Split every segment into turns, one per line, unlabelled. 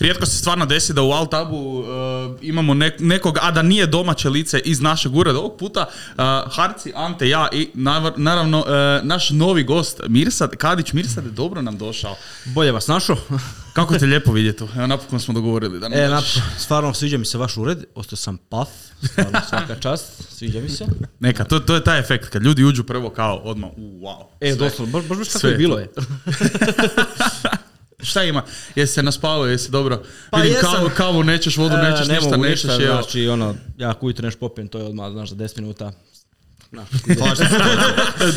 Rijetko se stvarno desi da u Altabu uh, imamo nek- nekog, a da nije domaće lice iz našeg ureda. Ovog puta uh, Harci, Ante, ja i navar- naravno uh, naš novi gost Mirsad, Kadić Mirsad je dobro nam došao.
Bolje vas našao.
Kako te lijepo vidjeti tu. Evo napokon smo dogovorili da nam
E,
dođeš.
nap- stvarno sviđa mi se vaš ured, ostao sam paf, stvarno svaka čast, sviđa mi se.
Neka, to, to je taj efekt kad ljudi uđu prvo kao odmah, u, wow.
E,
sve.
doslovno, baš, baš, baš kako
Sve
je
je
bilo je.
Šta ima? Jesi se naspavao, jesi dobro?
Pa
Vidim,
jesam.
kavu, kavu nećeš, vodu
E,
nećeš,
ne
ništa
mogu
nećeš.
ništa,
evo.
znači, ono, ja ako ujutro nešto popijem, to je odmah, znaš, za 10 minuta.
Slažem se.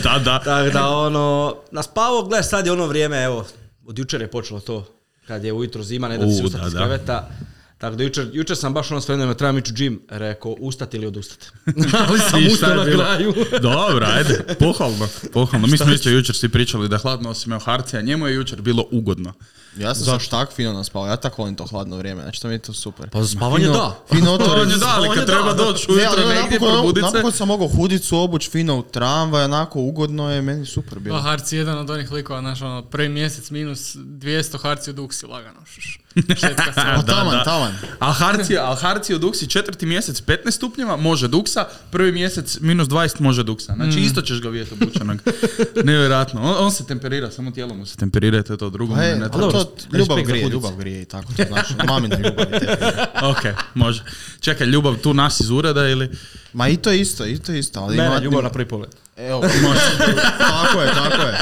da, da.
Tako da, ono, na spavo, gle, sad je ono vrijeme, evo, od jučer je počelo to, kad je ujutro zima, ne da ti
U,
se ustati
da,
iz
da.
kreveta. Tako da, jučer, jučer sam baš ono svejedno, trebam ići u gym, rekao, ustati ili odustati.
Ali
sam
si,
ustao
šta je
na
bilo?
kraju.
Dobro, ajde, pohvalno, pohvalno. Mi smo isto jučer svi pričali da je hladno osim evo Harcija, njemu je jučer bilo ugodno.
Ja sam Zašto? tak fino naspao, ja tako volim to hladno vrijeme, znači to mi je to super.
Pa za spavanje
Fino-
da.
Fino otvori.
On je da, ali
on je
kad treba
da.
doći
Ne,
ujutro
ali ono,
negdje,
napokon,
probudit se.
napokon sam mogao hudicu obuć fino u tramvaj, onako ugodno je, meni super bilo.
Pa Harci je jedan od onih likova, znaš, ono, prvi mjesec minus 200 Harci u duksi lagano. šš, Šetka se.
Pa taman, taman.
A Harcija, a Harcija u Duksi četvrti mjesec 15 stupnjeva, može Duksa, prvi mjesec minus 20 može Duksa. Znači
Mm.
isto ćeš ga vidjeti obučenog. Nevjerojatno. On, on se temperira, samo tijelo mu se temperira, to je to drugo. mu
Pa je,
ne
to,
treba.
dobro,
to, ljubav
respekt za
grije,
hudicu.
ljubav grije i tako, to znaš, mamina ljubav i te grije.
Ok, može. Čekaj, ljubav tu nas iz ureda ili...
Ma i to je isto, i to je isto, ali
Mene
ima...
ljubav na prvi pogled.
Evo, može. tako je, tako je.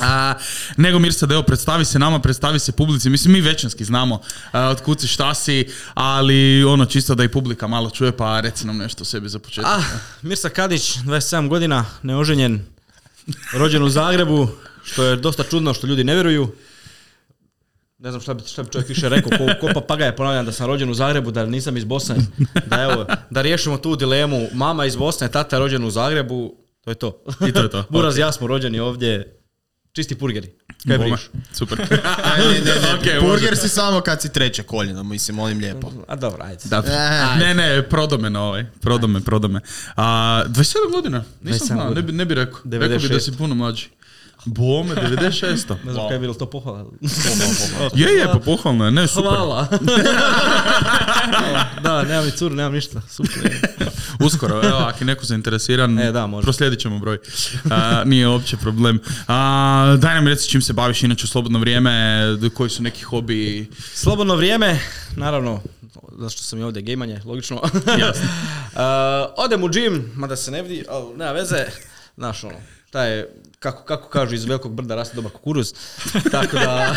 A, nego Mirsa Deo, predstavi se nama, predstavi se publici. Mislim, mi većinski znamo a, od kud si, šta si, ali ono čisto da i publika malo čuje, pa reci nam nešto o sebi za početak.
Ah, Mirsa Kadić, 27 godina, neoženjen, rođen u Zagrebu, što je dosta čudno što ljudi ne vjeruju. Ne znam šta bi, šta bi čovjek više rekao, ko, ko papagaj ponavljam da sam rođen u Zagrebu, da nisam iz Bosne, da evo, da riješimo tu dilemu, mama iz Bosne, tata je rođen u Zagrebu, to je to.
I to je to.
Buraz i ja smo rođeni ovdje, čisti purgeri. Kaj
Bome.
briš?
Super.
Ne, ne, ne, ne,
Ok, može.
burger si samo kad si treće koljeno, mislim, molim lijepo.
A dobro, ajde.
Da. Ne, ne, prodome na ovaj. Prodome, prodome. A, 27 godina, nisam
27
znao, ne bi, ne bi rekao. Rekao bi da
96.
si puno mlađi. Bome, 96.
Ne znam kaj je bilo to pohvala.
Je, je, pa pohvalno je, ne, super.
Hvala. da, nemam ni curu, nemam ništa. Super. je.
Uskoro, evo, ako je neko zainteresiran,
E, da, može.
proslijedit ćemo broj. A, nije uopće problem. A, daj nam reci čim se baviš inače u slobodno vrijeme, koji su neki hobi.
Slobodno vrijeme, naravno, zašto sam i ovdje, gejmanje, logično.
Jasno.
Uh, odem u gym, mada se ne vidi, ali nema veze, znaš ono, taj je, kako, kako kažu, iz velikog brda raste dobar kukuruz, tako da,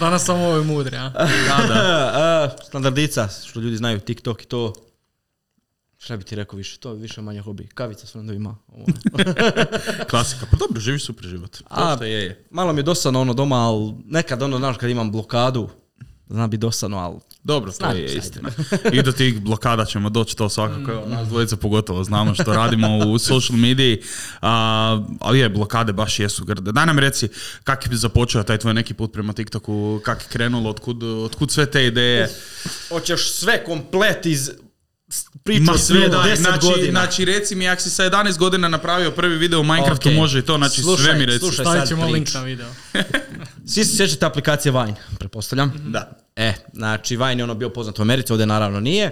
Danas samo ovo je mudri, a?
uh, standardica, što ljudi znaju, TikTok i to, šta bi ti rekao više, to je više manje hobi, kavica s frendovima, ovo.
Klasika. Pa dobro, živi super život. To
A,
što je, je.
malo mi je dosadno ono doma, ali nekad ono, znaš, kad imam blokadu, zna biti dosadno, ali
Dobro, to
Slažem
je
se,
istina. I do tih blokada ćemo doći, to svakako, evo, nas dvojica pogotovo znamo što radimo u social mediji, a, ali je, blokade baš jesu grde. Daj nam reci, kak je započeo taj tvoj neki put prema TikToku, kak je krenulo, otkud, otkud sve te ideje?
hoćeš sve komplet iz priče
Ma sve da,
10
znači,
godina.
znači reci mi, ako si sa 11 godina napravio prvi video u Minecraftu,
Ok.
može i to, znači sve
Slušaj,
mi reci.
slušaj.
Stavit
sad
ćemo
prič.
link na video.
Svi se sjećate aplikacije Vine, pretpostavljam.
Da.
E, znači Vine je ono bio poznat u Americi, ovdje naravno nije.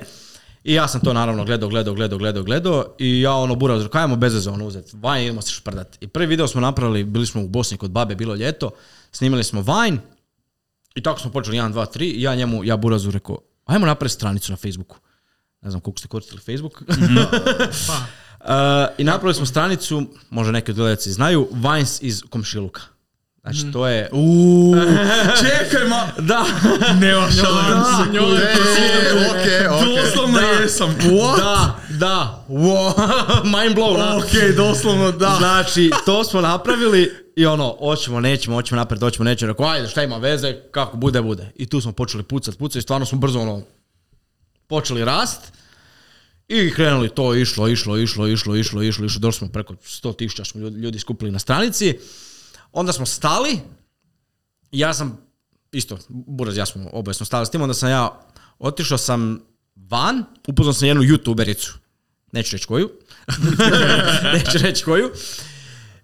I ja sam to naravno gledao, gledao, gledao, gledao, gledao i ja ono buraz, rekao, ajmo bez veze ono uzeti Vine, idemo se šprdat. I prvi video smo napravili, bili smo u Bosni kod babe, bilo je ljeto, snimili smo Vine i tako smo počeli 1, 2, 3 i ja njemu, ja burazu rekao, ajmo napraviti stranicu na Facebooku. Ne znam koliko ste koristili Facebook. Uh, I napravili smo stranicu, možda neki od gledalci znaju, Vines iz Komšiluka. Znači to je...
Uuu, čekaj ma,
Da,
nema šanse.
Njoj je
E, okej, okej.
Doslovno jesam, what?
da, da, wow, mind blown. a?
Ok, doslovno da.
Znači, to smo napravili i ono, hoćemo, nećemo, hoćemo napred, hoćemo, nećemo. Rekao, ajde, šta ima veze, kako bude, bude. I tu smo počeli pucat, pucat i stvarno smo brzo ono, počeli rast. I krenuli to, išlo, išlo, išlo, išlo, išlo, išlo, išlo. Došli smo preko 100 tisuća smo ljudi, ljudi skupili na stranici. Onda smo stali. Ja sam, isto, Buraz, i ja smo oboje smo stali s tim. Onda sam ja, otišao sam van, upoznao sam jednu youtubericu. Neću reći koju. Neću reći koju.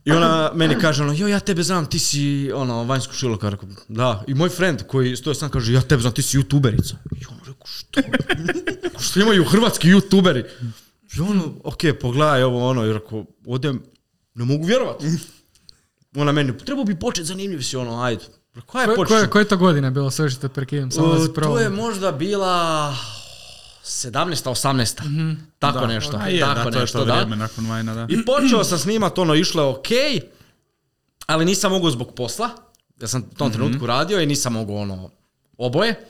I ona meni kaže ono, jo ja tebe znam, ti si ono, vanjsku šilok. Ja rekao, da. I moj friend koji stoje sam kaže, ja tebe znam, ti si youtuberica. I ono rekao, što? Rekao, što imaju hrvatski youtuberi? I ono, ok, pogledaj ovo ono. I rekao, odem, ne mogu vjerovat. Ona meni, trebao bi početi, zanimljiv si ono, ajde. Rekao, ajde
Koje,
počet ću.
koje, koje to godine bilo, sve što te prekidam, samo da si
Uh, To je
probam.
možda bila 17. 18. Tako nešto.
A je,
tako
Mhm. da, to je
nešto,
to
da.
vrijeme nakon vajna, da.
I počeo sam snimat, ono, išlo je okej, ali nisam mogao zbog posla, ja sam u tom trenutku radio i nisam mogao, ono, oboje.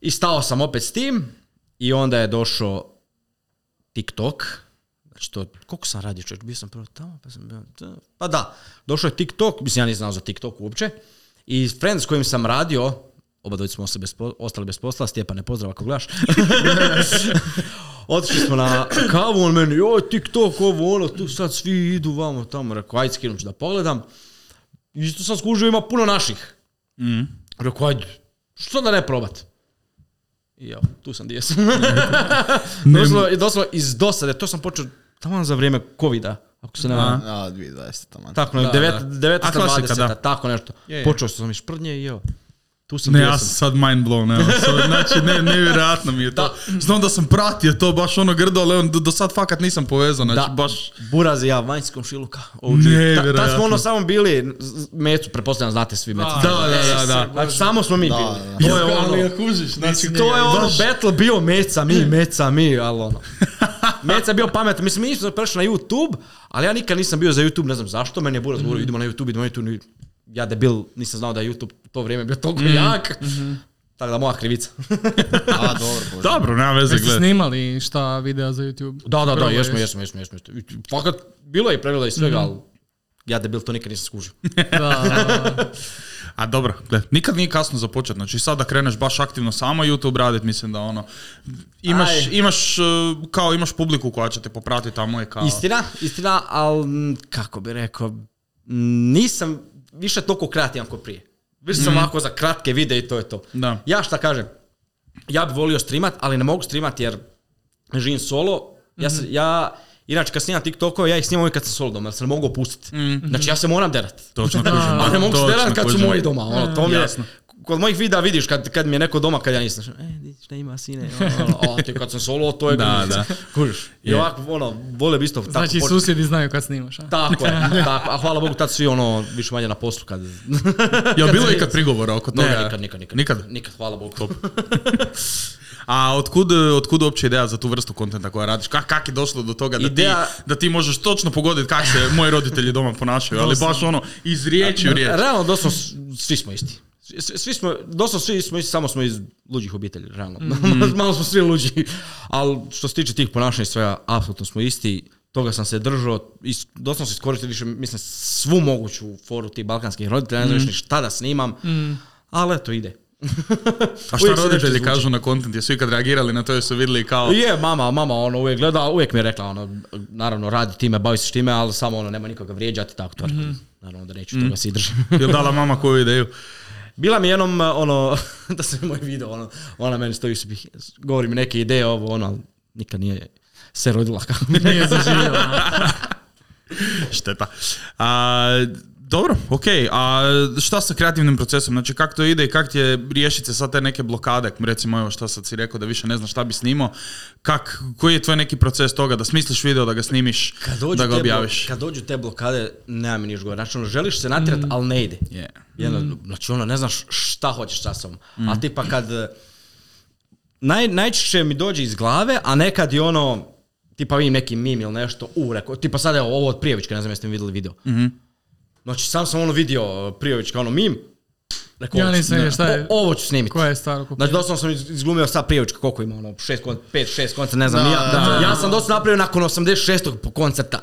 I stao sam opet s tim i onda je došao TikTok. Znači to, koliko sam radio čovječ, bio sam prvo tamo, pa sam bio... t- Pa da, došao je TikTok, mislim ja nisam znao za TikTok uopće. I friend s kojim sam radio, oba dvojica smo ostali bez, po- ostali bez posla, Stjepane, pozdrav ako gledaš. Otišli smo na kavu, on meni, joj, TikTok, ovo, ono, tu sad svi idu vamo, tamo, rekao, ajde, skinut ću da pogledam. Isto sam skužio, ima puno naših. Rekao, ajde, što da ne probat? I evo, tu sam gdje sam. doslovno, doslovno iz dosade, to sam počeo tamo za vrijeme covida, ako se ne varam.
A, 2020 tamo.
Tako, da, devet,
da.
19,
A klasika,
20,
da.
tako nešto.
je.
Počeo sam iz šprdnje i evo, tu sam
Ne,
gdje
ja sam
sam.
sad mind blown, evo. sad, Znači, ne, nevjerojatno mi je to. Znam da sam pratio to baš ono grdo, ali on do, do sad fakat nisam povezan, znači
Da.
baš...
Buraz i ja, vanjskom šiluka. OG. Ta, tad
Nevjerojatno.
smo ono samo bili, z- mecu, pretpostavljam, znate svi mecu.
Da, da, da, da.
Znači, samo smo mi
Da,
bili.
To
je ono-
Ali ja kužiš, znači,
To je ono
baš-
battle bio meca mi, meca mi, ali ono. Meca je bio pametan. Mislim, mi nismo prešli na YouTube, ali ja nikad nisam bio za YouTube, ne znam zašto. Meni je Buraz govorio, idemo na YouTube, idemo na YouTube. Ja debil, nisam znao da je YouTube u to vrijeme bio toliko jak. Tako da moja krivica.
A, dobro, bože.
Dobro, nema veze,
Jeste
gledaj.
snimali šta videa za YouTube?
Da, da, da,
Prvo
jesmo,
je-
jesmo, jesmo, jesmo. jesmo. Fakat, bilo je i previla i svega, ali ja debil to nikad nisam skužio.
Da,
A dobro, gle, nikad nije kasno za počet, znači sad da kreneš baš aktivno samo YouTube radit, mislim da ono, imaš,
Aj.
imaš, eh, kao imaš publiku koja će te popratiti tamo je kao...
Istina, istina, ali m, kako bi rekao, m, nisam više toliko kreativan ko prije. Više sam ovako za kratke videe i to je to.
Da.
Ja šta kažem, ja bi volio streamat, ali ne mogu streamat jer živim solo. Ja,
Mhm.
se, ja inače kad snimam TikTokove, ja ih snimam uvijek kad sam solo doma, jer se ne mogu opustiti. Znači ja se moram derat.
Točno kužim.
A ne mogu se
Mhm. točno
derat kad su
kužim.
moji doma. Ono, to mi je,
Jasno.
kod mojih videa vidiš kad, kad mi je neko doma kad ja nisam. E, vidiš, ne ima sine. Ono, ono, a ti kad sam solo, to je
Da,
glumica.
da.
Kužiš. I
Je.
ovako, ono, vole bi isto tako
znači
početi.
susjedi znaju kad snimaš, a?
Tako je, tako. A hvala Bogu, tad svi ono, više manje na poslu kad...
Jel bilo ikad prigovora oko toga?
Ne, nikad, nikad, nikad.
Nikad?
Nikad, hvala Bogu.
A otkud, otkud uopće ideja za tu vrstu kontenta koja radiš? Kak, kak je došlo do toga da,
Ideja-
ti, da ti možeš točno pogoditi kak se moji roditelji doma ponašaju, ali baš ono iz riječi u riječ.
Realno, doslovno, s- svi smo isti. Svi, svi smo, doslovno svi smo isti, samo smo iz luđih obitelji, realno. Malo smo svi luđi. Ali što se tiče tih ponašanja i svega, apsolutno smo isti. Toga sam se držao, is, doslovno sam iskoristio više, mislim, svu moguću foru tih balkanskih roditelja, ne znam više ni šta da snimam, ali eto ide.
A šta
Uvijek se nešto
roditelji
izvuče.
kažu na kontent? Jesu ikad reagirali na to jer su vidjeli kao...
Je, mama, mama ono uvijek gleda, uvijek mi je rekla ono, naravno radi time, bavi se s time, ali samo ono, nema nikoga vrijeđati, tako to. Naravno da neću, toga se i držim.
Jel dala mama koju ideju?
Bila mi jednom, ono, da se moj video, ono, ona meni stoji se bih, govori mi neke ideje, ovo, ono, ali nikad nije se rodila kao mi.
Nije zaživjela. a?
Šteta. A, dobro, ok. A šta sa kreativnim procesom? Znači, kako to ide i kako ti je riješit se sad te neke blokade? Recimo, evo šta sad si rekao da više ne znaš šta bi snimao. Kak, koji je tvoj neki proces toga? Da smisliš video, da ga snimiš, da ga
te blo-
objaviš?
kad dođu te blokade, nema mi niš govor. Znači, ono, želiš se natjerat,
Mm.
ali ne ide.
Je.
Jedno, Znači, ono, ne znaš šta hoćeš sa sobom.
Mm.
A tipa kad... eh, Naj, najčešće mi dođe iz glave, a nekad i ono, tipa vidim neki mim ili nešto, u, rekao, tipa sad evo, ovo od Prijevička, ne znam jeste mi vidjeli video.
Mhm.
Znači, sam sam ono vidio eh, Prijevička, ono mim, rekao,
Ja
ovo ću-
nisam vidio šta je-
o- ovo ću snimiti.
Koja je stvar kupila?
Znači, doslovno sam iz- izglumio sad prijevička, koliko ima, ono, šest kon, pet, šest koncerta, ne znam,
Da,
ni ja,
da,
ja sam doslovno napravio nakon 86. po- koncerta.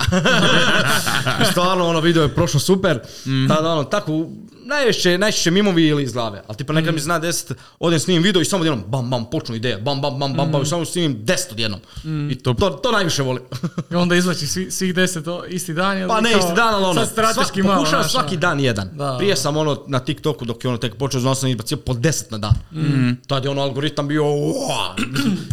I Stvarno, ono, video je prošlo super,
Mhm.
tada, ono, tako, najviše, najčešće mimovi ili iz glave, ali tipa
Mhm.
nekad mi zna deset, odem snimim video i samo odjednom, bam, bam, počnu ideje, bam, bam, bam, bam, bam, i
Mhm.
samo snimim deset odjednom. I to, to, najviše volim.
I onda izvlači svi, svih deset o- isti dan. ili
pa ne,
kao-
isti dan, ali ono,
Sad strateški
svak-
malo.
pokušavam
znaš,
svaki
ono.
dan jedan.
Da.
Prije sam ono na TikToku dok je ono tek počeo, znao sam izbacio po 10 na dan.
Mm.
Tad je ono algoritam bio, "Uaa."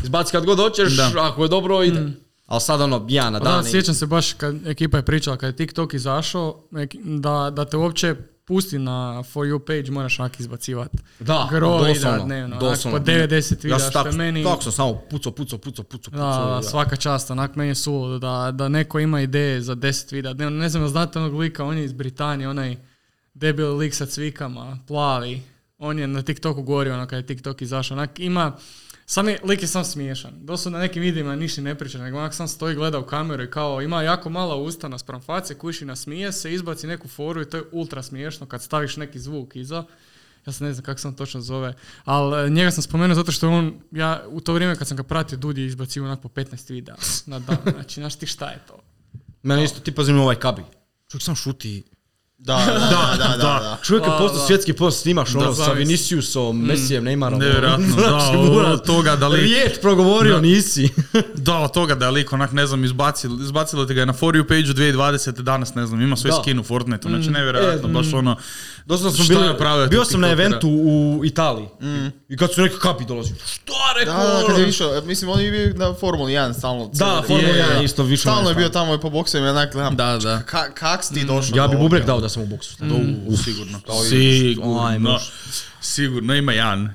izbaci kad god hoćeš, ako je dobro ide. Al ali sad ono, ja na
Mm. Pa da,
dan. i-
sjećam se baš kad ekipa je pričala kad je TikTok izašao neki- da, da te uopće pusti na For You page moraš onak izbacivat.
Da,
Gro videa
doslovno,
dnevno, onak
doslovno.
po 90 videa
ja sam
što
tak,
je meni...
tak sam samo puco, puco, puco, puco, puco.
Da,
ja.
svaka čast, onak meni je suludo da, da neko ima ideje za 10 videa. Ne, ne znam, jel znate onog lika, on je iz Britanije, onaj debil lik sa cvikama, plavi. On je na TikToku govorio ono kad je TikTok izašao. Onak ima, sam je, lik je sam smiješan. Doslovno na nekim videima ništa ne priča, nego onak sam stoji gleda u kameru i kao ima jako mala usta na face, kuši nasmije se, izbaci neku foru i to je ultra smiješno kad staviš neki zvuk iza ja se ne znam kako se on točno zove, ali e, njega sam spomenuo zato što on, ja u to vrijeme kad sam ga pratio, Dudi je izbacio onako 15 videa na dan, znači, znaš ti šta je to?
Meni isto tipa zanima ovaj kabi. Čovjek sam šuti.
Da, da, da, da, da.
Čovjek je
Da,
postao
da. Mm.
svjetski post, snimaš ono sa
zavist.
Viniciusom, Messijem, Neymarom. ono.
Nevjerojatno, da,
Znači,
od-
buraz.
od toga da li...
Riječ progovorio
Da.
nisi.
Da, od toga da je lik onak, ne znam, izbacilo, izbacilo ti ga je na For You page 2020, danas ne znam, ima svoj
Da. Mm, e,
skin u Fortniteu, znači nevjerojatno, baš ono...
Doslovno smo
Šta
bili,
napravio ti
bio sam na
TikTokera?
eventu u Italiji. I kad su neki kapi dolazili, što rekao?
Da, da, kad je
ono?
išao, mislim, on je bio na Formuli 1 stalno.
Da,
cijelo
Formula
vrijeme.
je,
1 isto više.
Stalno je
manje
bio tamo i po boksovima, onak gledam,
Da, da.
ka, kak si ti došao?
Ja
do
bi
ovoga?
bubrek dao da sam u boksu.
Uf, sigurno.
Pa ovaj,
Sigurno. Sigurno ima jedan e,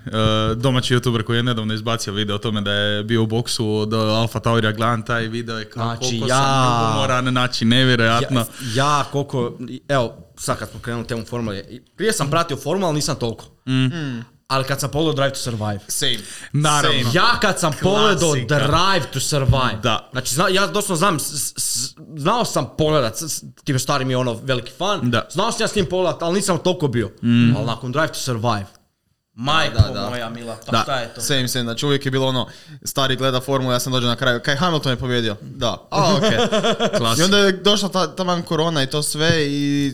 domaći youtuber koji je nedavno izbacio video o tome da je bio u boksu od Alfa Taurija gledam taj video i kao
Znači,
koliko
ja.
sam ljubomoran, znači nevjerojatno.
Ja, ja koliko, evo, sad kad smo krenuli temu formule, i prije sam pratio formulu, ali nisam toliko. Mm. Ali kad sam pogledao Drive to Survive,
Same.
Naravno.
Same.
ja kad sam pogledao Drive to Survive,
Da.
znači zna, ja doslovno znam, s- s- znao sam pogledat, s- s- tipa stari mi je ono veliki fan,
Da. Mm.
znao sam ja s njim pogledat, ali nisam toliko bio. Ali nakon Drive to Survive, majko moja mila, pa
Da.
šta je to?
Same, same, znači uvijek je bilo ono, stari gleda formulu, ja sam dođe na kraju, kaj Hamilton je pobjedio, da, a okej. I
Klasika.
onda je došla ta, ta van korona i to sve i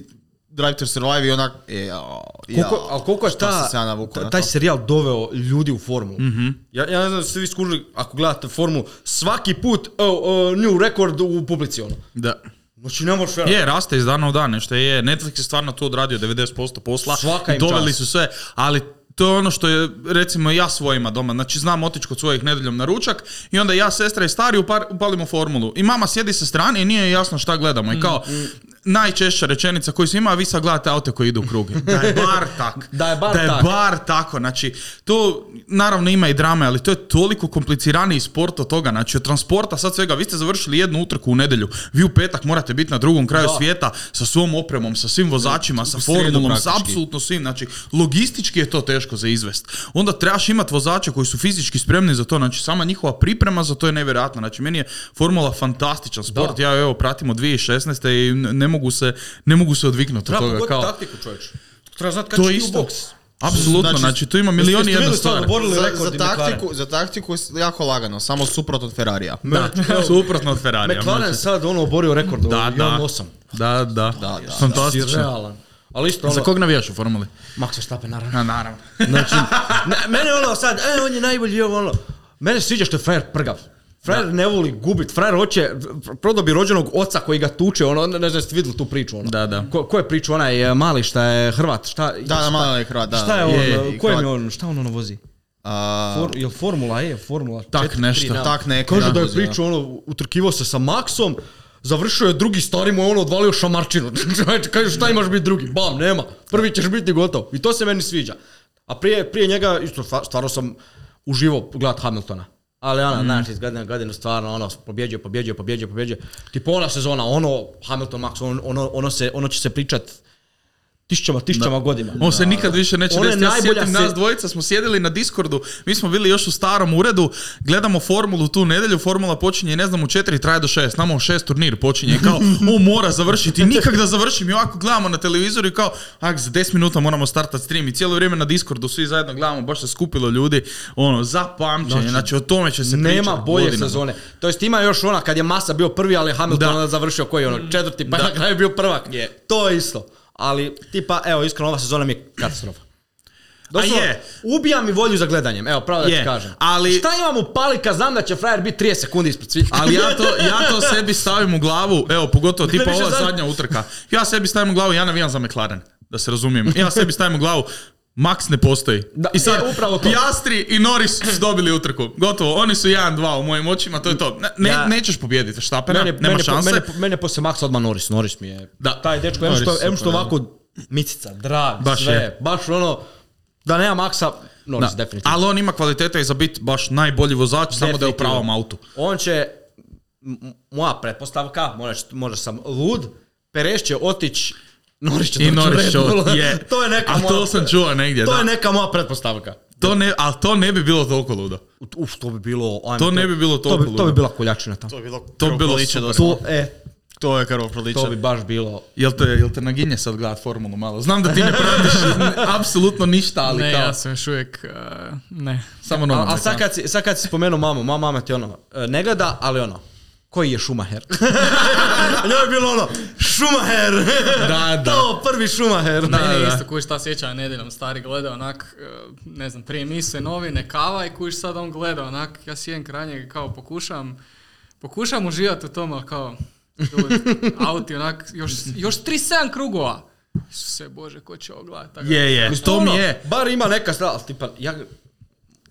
Drive to Survive i onak, e, jao, jao.
Koliko, ali koliko je
šta
ta,
sam se ja navukao na
taj
to?
serijal doveo ljudi u formulu?
Mhm.
Ja, ja ne znam da ste vi skužili, ako gledate formu, svaki put e, e, new record u publici ono.
Da.
Znači ne možeš vjerovati.
Je, raste iz dana u dan, nešto je. Netflix je stvarno tu odradio 90% posla.
Svaka im
Doveli
čast.
su sve, ali to je ono što je, recimo, ja svojima doma. Znači, znam otići kod svojih nedeljom na ručak i onda ja, sestra i stari upar- upalimo formulu. I mama sjedi sa strane i nije joj jasno šta gledamo.
Mm,
I kao, najčešća rečenica koju se ima, a vi sad gledate aute koji idu u krug. Da je bar tak.
Da je bar tak.
bar tako. Znači, to naravno ima i drame, ali to je toliko kompliciraniji sport od toga. Znači, od transporta sad svega. Vi ste završili jednu utrku u nedjelju. Vi u petak morate biti na drugom kraju
Da.
svijeta sa svom opremom, sa svim vozačima, sa
u srijedu
formulom, sa
praktički.
apsolutno svim. Znači, logistički je to teško za izvest. Onda trebaš imati vozače koji su fizički spremni za to. Znači, sama njihova priprema za to je nevjerojatna. Znači, meni je formula fantastičan sport.
Da.
Ja evo pratim od 2016. i n- ne mogu se, ne mogu se odviknuti od
Treba
toga.
pogoditi
Kao,
taktiku čovječ. Treba znati kad
to
ćeš
je
ti u
isto.
boks.
Apsolutno, znači,
Znači,
tu ima milion i
jeste
jedna
vidjeli
stvar.
stvarno borbu? Borili
za,
rekordi
za,
McLaren.
taktiku, za taktiku je jako lagano, samo suprot od Ferrarija.
Da, suprotno od Ferrarija.
McLaren
znači.
sad ono oborio rekord da,
Da, Znači, da.
1.8.
Da, da.
Da, da.
Si
Fantastično.
realan. Ali isto
Za
ono,
kog navijaš u formuli?
Max Verstappen naravno.
Na, naravno.
Znači, ne, mene ono sad, e, on je najbolji, ovo ono. Mene se sviđa što je frajer prgav. Frajer ne voli gubit, frajer hoće, prodao bi rođenog oca koji ga tuče, ono, ne znam, jeste vidjeli tu priču, ono.
Da, da.
Ko, ko je priču, onaj e, mali šta je Hrvat, šta...
Da, da,
šta-
malo je Hrvat, da.
Šta je on,
Je, je,
e, ko je
Hrvat.
mi on, šta on ono vozi?
A,
For, jel Formula E, Formula
Tak
4,
nešto.
3, nemam.
Tak neka,
Kaže
da,
da je
vozi, da.
priču, ono, utrkivao se sa Maxom, završio je drugi, stari mu je ono odvalio šamarčinu. Čovječe, Kaže šta imaš biti drugi? Bam, nema. Prvi ćeš biti gotov. I to se meni sviđa. A prije, prije njega, isto, stva- stvarno sam uživo gledat Hamiltona. Ali ona, znaš, iz godine u godinu stvarno, ono, pobjeđuje, pobjeđuje, pobjeđuje, pobjeđuje. Tipo ona sezona, ono, Hamilton, Max, on- ono, ono, se, ono će se pričat tišćama, tišćama godina.
On se nikad više neće
Ona je
desiti. Ja se
najbolja
sjetim,
se-
nas dvojica smo sjedili na Discordu, mi smo bili još u starom uredu, gledamo formulu tu nedjelju, formula počinje, ne znam, u četiri traje do šest, nama u šest turnir počinje i kao, on mora završiti, nikak da završim, i ovako gledamo na televizoru i kao, ak, za 10 minuta moramo startat stream i cijelo vrijeme na Discordu svi zajedno gledamo, baš se skupilo ljudi, ono, za pamćenje, znači o tome će se
Nema
pričat
bolje
godinama.
sezone. To jest ima još ona kad je Masa bio prvi, ali je Hamilton
Da. Mm.
onda završio koji je ono četvrti, pa je na kraju bio prvak. To je isto. Ali tipa, evo iskreno ova sezona mi je katastrofa. Doslovno,
je.
ubija mi volju za gledanjem, evo pravo da
Je,
ti kažem.
ali-
Šta imam u pali kad znam da će frajer biti 30 sekundi ispred svih?
Ali ja to, ja to sebi stavim u glavu, evo pogotovo tipa
više
ova
sad-
zadnja utrka. Ja sebi stavim u glavu, ja navijam za McLaren, da se razumijemo. Ja sebi stavim u glavu, Max ne postoji.
Da,
I sad,
je, upravo to.
Piastri i Norris su dobili utrku. Gotovo, oni su 1-2 u mojim očima, to je to. Ne, ne-
Ja-
Nećeš pobijediti Štapena,
mene,
nema
mene,
šanse.
Mene, mene poslije Max odmah Norris. Norris mi je...
Da.
Taj dečko, em što,
Norris,
em što
super,
ovako micica, drav,
Baš
sve.
je.
Baš ono, da nema Maxa, Norris
Da.
definitivno.
Ali on ima kvaliteta i za biti baš najbolji vozač, samo da je u
Definitivno.
pravom autu.
On će, m- m- moja pretpostavka, možda, možda sam lud, Pereš će otići Norris će
I
doći u
Norris
Red
će
Bull.
otići, je.
to je neka
A
moja,
to sam čuo negdje,
to
da.
je neka moja pretpostavka.
To ne, ali to ne bi bilo toliko ludo.
Uf, to bi bilo... ajme,
To ne bi bilo
to,
toliko
bi, to bi
ludo.
bila koljačina tamo. To,
To bi bilo
Krvoproliće
super.
doslovno.
e,
To je krvoproliče.
to bi baš bilo...
Jel te, jel te naginje sad gledat formulu malo? Znam da ti ne pratiš ne- apsolutno ništa, ali
ne,
kao...
ja sam još uvijek, eh, ne.
Samo
E, A,
nogomet.
a sad, kad si, sad kad si spomenuo mamu, ma, mama ti ono, e, ne gleda, ali ono, koji je Schumacher? Njoj je bilo ono, Schumacher!
Da, da.
To, prvi
Pa
Schumacher!
Da, Mene isto kuš ta sjeća nedeljom stari gleda onak, eh, ne znam, prije mise novine, kava i kuš sad on gleda onak, ja sjedem kraj njega i kao pokušam, pokušam uživati u tom, ali kao, ljudi, auti onak, još, još 3-7 krugova. Isuse Bože, ko će ovo gledat? tako.
Je, je,
Mislim,
to mi
ono,
je.
Bar ima neka stvar, ali tipa, ja,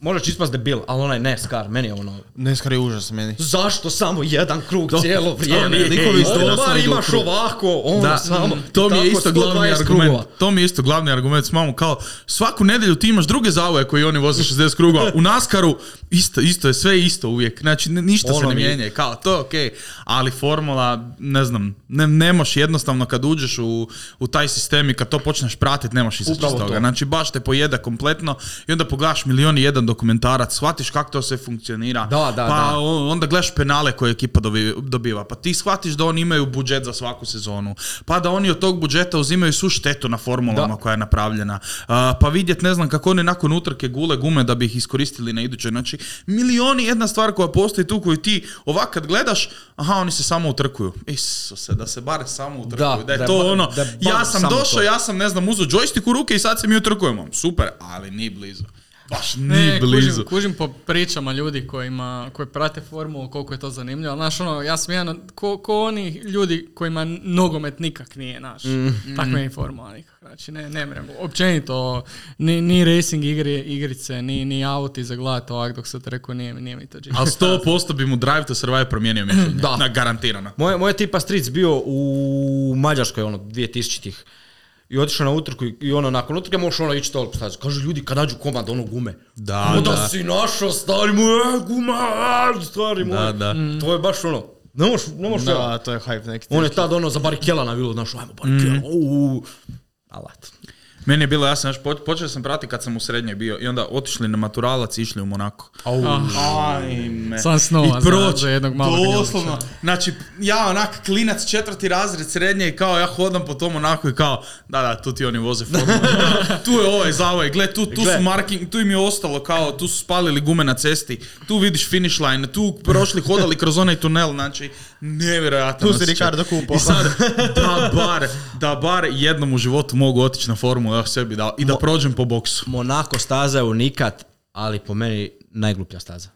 možeš ispast debil, ali onaj ne, Scar, meni je ono,
Neskar je užas meni.
zašto samo jedan krug cijelo
to
vrijeme?
ne, nikovi iz
Ono,
Dora
bar
samo idu u
imaš
krug.
ovako, ono
Da, mm,
samo.
to mi je
tako
isto glavni
120
argument.
krugova.
To mi je isto glavni argument s mamom. Kao, svaku nedjelju ti imaš druge zavoje koji oni voze 60 krugova. U Naskaru isto, isto je, sve je isto uvijek. Znači, ni- ništa se
Ono
ne
mi je-
mijenja. Kao, to je okej. Ali formula, ne znam, ne, ne moš jednostavno kad uđeš u, u taj sistem i kad to počneš pratiti, ne moš izaći iz
Upravo
toga.
to.
Znači, baš te pojeda kompletno i onda pogledaš milion i jedan dokumentarac, shvatiš kako to sve funkcionira.
Da, da,
pa
da.
o- onda gledaš penale koje ekipa dobi- dobiva, pa ti shvatiš da oni imaju budžet za svaku sezonu, pa da oni od tog budžeta uzimaju svu štetu na formulama
Da.
koja je napravljena, A, pa vidjet ne znam kako oni nakon utrke gule gume da bi ih iskoristili na idućoj, znači milioni jedna stvar koja postoji tu koju ti ovak kad gledaš, aha oni se samo utrkuju, isuse, da se bare samo utrkuju, da,
Da,
je
da je
to
ba-
ono,
da je bar
ja sam
samo
došao,
to.
ja sam ne znam uzeo joystick u ruke i sad se mi utrkujemo, super, ali ni blizu. Baš ni
E,
Ne,
blizu.
Kužim, kužim po pričama ljudi kojima, koji prate formulu, koliko je to zanimljivo. ali, Znaš, ono, ja sam jedan od, ko, ko oni ljudi kojima nogomet nikak nije naš.
Mm.
Tako je i formula nikak. Znači, ne, ne mrem. Općenito, ni, ni racing igre, igrice, ni, ni auti za gledat ovak dok se trku, nije, mi- nije mi to džinja.
Ali 100% bi mu Drive to Survive promijenio mišljenje.
Da.
Na, garantirano.
Moje, moje tipa stric bio u Mađarskoj, ono, 2000-ih. I otišao na utrku i, i ono, nakon utrke možeš ono ići toliko stazi. Kažu ljudi, kad nađu komad, ono gume.
Da,
Onda
da.
si našao, stari moj, e, guma, a, stari moj.
Da, da.
To je baš ono, ne možeš, ne možeš.
Da, to je hype neki.
On je tad ono za Barikela navilo, znaš, ajmo Barikela, uuu. Alat.
Meni je bilo, ja sam još poč- počeo sam pratiti kad sam u srednjoj bio i onda otišli na maturalac i išli u Monako.
Ah.
Ajme.
Sam snova
I
za-
proć,
za jednog malog
Doslovno. Znači, ja onak klinac četvrti razred srednje i kao ja hodam po tom onako i kao, da, da, tu ti oni voze formulu. tu je ovaj zavoj, gle, tu, tu
Gle.
su marking, tu im je ostalo kao, tu su spalili gume na cesti, tu vidiš finish line, tu prošli, hodali kroz onaj tunel, znači, nevjerojatno.
Tu si
osjećaj.
Ricardo kupo.
I sad, da bar, da bar jednom u životu mogu otići na formulu, ja sebi dao, i da prođem po boksu.
Monako staza je unikat, ali po meni najgluplja staza.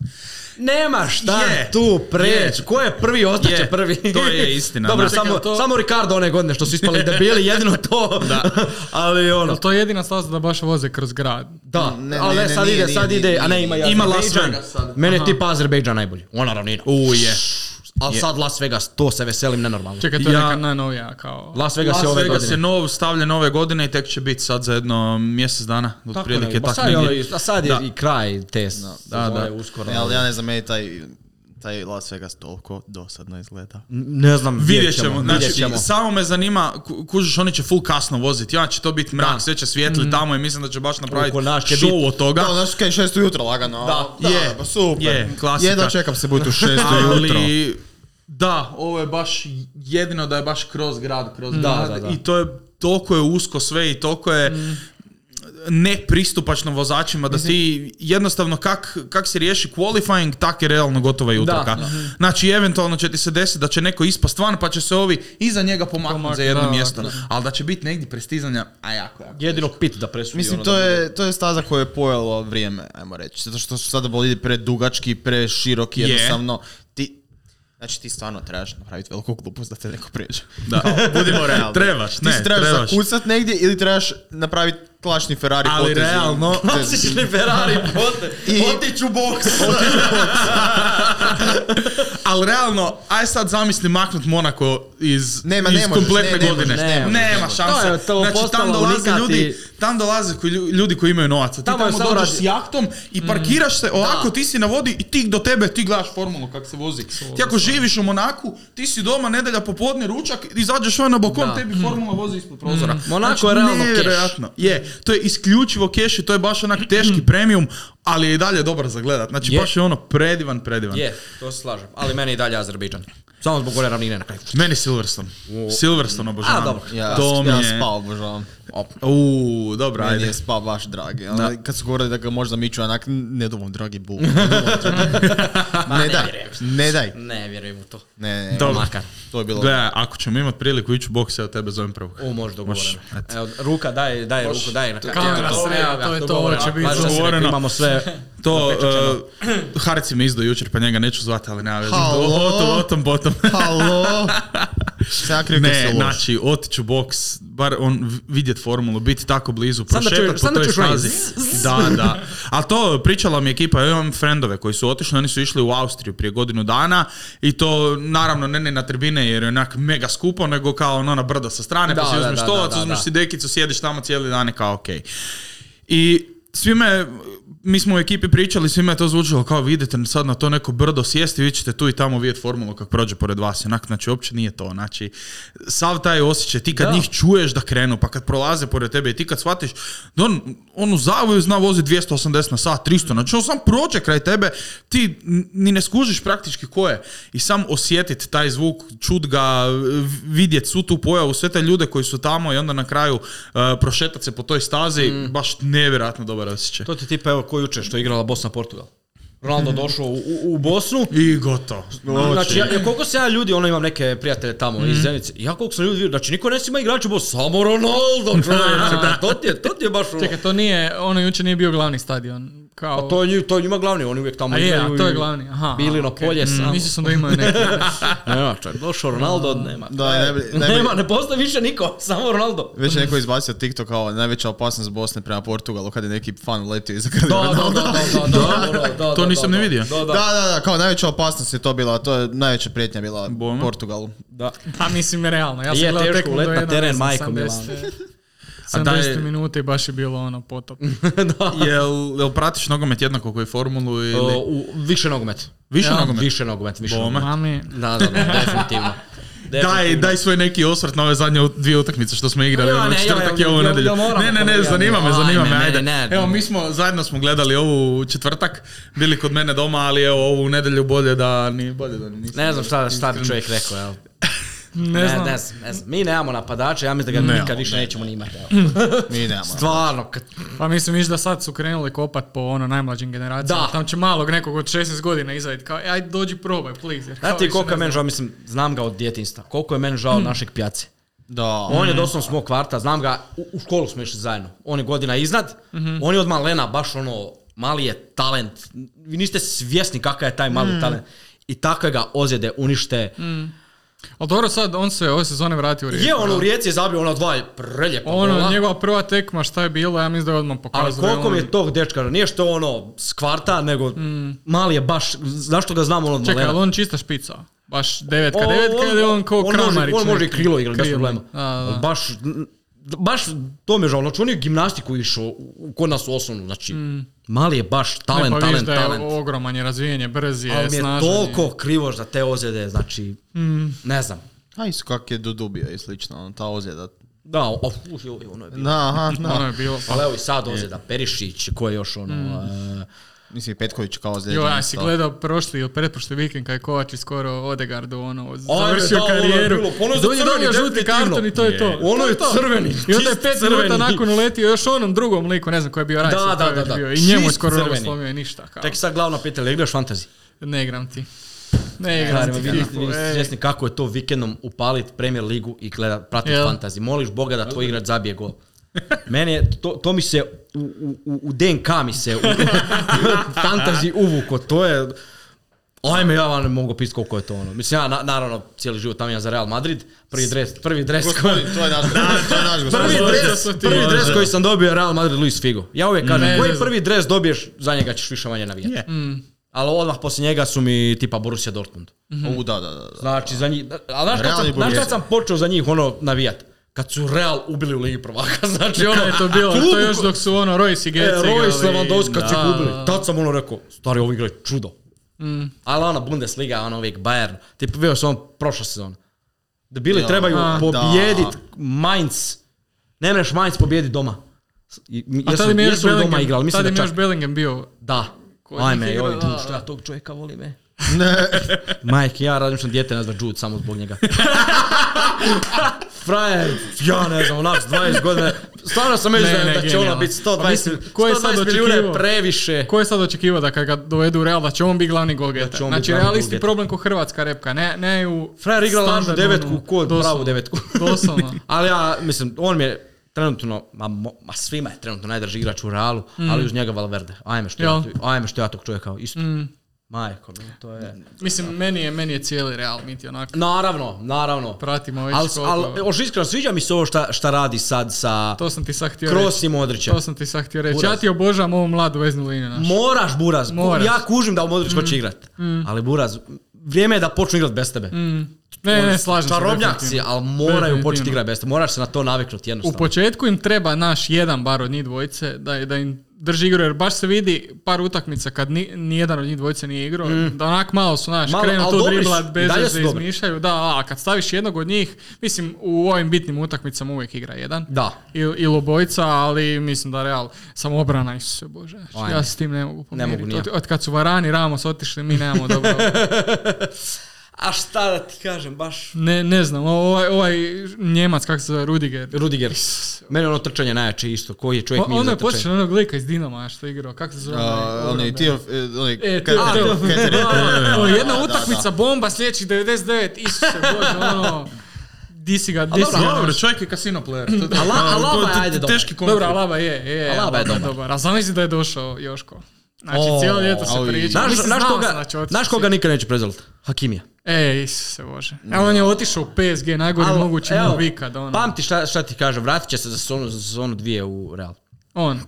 Nema šta
Je.
tu preć.
Je.
Ko je prvi, ostaće
Je.
prvi.
To je istina,
Dobro,
da.
samo,
Čekaj, to-
samo Ricardo one godine što su ispali debili, jedino to. ali ono,
Jel to je jedina staza da baš voze kroz grad?
da.
Ne, ne,
ali e,
ne,
sad
nije,
ide,
nije,
sad
nije,
ide, a ne ima i
Ima Las
Azerbejdžan.
Vegas sad.
Mene je tipa Azerbejdžan najbolji. Ona ravnina.
Uje.
Ali sad Las Vegas, to se veselim nenormalno.
Čekaj, to je
Ja-
neka najnovija kao...
Las Vegas je ove
Vegas
godine.
je nov, stavljen ove godine i tek će biti sad za jedno mjesec dana. Tako prilike,
ne, pa
tak
sad, je,
negdje.
ovaj- a sad je
Da.
i kraj te da,
da.
da. uskoro.
Ne, ali ja ne znam, meni taj, taj Las Vegas toliko dosadno izgleda.
Ne znam,
Vidjet ćemo,
vidjet
znači,
ćemo.
samo me zanima, ku- kužiš, oni će full kasno voziti, ja će to biti mrak, sve će svijetli tamo i mislim da će baš napraviti
Mm. Oko nas će
show
bit-
od toga.
Da, znaš kaj, šest ujutro lagano.
Da,
je,
pa super.
je, klasika.
Jedva čekam se budu u šest ujutro.
Pa, Ali, da, ovo je baš jedino da je baš kroz grad, kroz grad.
da, da.
I to je, toliko je usko sve i toliko je nepristupačno vozačima da ti jednostavno kak, kak se riješi qualifying, tak je realno gotova i utrka. Znači, eventualno će ti se desiti da će neko ispast van pa će se ovi iza njega pomaknuti
Pomak-
za jedno
da, da,
mjesto. Ali da će biti negdje prestizanja, a jako, jako.
Jedino pit da presudi.
Mislim,
ono,
to
da bude.
je, to je staza koja je pojelo vrijeme, ajmo reći. Zato što su sada bolidi predugački, preširoki, jednostavno. Ti, znači, ti stvarno trebaš napraviti veliku glupost da te neko prijeđe.
Da.
Budimo realni.
Trebaš,
ti
ne,
se trebaš
trebaš.
zakucat negdje ili trebaš napraviti klašni Ferrari
Ali
potezi.
realno-
Klasični Ferrari pote.
I-
Otiću u boks.
Ali realno, aj sad zamisli maknut Monako iz,
Nema,
iz
ne možeš,
kompletne
ne, ne
godine.
možeš,
ne možeš,
Nema
To je
šanse.
to
Znači tam
postalo
dolaze
unikat
ljudi,
i-
tam dolaze koji lju- ljudi koji imaju novaca. Ti
Tamo
tamo,
je Mm. samo
dođeš
radi-
s jahtom i parkiraš se ovako, ti si na vodi i ti do tebe, ti gledaš formulu kak se vozi. Ti ako živiš u Monaku, ti si doma nedelja popodne ručak, izađeš van na balkon,
Da.
tebi formula vozi ispod prozora. Znači,
Monako je realno keš.
nevjerojatno. Je, to je isključivo keš i to je baš onak teški premium, ali je i dalje dobar za gledat. Znači
Mm. Je.
baš je ono predivan, predivan.
Je, to se slažem. Ali meni je i dalje Azerbejdžan. Samo zbog ove ravnine na kraju.
Meni Silverstone. Silverstone obožavam.
A, dobro.
Ja,
to mi
ja
je...
spa obožavam.
Uuu, dobro,
Meni
ajde.
je spa baš dragi. Ono, Kad su govorili da ga možda miču, onak, ne dovoljno dragi bu. Ne,
Ma,
daj,
vjerujem.
ne daj.
Ne vjerujem u to.
Ne, ne,
Dobro.
Makar.
to je bilo.
Gle, ako ćemo imat priliku ići u boks, ja tebe zovem prvog.
O, može dogovoreno.
Može, eto.
Evo, ruka, daj, daj, ruku, daj. na kraju.
Kamera
Eto,
srela,
evo ga,
to je to,
dogovoreno.
hoće biti
Baš da se
dogovoreno.
rekli, Imamo sve.
To, uh, Harac je me izdao jučer, pa njega neću zvati, ali nema veze.
Halo?
O tom, o tom, potom.
Halo? Sakrio kad
Ne,
se loš.
znači, otići u boks, bar on v- vidjet formulu, biti tako blizu,
Sam da čujem,
prošetat po
sam da
toj
čuješ onaj
stazi. Da, da. A to pričala mi ekipa, ja imam frendove koji su otišli, oni su išli u Austriju prije godinu dana i to naravno ne, ne na tribine jer je onak mega skupo, nego kao ono na brdo sa strane,
Da,
pa si
da,
uzmeš
da,
to,
da, da,
uzmeš
da.
si dekicu, sjediš tamo cijeli dan i kao okej. I svime, mi smo u ekipi pričali, svima je to zvučilo kao vi idete sad na to neko brdo sjesti, vi ćete tu i tamo vidjeti formulu kako prođe pored vas. Onak, znači, uopće nije to. Znači, sav taj osjećaj, ti kad
Da.
njih čuješ da krenu, pa kad prolaze pored tebe i ti kad shvatiš da on, on u zavoju zna vozi 280 na sat, 300, znači on sam prođe kraj tebe, ti n- ni ne skužiš praktički ko je. I sam osjetiti taj zvuk, čut ga, v- vidjet svu tu pojavu, sve te ljude koji su tamo i onda na kraju uh, prošetat prošetati se po toj stazi, baš nevjerojatno dobar osjećaj.
Mm. To ti tipa, evo, ko jučer što je igrala Bosna Portugal. Ronaldo došao u, u, u Bosnu.
I gotovo.
Znači, ja, ja koliko se ja ljudi, ono imam neke prijatelje tamo iz Zenice, ja koliko sam ljudi vidio, znači niko ne ima igrača u Bosni, samo Ronaldo, čovječe, pa to ti je, to ti je baš ono.
Čekaj, to nije, ono jučer nije bio glavni stadion.
Pa
Kao...
A to je, nju- to je njima glavni, oni uvijek tamo
A je,
igraju.
a to je
i-
glavni. Aha,
Bili na
okej.
polje samo.
Mislio sam da imaju neki.
Nema, čak, došao Ronaldo, nema.
Da, najbolje- najbolje-
nema, ne postoji više niko, samo Ronaldo.
Već je neko izbacio TikTok kao najveća opasnost Bosne prema Portugalu kad je neki fan letio iza krvi.
Da, da, da, da, da, da, da, da,
To
da,
nisam
da,
ni vidio.
Da, da,
Da, da, da, kao najveća opasnost je to bila, to je najveća prijetnja bila
Bome.
Portugalu.
da.
A pa mislim, realno. Ja sam
Je
gledao
teško
tekmu do
ulet na
jedan,
teren,
ne znam,
majko Milano.
70,
A da je-
70 minuta i baš je bilo ono potop.
Jel, jel pratiš nogomet jednako koji formulu ili...
O, u, više nogomet.
E, Više nogomet?
Više nogomet, više
Bome.
nogomet.
Mami,
Da, da, da, definitivno.
Daj, daj svoj neki osvrt na ove zadnje ut- dvije utakmice što smo igrali,
Ja,
ono
ne, ja,
četvrtak
ja,
i ovu
ja,
nedjelju.
ja moram
Ne, ne, ne,
pogledati.
zanima me,
Ajme,
zanima me,
ne,
ajde.
ne, ne.
Evo, mi smo, zajedno smo gledali ovu u četvrtak, bili kod mene doma, ali evo, ovu u nedjelju bolje da ni bolje da nisam.
Ne znam šta, šta bi čovjek rekao, jel?
ne,
Ne,
znam.
ne, znam, ne znam. Mi nemamo napadača, ja mislim da ga nikad više nećemo ni imati.
Mm,
evo.
Mi nemamo.
Stvarno, kad...
Pa mislim, viš da sad su krenuli kopat po ono najmlađim generacijama.
Da.
Tam će malog nekog od 16 godina izvaditi kao, "E, ajde dođi probaj, please. Jer kao
Znate
više
koliko je
ne
meni žao, mislim, znam ga od djetinjstva. Koliko je meni
Mm.
žao našeg pjace.
Da.
On je doslovno s mog kvarta, znam ga, u, u školu smo išli zajedno. On je godina iznad,
Mhm.
on je od malena, baš ono, mali je talent. Vi niste svjesni kakav je taj mali
Mm.
talent. I tako ga ozljede, unište.
znam. Ali dobro, sad on se ove sezone vratio u Rijeku.
Je on u Rijeci je zabio ona dva preljepa gola.
Ono, Pa njegova prva tekma, šta je bilo, ja mislim da je odmah ono
Ali
pokazao. da
koliko mi
on-
je tog dečka, nije što ono s kvarta, nego mali je baš, zašto ga znam ono od
Mm. Čekaj,
malena?
ali on čista špica. Baš devetka,
O,
devetka ili on kao
on Ono- može-
kramarić.
On može i
neki.
krilo igrati, bez
Krilo.
problema.
Da, da.
Ali Baš, baš to mi je žao. Znači, on je gimnastiku išao u- kod nas u osnovnu. Znači, mali je baš talent,
Mm. ne, pa vidiš
talent,
da je
talent.
ogroman je razvijen, je brz je,
Ali mi je
snažan. je. Mm.
toliko krivo za te ozljede, znači, ne znam.
A isto kak je dodubio i slično, ono, ta ozljeda.
Da, o, o, uj, uj, ono je bilo.
Da, aha,
Ono
da.
je bilo. Pa,
Ali evo i sad ozljeda, Perišić, ko je još ono...
Mm.
e,
Mislim, Petković kao ozljeda.
jo, ja si gledao prošli ili pretprošli vikend kad je Kovač skoro Odegardu ono,
da,
završio
ono je
karijeru.
bilo, pa ono je za
Donje
crveni,
donio žuti
definitivno.
karton i to je to.
Ono je
To to.
crveni,
I onda je
čist
pet
crveni.
minuta nakon uletio još onom drugom liku, ne znam ko je bio Rajs.
Da, da, da, da.
Bio. I njemu je
Čist
skoro nogu
crveni.
slomio i ništa. Kao.
Tek sad glavno pitanje, igraš fantasy?
Ne igram ti. Ne
Stvarno,
igram ti. e,
vi niste-
Filipu,
vi niste
ej.
svjesni kako je to vikendom upalit Premier ligu i gleda, pratit
Jel?
fantasy. Moliš Boga da tvoj igrač zabije gol. Meni je, to, to mi se, u, u- u, u DNK mi se, u, u fantasy uvuko, to je, Ajme, ja vam ne mogu pisati koliko je to ono. Mislim, ja na- naravno cijeli život tam ja za Real Madrid. Prvi dres, prvi dres koji...
To je naš, to je naš gospodin.
Prvi dres,
to su ti-
prvi
ono,
dres koji sam dobio je Real Madrid Luis Figo. Ja uvijek kažem,
Mm, Ne,
koji
ne znam.
prvi dres dobiješ, za njega ćeš više manje navijati.
Je.
Ali odmah poslije njega su mi tipa Borussia Dortmund.
Mhm.
U, da, da, da. da.
Znači, za njih, ali znaš kad,
Real
sam,
i
znaš
Borussia.
kad sam počeo za njih ono navijat? Kad su Real ubili u Ligi prvaka, znači ono...
Kad je to bilo,
klub
to je još dok su ono Royce i
E,
Geci.
Royce Lewandowski kad si gubili. Tad sam ono rekao, stari, ovo igraju čudo.
Mm.
Ali ona Bundesliga, ono uvijek Bayern. Ti bio sam ono prošla sezona. Debili
Ja.
trebaju
A,
pobijedit Mainz. Ne mreš Mainz pobijedit doma. I-
A
Jesu,
tada mi je još
jesu doma igrali,
Bellingham,
mislim
tada
da
mi je
čak.
još Bellingham bio.
Da.
Koji
Ajme,
ih igra,
joj,
da,
Jude, što
da.
ja tog čovjeka volim, e. Majke, ja razmišljam dijete nazva Jude samo zbog njega. Frajer, ja ne znam, onak s 20 godina. Stvarno sam među
Ne, ne,
da će
genijalno.
ona biti
Pa
120,
mislim, ko je sad
120 milijuna je
očekivao?
previše.
Ko je sad očekivao da kad ga dovedu u Real da će on biti glavni gol
Da
geta?
će on biti
Znači
glavni
Real isti
golgeter.
problem ko hrvatska repka, ne, ne u...
Frajer igra lažnu
standardnu,
devetku,
ono,
kod
doslovno.
bravu devetku.
Doslovno.
ali ja, mislim, on mi je trenutno, ma, mo- ma svima je trenutno najdraži igrač u Realu, ali uz njega Valverde. Ajme što, ja,
Mm. Jel? Mm.
ajme što ja tog čovjeka, isto. Majko, mila, to je...
Mislim, meni je, meni je cijeli Real, mi ti onako
Naravno, naravno.
pratimo već
Ali,
koliko-
ali još iskreno sviđa mi se ovo šta, šta radi sad sa
To sam ti sad htio reći.
Kroos i Modrićem.
To sam ti sad htio reći.
Buraz.
Ja ti obožavam ovu mladu veznu liniju našu.
Moraš Buraz.
Moraš. Mm.
Ja kužim da Modrić hoće igrat. Ali Buraz, vrijeme je da počnu igrat bez tebe.
Mm. Ne, ne, slažem se.
Čarobnjak si,
definitivno.
ali moraju početi
Definitivno.
igrat bez tebe. Moraš se na to naviknuti
U
jednostavno.
početku im treba naš jedan bar od njih dvojice da, da im drži igru, jer baš se vidi par utakmica kad ni, nijedan od njih dvojice nije igrao, da onak malo su, znaš,
Mm. Malo,
krenu
ali
tu
dobri su,
driblat,
i
bez
dalje
veze
su dobri.
izmišljaju, da, a kad staviš jednog od njih, mislim, u ovim bitnim utakmicama uvijek igra jedan.
Da.
Ili il obojica, ali mislim da Real samo obrana, Isuse Bože, znaš,
Ajme.
ja se s tim ne mogu
Ne mogu
pomiriti.
ni ja.
Od, od kad su Varani i Ramos otišli, mi nemamo dobro.
A šta da ti kažem, baš...
Ne, ne znam, ovaj, ovaj Njemac, kako se zove, Rudiger.
Rudiger. Meni je ono trčanje najjače isto. Koji je čovjek
Pa,
mi
Onda
za
je
trčanje.
počeo onog lika iz Dinama što je igrao, kako se zove? onaj- ono,
Uh, onaj, ti, onaj,
E,
Kater-
Teo, Teo.
Kater-
Evo, Ono, jedna
da,
utakmica, bomba, sljedećih 99, Isuse Bože, ono... Di si ga, di si ga.
Dobro, čovjek je kasino player. To- to-
Ala- Alaba
to- to-
je, ajde, dobro.
Teški konflikt.
Dobro, Alaba je, je,
Alaba je dobar.
A zamisli da je došao Joško. Znači,
O,
cijelo ljeto se
au, i-
priča.
Znaš,
Mislim,
znaš
znao sam
koga,
da će otići.
znaš koga nikad neće prezalt? Hakimija.
E, Isuse Bože. Evo, on je otišao u PSG, najgori
Al-
mogući
evo,
move ikad, ono.
Pamti šta, šta ti kažem, vratit će se za sezonu, za sezonu dvije u Real.
On.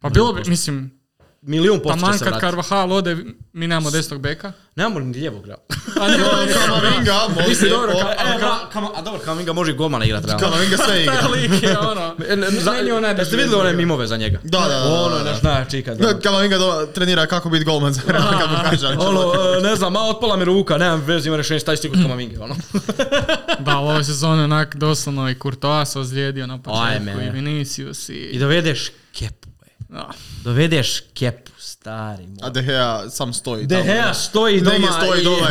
Pa bilo bi, mislim,
Milijun posto
taman
će se
kad
vratiti.
Carvajal ode, mi nemamo desnog beka.
Nemamo ni lijevog Real.
A ne,
Teo. Kamavinga, može.
Mislim, dobro,
o-
ka-
E, Ka- Kama- a dobro, Kamavinga može i golmana igrat Real.
Kamavinga sve igra.
taj lik je ono... Meni je onaj
Jeste vidjeli one mimove za njega?
Da, da, da, da,
Ono je
da.
naš najjači ikad. ono.
Kamavinga do- trenira kako biti golman za Real, kako kaže. ali će-
Ono, e, ne znam, malo otpala mi ruka, nemam veze, imam rješenje, stavi stiku s Kamavinge, ono.
Da, ali ove sezone onak doslovno i Courtois se ozlijedio na početku
Ajme.
i Vinicius i...
I dovedeš kepu, ej.
Da.
Dovedeš kepu, stari moj.
A De Gea sam stoji
De
tamo.
Gea stoji doma
Negdje stoji
i-
doma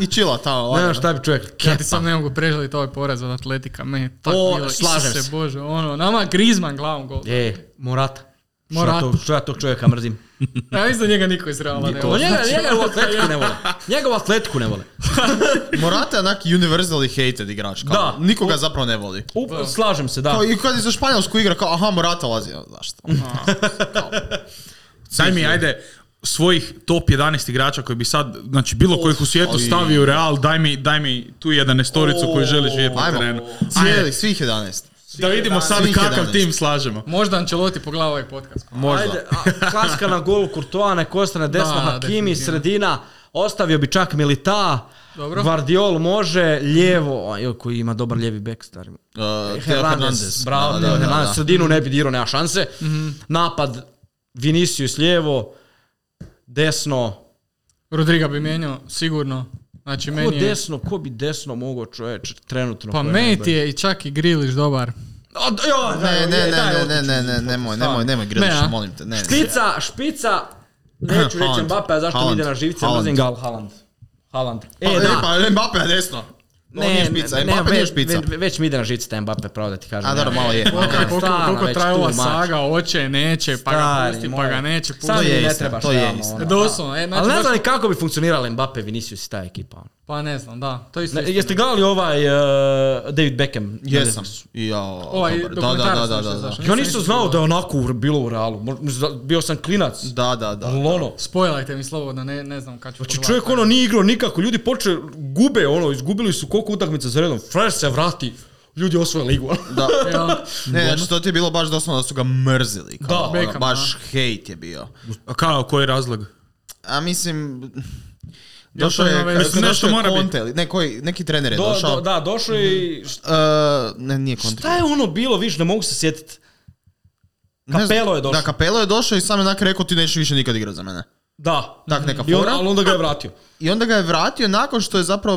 i- i čila tamo.
Ne znam
lagano.
šta bi čovjek,
Ja
kepa.
ti sam ne mogu preželiti ovaj porez od Atletika, meni je tako
O,
bilo,
slažem
Isuse
se.
Bože, ono, nama Griezmann glavom gol.
E, Morata. Što
Morata.
ja tog- Što ja tog čovjeka mrzim? znači-
Ja mislim da njega niko iz Reala ne voli.
Njega, njega u atletiku ne vole. Njega u atletiku ne vole.
Morata je onak universally hated igrač. Kao.
Da.
Niko ga zapravo ne voli.
Up, slažem se, da.
Kao i kad je za Španjolsku igra, kao aha, Morata lazi. Zašto?
Daj mi, ajde, svojih top 11 igrača koji bi sad, znači bilo kojih u svijetu
ali-
stavio u Real, daj mi, daj mi tu jedan nestoricu koju želiš vidjeti na
Ajmo,
terenu. Ajde,
cijeli, svih 11.
da vidimo sad
Svih
kakav
11.
tim slažemo.
Možda Ancelotti pogleda ovaj podcast.
Možda.
Ajde, a, klaska na gol, Courtois, nek ostane desno,
Da,
Hakimi,
definitivno.
sredina, ostavio bi čak Milita,
Dobro.
Guardiol može, lijevo, a, jo, koji ima dobar lijevi bek, stari.
Uh, Teo
Hernandez,
Hernandez.
bravo,
Da,
Teo
da, da,
Hernandez,
da. Mhm.
sredinu ne bi dirao, nema šanse. Napad, Vinicius lijevo, desno,
Rodriga bi mijenjao, sigurno. Znači,
ko
meni je...
desno, ko bi desno mogao čovječ trenutno?
Pa
ko je
meni
najbolji?
ti je i čak i Grilić dobar.
A, d- jo,
Ne,
daj,
ne,
je, daj,
ne, ne,
otići
ne,
iz
ne,
fotbala,
nemoj,
stvarno.
nemoj, nemoj Grilić,
Ne, a?
molim te. Ne, ne.
Špica, špica, neću reći
Haaland,
Mbappe, a zašto mi
Haaland,
ide na živce,
Haaland.
mrzim ga, ali Haaland. Haaland. E,
Pa, E,
da,
pa Mbappe je desno. on nije špica,
ne,
Mbappe nije
ve-
špica.
ve- već mi ide na žice taj Mbappe, pravo da ti kažem.
A dobro,
Ja,
malo je.
ono
Koliko-
Koliko,
stalno
koliko
već
traje ova
tu mač.
saga, oće, neće, pa ga
Stari
pusti, pa
moj.
ga neće pusti.
Sad mi
je
ne
istina,
trebaš
to je
tamo,
istina.
ono, da.
Doslovno, e, znači,
Ali ne
baš-
znam ni kako bi funkcionirala Mbappe, Vinicius i ta ekipa. ono.
pa ne znam, da. To isto.
Ne,
isto.
jeste gledali ovaj uh, David Beckham?
Jesam. I Ja,
Ovaj
dobar.
dokumentarac
da, da,
nešto
da, da,
izašao.
Ja nisam znao da je onako u- bilo u realu. Mo- za- Bio sam klinac.
da. Da, da, da.
Ali ono,
Spojlajte mi slobodno, ne, ne znam kad ću
znači
pogledat.
čovjek ono nije igrao nikako. Ljudi poče, gube ono, izgubili su koliko utakmica za redom. Frajer se vrati, ljudi osvoje ligu. ono.
Da.
Ja,
Ne, znači to ti je bilo baš doslovno da su ga mrzili. Kao,
Da,
ono,
Beckham,
baš hejt je bio.
A Kao, koji je razlog?
A mislim... Došao
to
je,
ima veze.
došao je
Nešto mora biti.
Conte, ili- ne, koji- neki trener je
Do,
došao.
do, da, došao je i...
E, ne, nije Conte.
Šta je ono bilo, viš, ne mogu se sjetiti.
Ne znam-
Capello je došao.
Da, Kapelo je došao i sam je nakon rekao ti nećeš više nikad igrat za mene.
Da.
Tak, neka
I on,
fora.
ali onda ga je vratio.
I onda ga je vratio nakon što je zapravo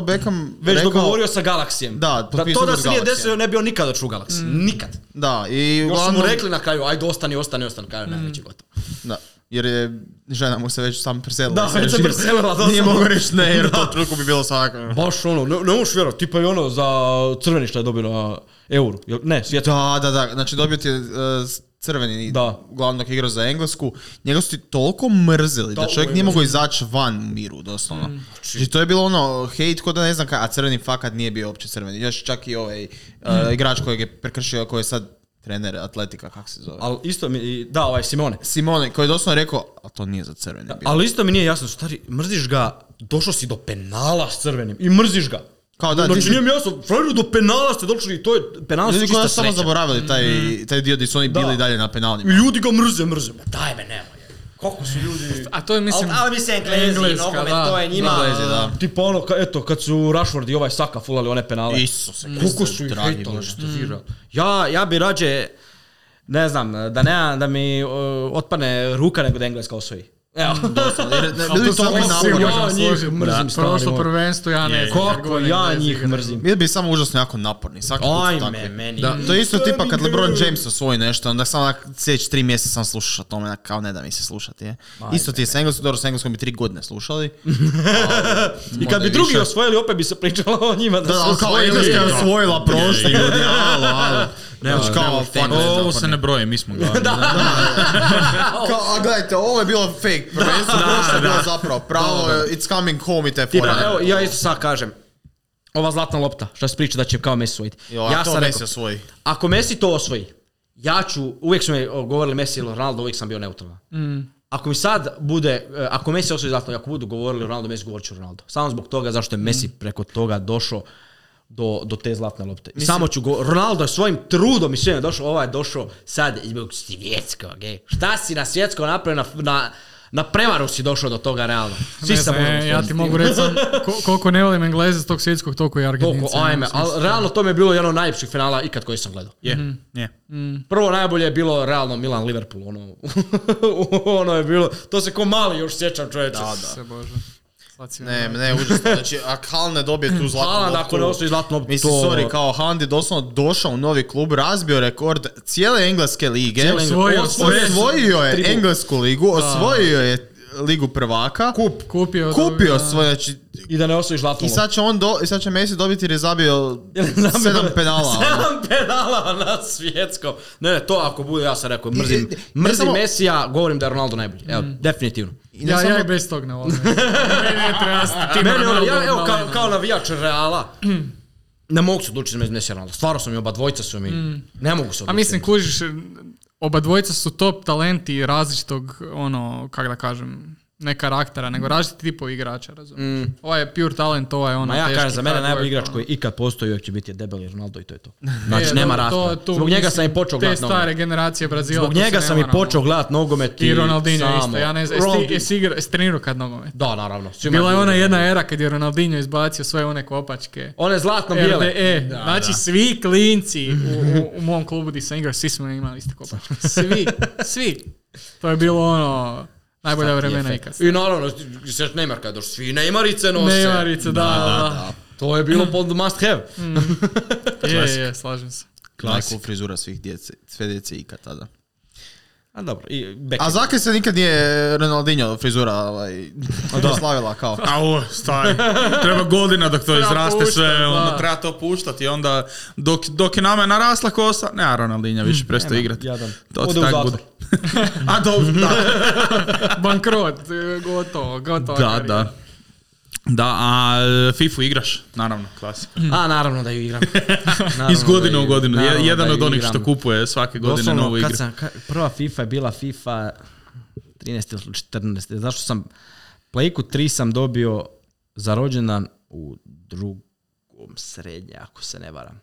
Beckham
Već
rekao...
dogovorio sa Galaxijem.
Da, potpisao
to
bi
da
s
se nije
Galaxijem.
desio, ne bi on nikad došao u Galaxy. Nikad.
Da, i
Još su mu
uglavnom...
rekli na kraju, ajde ostani, ostani, ostani, kraju, ne, već je gotovo.
Da, jer je žena mu se već sam preselila.
Da,
Sad
već se
nije-
preselila, doslovno.
Nije mogao reći ne, jer to truku bi bilo svaka.
Baš ono, ne, ne možeš vjerovat, tipa i ono za crveni što je dobio na euru, jel- ne, svjetsko.
Da, da, da, znači dobio ti je e, s- crveni
Da.
glavnog igra za Englesku. Njega su ti toliko mrzili da,
Da,
čovjek
u
nije mogao izaći van u miru, doslovno.
Mm.
Znači, to je bilo ono, hejt ko da ne znam kaj, a crveni fakat nije bio uopće crveni. Još čak i ovaj e,
Mm.
igrač kojeg je prekršio, koji je sad trener Atletika, kako se zove.
Ali isto mi, i- da, ovaj Simone.
Simone, koji je doslovno rekao, a to nije za crveni bio.
Ali isto mi nije jasno, stari, mrziš ga, došao si do penala s crvenim i mrziš ga.
Kao da, ti
znači
si-
nije mi jasno, frajeru do penala ste došli i to je, penala ono su
Ljudi koji
čista
su samo
sreća. Mm.
zaboravili taj, taj dio gdje su oni
Da.
bili dalje na penalnima.
I ljudi ga mrze, mrze, ma daj me, nemoj. Koliko su ljudi...
a to je mislim...
ali, ali mislim Englezi,
Engleska,
nogomet,
da.
to je njima...
Englezi, da.
Tipa ono, ka, eto, kad su Rashford i ovaj Saka fulali one penale.
Isuse,
Koliko su ih
dragi
hejtali,
Bože.
što ti žao. Ja, ja bi rađe, ne znam, da ne, da mi uh, otpane ruka nego da Engleska osvoji. Evo.
Jer ne-
Ali
Bili
to
su
sam
samo
se
napori.
Ja
možem
njih
složit.
mrzim,
Da.
stari
Prošlo
moj.
prvenstvo, ja ne znam.
Kako
govorim
ja
Englezi
njih
igraju.
mrzim.
Bili bi samo užasno jako naporni, svaki put tako.
Ajme, meni.
Da, to je isto tipa kad
Meni.
LeBron James osvoji nešto, onda samo onak sljedeći tri mjeseca sam slušaš o tome, onak kao ne da mi se slušati. Je. Isto ti je s engleskom, dobro s engleskom bi tri godine slušali.
I kad bi drugi osvojili, opet bi se pričalo o njima da,
Da,
su
ali kao
osvojili.
engleska je osvojila prošli ljudi, alo, alo. Znači kao, fuck,
Ovo se ne broji, mi smo gledali.
Kao, a gledajte, ovo je bilo fake prvenstvo, prošlo je bilo zapravo pravo, it's coming home i te
Tipa,
fora.
evo, ja isto sad kažem. Ova zlatna lopta, što se priča da će kao Messi osvojiti.
Jo, a
ja
ovaj, to
sam
Messi
rekao,
osvoji.
ako Messi to osvoji, ja ću, uvijek su mi govorili Messi ili Ronaldo, uvijek sam bio neutralan.
Mm.
Ako mi sad bude, e, ako Messi osvoji zlatno, ako budu govorili Ronaldo, Messi govorit ću Ronaldo. Samo zbog toga zašto
Mm.
je Messi preko toga došao do, do te zlatne lopte. I Samo ću go, Ronaldo je svojim trudom i svim je došao, ovaj je došao sad zbog svjetskog, ej. Šta si na svjetsko napravio, na, na, na prevaru si došao do toga realno. Svi
Ne
se
znam,
možemo
e, ja
složiti.
ti mogu reći sam ko- koliko ne volim Engleze s tog svjetskog, toliko i Argentince.
Toliko, ajme, ali realno to mi je bilo jedno od najljepših finala ikad koji sam gledao.
Je, je.
Prvo najbolje je bilo realno Milan Liverpool, ono, ono je bilo, to se ko mali još sjećam čovječe. Da,
Se bože. Sad si
Ne,
ono-
ne, užasno. Znači, a Hal ne dobije tu zlatnu
Haaland
loptu.
ako ne osvoji zlatnu loptu,
Mislim,
to- ono,
sorry, kao Haaland je doslovno došao u novi klub, razbio rekord cijele engleske lige.
Cijele Engleske.
Osvojio
osvojio, je
Tri-
englesku ligu, osvojio je ligu prvaka. Kup.
Kupio,
Kupio
dobio-
svoj, znači,
I da ne osvojiš zlatnu
i
loptu.
sad će on do, i sad će Messi dobiti jer je zabio
Znam,
sedam penala. ono.
Sedam penala na svjetskom. Ne, ne, to ako bude, ja sam rekao, mrzim,
I- i- ne
mrzim
samo- Mm.
Mesija, govorim da je Ronaldo najbolji. Evo, definitivno.
I ne
Ja,
samo-
ja i bez tog ne volim. Meni ne treba s tim
Meni ono,
Ronaldo
ja, evo, kao,
odmah.
kao navijač Reala, ne mogu se odlučiti između Mesija i Ronaldo. Stvarno su mi oba dvojca su mi,
Mm.
ne mogu se odlučiti.
A mislim, kužiš, oba dvojica su top talenti različitog, ono, kak da kažem, ne karaktera,
Mm.
nego različiti tipovi igrača, razumiješ? Ovaj je pure talent, ovaj je ono
Ma ja
teški
kažem, za mene
hard
najbolji
work,
igrač
ono.
koji ikad postoji uvijek će biti je debeli Ronaldo i to je to. Znači,
E,
nema
dobro,
rasprave.
to- tu
Zbog njega sam i
mislim,
počeo gledat
Te stare
nogomet.
generacije Brazila.
Zbog
tu se
njega
ne
sam i
varamo.
počeo gledat nogomet
ono, I Ronaldinho
samo.
isto, ja ne znam, jesi ti-
Ronaldi-
jesi igra- jesi trenirao kad nogomet?
Da, naravno. svima
Bila je
bilo.
ona jedna era kad je Ronaldinho izbacio sve one kopačke.
One zlatno bijele.
RDE, znači svi klinci u, u, u mom klubu di sam igrao, svi smo imali iste kopačke. Svi, svi. To je bilo ono, najbolja vremena ikad.
I naravno, sjećaš Neymar kada došli, svi Neymarice nose.
Nevarice, da, da,
To je bilo pod must have.
da. Je, je, slažem se.
Najcool frizura svih djece, sve djece ikad tada.
A dobro, i Becker.
A zakaj se nikad nije Ronaldinho frizura ovaj, slavila kao?
Au, staj. Treba godina dok to
Treba
izraste sve,
puštati,
onda
da.
treba to puštati i onda dok, dok je nama narasla kosa, ne, Ronaldinho više prestao igrati.
Hmm, jadan.
To ti
Ode u
tak
zatvor.
bude. A dobro, da.
Bankrot, e, gotovo, gotovo.
Da, da. Da, a e, FIFA igraš, naravno, klasika.
A, naravno da ju igram. Naravno
Iz godine
da
u
ju-
godinu. Je-
naravno
Jedan
da
od
ju
onih
igram.
što kupuje svake godine
Doslovno,
novu
kad
igru.
sam- ka- prva FIFA je bila FIFA 13 ili 14. Zašto sam Playku 3 sam dobio za rođendan u drugom srednje, ako se ne varam.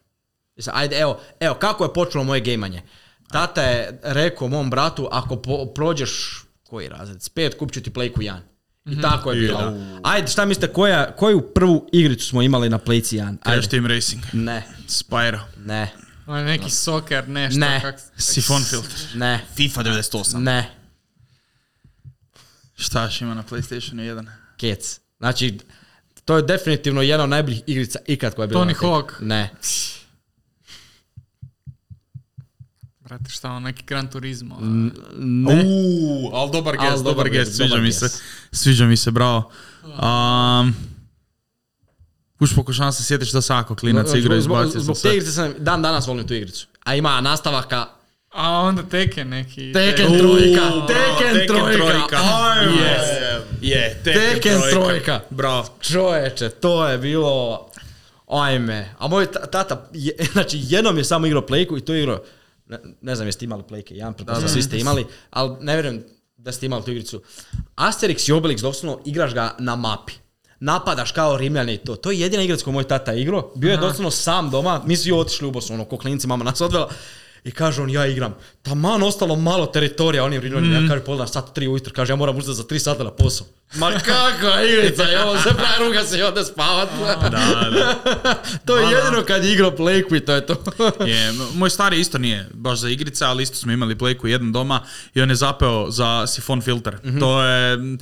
Mislim, Ajde, evo, evo, kako je počelo moje gejmanje. Tata je rekao mom bratu, ako po- prođeš koji razred, s pet, kupit ću ti Playku 1. I tako je bilo. Ajde, šta mislite, koja, koju prvu igricu smo imali na Playci 1? Ajde.
Crash Team Racing,
Ne,
Spyro,
ne,
Ono neki soker, nešto.
Ne.
kak-
Siphon Filter.
ne,
FIFA 98.
ne.
Šta još ima na PlayStation 1?
Kec. Znači, to je definitivno jedna od najboljih igrica ikad koja je bila.
Tony
na tebi.
Hawk.
Ne.
Brate, šta ono, neki Gran Turismo.
ne.
Uuu, ali dobar
Al
gest,
dobar
dobar
guess,
gest, sviđa
dobar
mi se.
guess.
Sviđa mi se, bravo. Um, Kuš pokušavam se sjetiti što sam ako klinac igra
zbog,
Znači, izbacio sam
zbog
sve.
te igrice sam, dan danas volim tu igricu. A ima nastavaka
A onda Tekken neki.
Tekken
Uuu,
trojka.
bravo,
Tekken trojka.
Ajme.
Yes.
Je,
Tekken trojka.
Bravo.
Čovječe, to je bilo... Ajme. A moj ta- tata, je, znači jednom je samo igrao plejku i to je igrao... Ne, ne znam jeste imali plejke, jedan pretpostavljam svi ste imali, ali ne vjerujem da ste imali tu igricu. Asterix i Obelix, doslovno igraš ga na mapi. Napadaš kao Rimljani i to. To je jedina igrac koju moj tata je igrao. Bio je doslovno sam doma, mi svi otišli u Bosnu, ono, ko klinici mama nas odvela. I kaže on, ja igram. Taman ostalo malo teritorija, on je Rimljanima. Ja kaže, pogledam sat tri ujutro, kaže, ja moram uzeti za tri sata na posao. Ma kakva igrica, ja on se pravi ruga se i ode spavat.
Da, da.
to je jedino kad je igrao Playku i to je to.
Je, m- moj stari isto nije baš za igrice, ali isto smo imali plejku jedan doma i on je zapeo za sifon filter. To je m,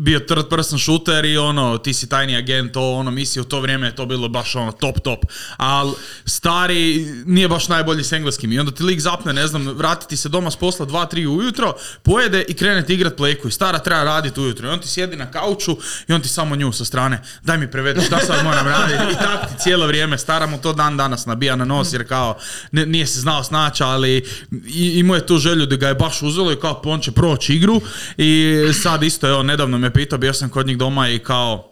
bio third person shooter i ono, ti si tajni agent, to ono, misli u to vrijeme je to bilo baš ono top top. Ali stari nije baš najbolji s engleskim i onda ti lik zapne, ne znam, vratiti se doma s posla 2-3 ujutro, pojede i krene ti igrat plejku i stara treba raditi ujutro. I on ti sjedi na kauču i on ti samo nju sa strane, daj mi prevedi šta sad moram raditi. I tako ti cijelo vrijeme, stara mu to dan danas nabija na nos jer kao ne- nije se znao snaći, ali i, imao je tu želju da ga je baš uzelo i kao pa on će proći igru i sad isto, evo, nedavno me pitao, bio sam kod njih doma i kao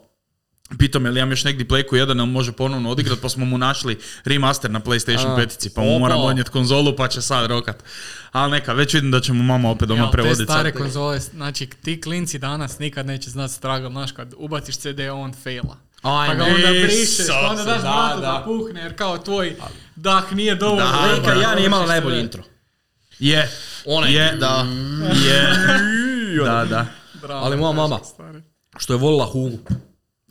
Pitao me li imam još negdje Playku 1, on može ponovno odigrat, pa smo mu našli remaster na PlayStation 5, pa mu
opa.
moram odnijet konzolu, pa će sad rokat. Ali neka, već vidim da će mu mama opet doma
Ja, te
prevoditi.
stare
sad.
konzole, znači ti klinci danas nikad neće znat stragl, znaš kad ubaciš CD on faila.
Ajme.
Pa ga onda brišeš,
Isuse,
pa onda
da,
daš bratu
da.
da puhne jer kao tvoj dah nije dovoljno.
Da,
dobar,
da.
Playka ja nije imala
ubaciš
najbolji
CD.
intro.
Je,
Onaj.
je,
Da.
je, da, da.
Bravo,
Ali moja mama.
kažem, stari.
Što je volila Hugo.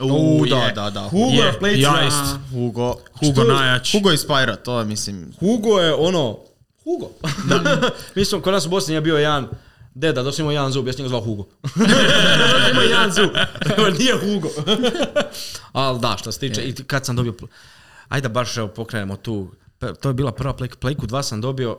U,
U, da,
je.
da, da.
Hugo
Je,
je Playci
ja
na-
ist.
Hugo.
Hugo najjači.
Hugo i Spyro, to je mislim...
Hugo je ono... Hugo. Mi smo, kod nas u Bosni je bio jedan deda, doslovno imao jedan zub, ja sam njega zvao Hugo. imao jedan zub, nije Hugo. Ali da, što se tiče, i kad sam dobio... pl- Ajde da baš evo pokrenemo tu, P- to je bila prva Playku, Playku 2 sam dobio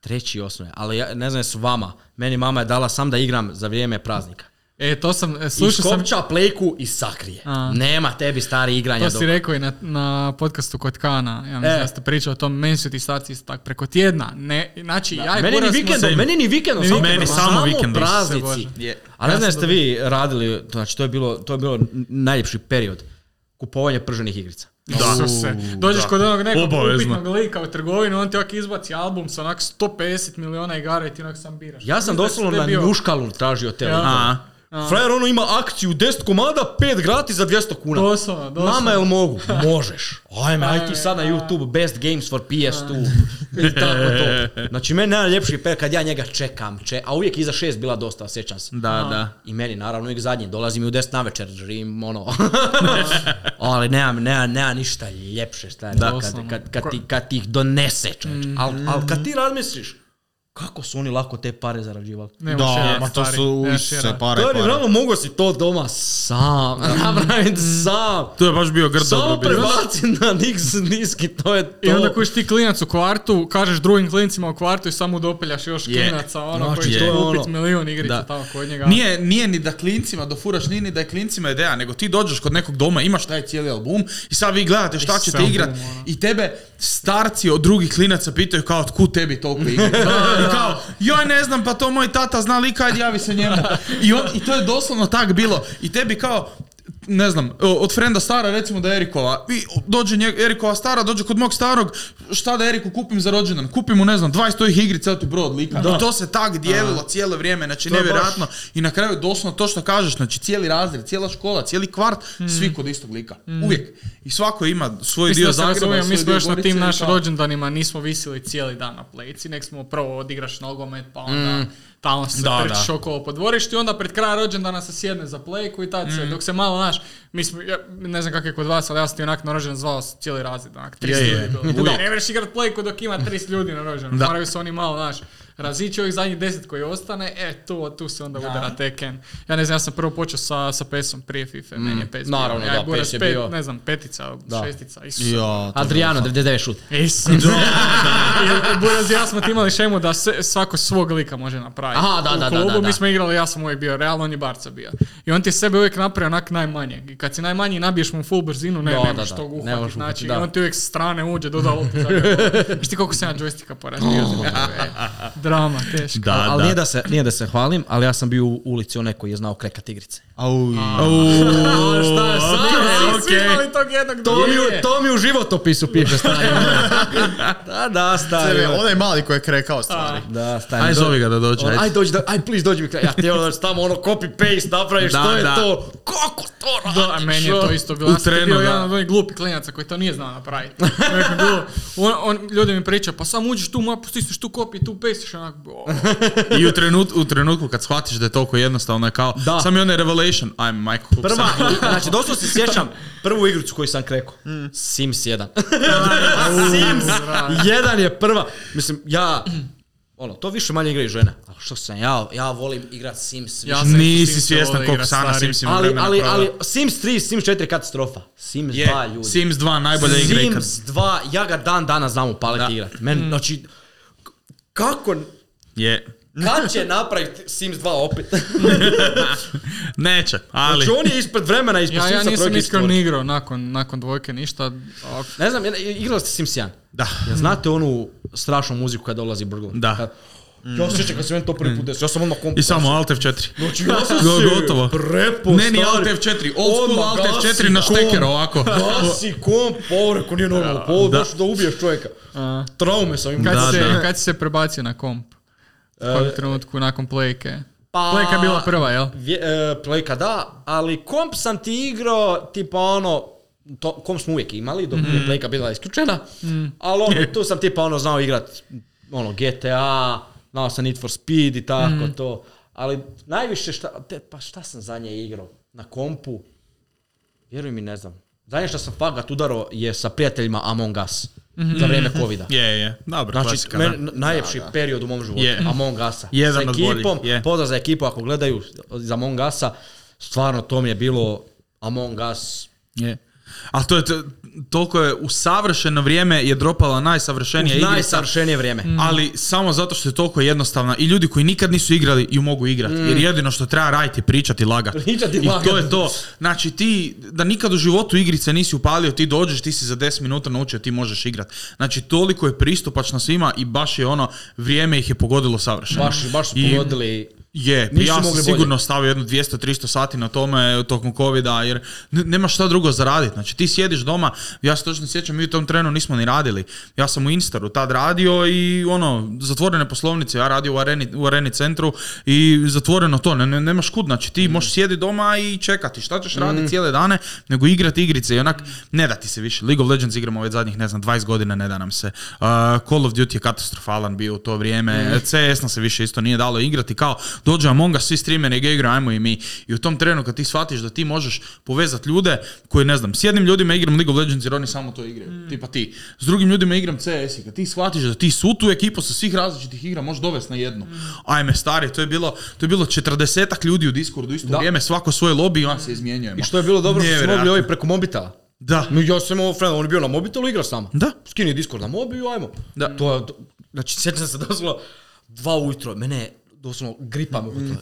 treći osnovne, ali ja, ne znam jesu vama, meni mama je dala sam da igram za vrijeme praznika.
E, to sam, e,
I
slušao sam,
skopča Playku i sakrije.
A.
Nema tebi stari igranja.
to
dok-
si rekao i na, na podcastu kod Kana, ja mislim
E.
da ste pričali o tom, meni su ti starci isto tak preko tjedna, ne, znači ja i
meni
Bura
ni
smo
vikendom,
same.
meni ni vikendom,
Ni
samo,
vikendom. Meni samo vikendom.
praznici.
Isuse Bože.
Je.
A ne znam jeste vi radili, to znači to je bilo, to je bilo najljepši period kupovanje prženih igrica.
Da.
Isuse. Dođeš
Da.
kod onog nekog
Obavezno.
upitnog lika u trgovinu, on ti ovak izbaci album sa onak 150 miliona igara i ti onak sam biraš.
Ja sam
Mislim da si
doslovno
te
na
bio-
njuškalu tražio te
Ja.
ja.
A,
Frajer ono ima akciju 10 komada, 5 gratis za 200 kuna.
Doslovno, doslovno.
Mama jel mogu? Možeš. Ajme, aj ti
Ajme,
sad na
ajme.
YouTube best games for PS2. I tako to. Znači meni najljepši period kad ja njega čekam, če, a uvijek iza 6 bila dosta, sjećam se.
da, da.
I meni naravno uvijek zadnji, dolazi mi u 10 navečer, živim ono. Ali nemam, nemam, nemam ništa ljepše šta je kad,
Doslovno. Mhm.
kad, kad, ti, kad ti ih donese čovječ. Al, al kad ti razmisliš, kako su oni lako te pare zarađivali?
Nema
Da,
šera,
ma to
stari,
su pa
nema šera.
se pare
To je
i pare.
realno mogo si to doma sam
Mhm.
napraviti sam.
To je baš bio grdo
Samo
odrobio.
prebaci na niks niski, to je to.
I onda kojiš ti klinac u kvartu, kažeš drugim klincima u kvartu i samo dopeljaš još
Je.
klinaca, ono
Znači,
koji će
to je
kupit
ono.
milijun igrica
Da.
tamo kod njega.
Nije, nije ni da klincima dofuraš, nije ni da je klincima ideja, nego ti dođeš kod nekog doma, imaš taj cijeli album i sad vi gledate šta ćete
album,
igrat
ono.
i tebe starci od drugih klinaca pitaju kao tku tebi toliko igrica. I kao, joj ne znam, pa to moj tata zna li kad javi se njemu. I, on, I to je doslovno tak bilo. I tebi kao, ne znam, o, od frenda stara, recimo da je Erikova, i dođe nje, Erikova stara, dođe kod mog starog, šta da Eriku kupim za rođendan? Kupim mu, ne znam, 20 ovih igrica, eto ti bro od lika. I to se tak dijelilo cijelo vrijeme, znači
je baš-
nevjerojatno. I na kraju doslovno to što kažeš, znači cijeli razred, cijela škola, cijeli kvart, svi kod istog lika. Uvijek. I svako ima svoj
Mislim
dio
da se
Zagreba,
razumijem,
svoj
mi smo
dio
još na
Gorice
tim
i
našim
kao-
rođendanima nismo visili cijeli dan na plejci, nek smo prvo odigraš nogomet, pa onda tamo se
Mm. Da,
trčiš
da.
okolo po dvorištu i onda pred kraj rođendana se sjedne za plejku i tad
Mm.
se, dok se malo, znaš, mi smo, ja, ne znam kak je kod vas, ali ja sam ti onak na rođendan zvao cijeli razred, onak, 30
Je, je,
ljudi bilo.
uvijek.
Da, ne vreš igrat plejku dok ima 30 ljudi na rođendanu,
Da.
moraju se oni malo, znaš, razići ovih zadnjih 10 koji ostane, e, tu, tu se onda udara teken. Ja ne znam, ja sam prvo počeo sa, sa PES-om prije FIFA, meni
Mm.
je PES bio.
naravno,
ja,
da,
je Buras
PES je
pet,
bio-
Ne znam, petica, šestica, Isuse.
Ja, to je
Adriano, 99 šut.
Isus. I Buraz i ja smo ti imali šemu da se, svako svog lika može napraviti.
Aha, da, da,
U
da,
klubu
da, da.
mi smo igrali, ja sam uvijek bio Real, on je Barca bio. I on ti je sebe uvijek napravio onak najmanjeg. I kad si najmanji nabiješ mu full brzinu, ne,
Da,
ne
da,
možeš
da.
tog
Ne
uhvatit.
možeš
znači,
uhvatit, da.
on ti uvijek sa strane uđe, doda loptu. za gol. Znaš ti koliko sam ja joysticka porazbio? za njega, e. Drama, teška.
Da,
ali
da.
Nije, da se, nije da se hvalim, ali ja sam bio u ulici onaj koji je znao krekat igrice.
Au,
šta je sad?
Svi su imali tog jednog
To mi,
dvije.
u- to mi u životopisu piše, stari. da, da, stari.
Sebe, onaj mali koji je krekao stvari.
Da, stari.
Aj zovi ga da dođe,
Ono,
ajde.
Aj dođi, da, aj please dođi mi kraj. Ja ti ono tamo ono copy paste napraviš,
Da,
što je
da.
to? Kako to radiš?
Da, a meni je to isto bilo.
U
Ja sam
trenu,
bio
da.
jedan od onih glupih klinaca koji to nije znao napraviti. Neko je bilo, on, on, ljudi mi priča, pa sam uđeš tu mapu, stisneš tu kopiju, tu pestiš, onak, o,
I u, trenut, u trenutku kad shvatiš da je toliko jednostavno je kao,
Da.
sam je onaj revelation, I'm Michael Cook.
Prva, znači doslovno se sjećam prvu igricu koju sam krekao. Sims 1. Sims 1 je prva. Mislim, ja... Ono, to više manje igraju žene. Ali što sam ja, ja volim igrat Sims više.
Ja sam isto
Nisi
Simse
svjestan
volio
koliko
igrat,
sana
stari.
Simsim
ali,
vremena
ali,
proveo.
ali Sims 3, Sims 4 katastrofa. Sims
Je,
2 ljudi.
Pa, Sims 2 najbolja igra ikad.
Sims 2, ja ga dan danas znam upaliti
Da.
igrat. Meni, znači, k- kako,
Je.
kad će napraviti Sims 2 opet?
Neće, ali...
Znači on je ispred vremena, ispred
Ja, ja
Simsa
nisam
trojke
iskreno
ispred-
ni igrao nakon, nakon dvojke ništa. a-
Ne znam, jedna- igrali ste Sims 1.
Da.
Ja znate onu strašnu muziku kad dolazi Brgo?
Da.
Kad, ja se sjećam kad se meni to prvi put desio, ja sam odmah kompu.
I samo Alt F4.
Znači, ja sam
Go-
se
gotovo.
prepo,
Ne, ni Alt
stari.
F4, old school
Odmah
Alt
gasi
F4 na
kom.
šteker ovako.
Gasi komp, ovo rekao nije normalno, ovo
Da.
baš da ubiješ čovjeka. Traume sam imao.
Kad,
Da,
si se,
da. E,
kad si se prebacio na komp? U kojem trenutku nakon plejke?
Pa-
Plejka je bila prva, jel?
Vje, e, Playka da, ali komp sam ti igrao, tipa ono, to, komp smo uvijek imali, dok je Playka bila isključena, ali ono, tu sam tipa ono znao igrat, ono, GTA, znao sam Need for Speed i tako to, ali najviše šta, te, pa šta sam za nje igrao na kompu, vjeruj mi ne znam. Zadnje što sam fakat udarao je sa prijateljima Among Us, za vrijeme Covida.
Je, je, dobro,
Znači,
klasika, da.
men, najljepši period u mom životu,
Je.
Among Usa.
Jedan
sa
od boljih,
ekipom,
je.
pozdrav za ekipu ako gledaju za Among Usa, stvarno to mi je bilo Among Us.
Je. Ali to je, to- toliko je u savršeno vrijeme je dropala najsavršenija igrica.
Najsavršenije vrijeme.
ali samo zato što je toliko jednostavna i ljudi koji nikad nisu igrali ju mogu igrati. Jer jedino što treba raditi je pričati i lagati.
Mm. Pričati i
I
lagat.
to je to. Znači ti, da nikad u životu igrice nisi upalio, ti dođeš, ti si za 10 minuta naučio, ti možeš igrati. Znači toliko je pristupačno svima i baš je ono, vrijeme ih je pogodilo savršeno.
Baš, baš su
I-
pogodili.
Je, pa
Nisu
ja sam
mogli
sigurno
bolje.
stavio jedno 200-300 sati na tome e, tokom covida, jer ne- nema šta drugo zaraditi. Znači, ti sjediš doma, ja se točno sjećam, mi u tom trenu nismo ni radili. Ja sam u Instaru tad radio i ono, zatvorene poslovnice, ja radio u areni, u areni centru i zatvoreno to, ne, ne, nemaš kud, znači ti možeš sjediti doma i čekati, šta ćeš
Mhm.
raditi cijele dane, nego igrati igrice i onak, ne da ti se više. League of Legends igramo već zadnjih, ne znam, 20 godina, ne da nam se.
Mm.
Uh, Call of Duty je katastrofalan bio u to vrijeme, CS nam se više isto nije dalo igrati, kao dođe Among Us, svi streameri ga igra, ajmo i mi. I u tom trenu kad ti shvatiš da ti možeš povezati ljude koji, ne znam, s jednim ljudima igram League of Legends jer oni samo to igraju,
Mm.
tipa ti. S drugim ljudima igram CS i kad ti shvatiš da ti su tu ekipu sa svih različitih igra možeš dovesti na
Mm.
jednu. Ajme, stari, to je bilo, to je bilo četrdesetak ljudi u Discordu u isto
Da.
vrijeme, svako svoj lobby i onda se izmjenjujemo.
I što je bilo dobro što smo mogli
Nevjerojatno.
ovi preko mobitela.
Da.
No, ja sam imao friend, on je bio na mobitelu, igra s nama.
Da.
Skini Discord na mobi i ajmo.
Da.
To, je- to- znači, sjećam se doslovno, dva ujutro, mene doslovno gripa me uhvatila.
Mm.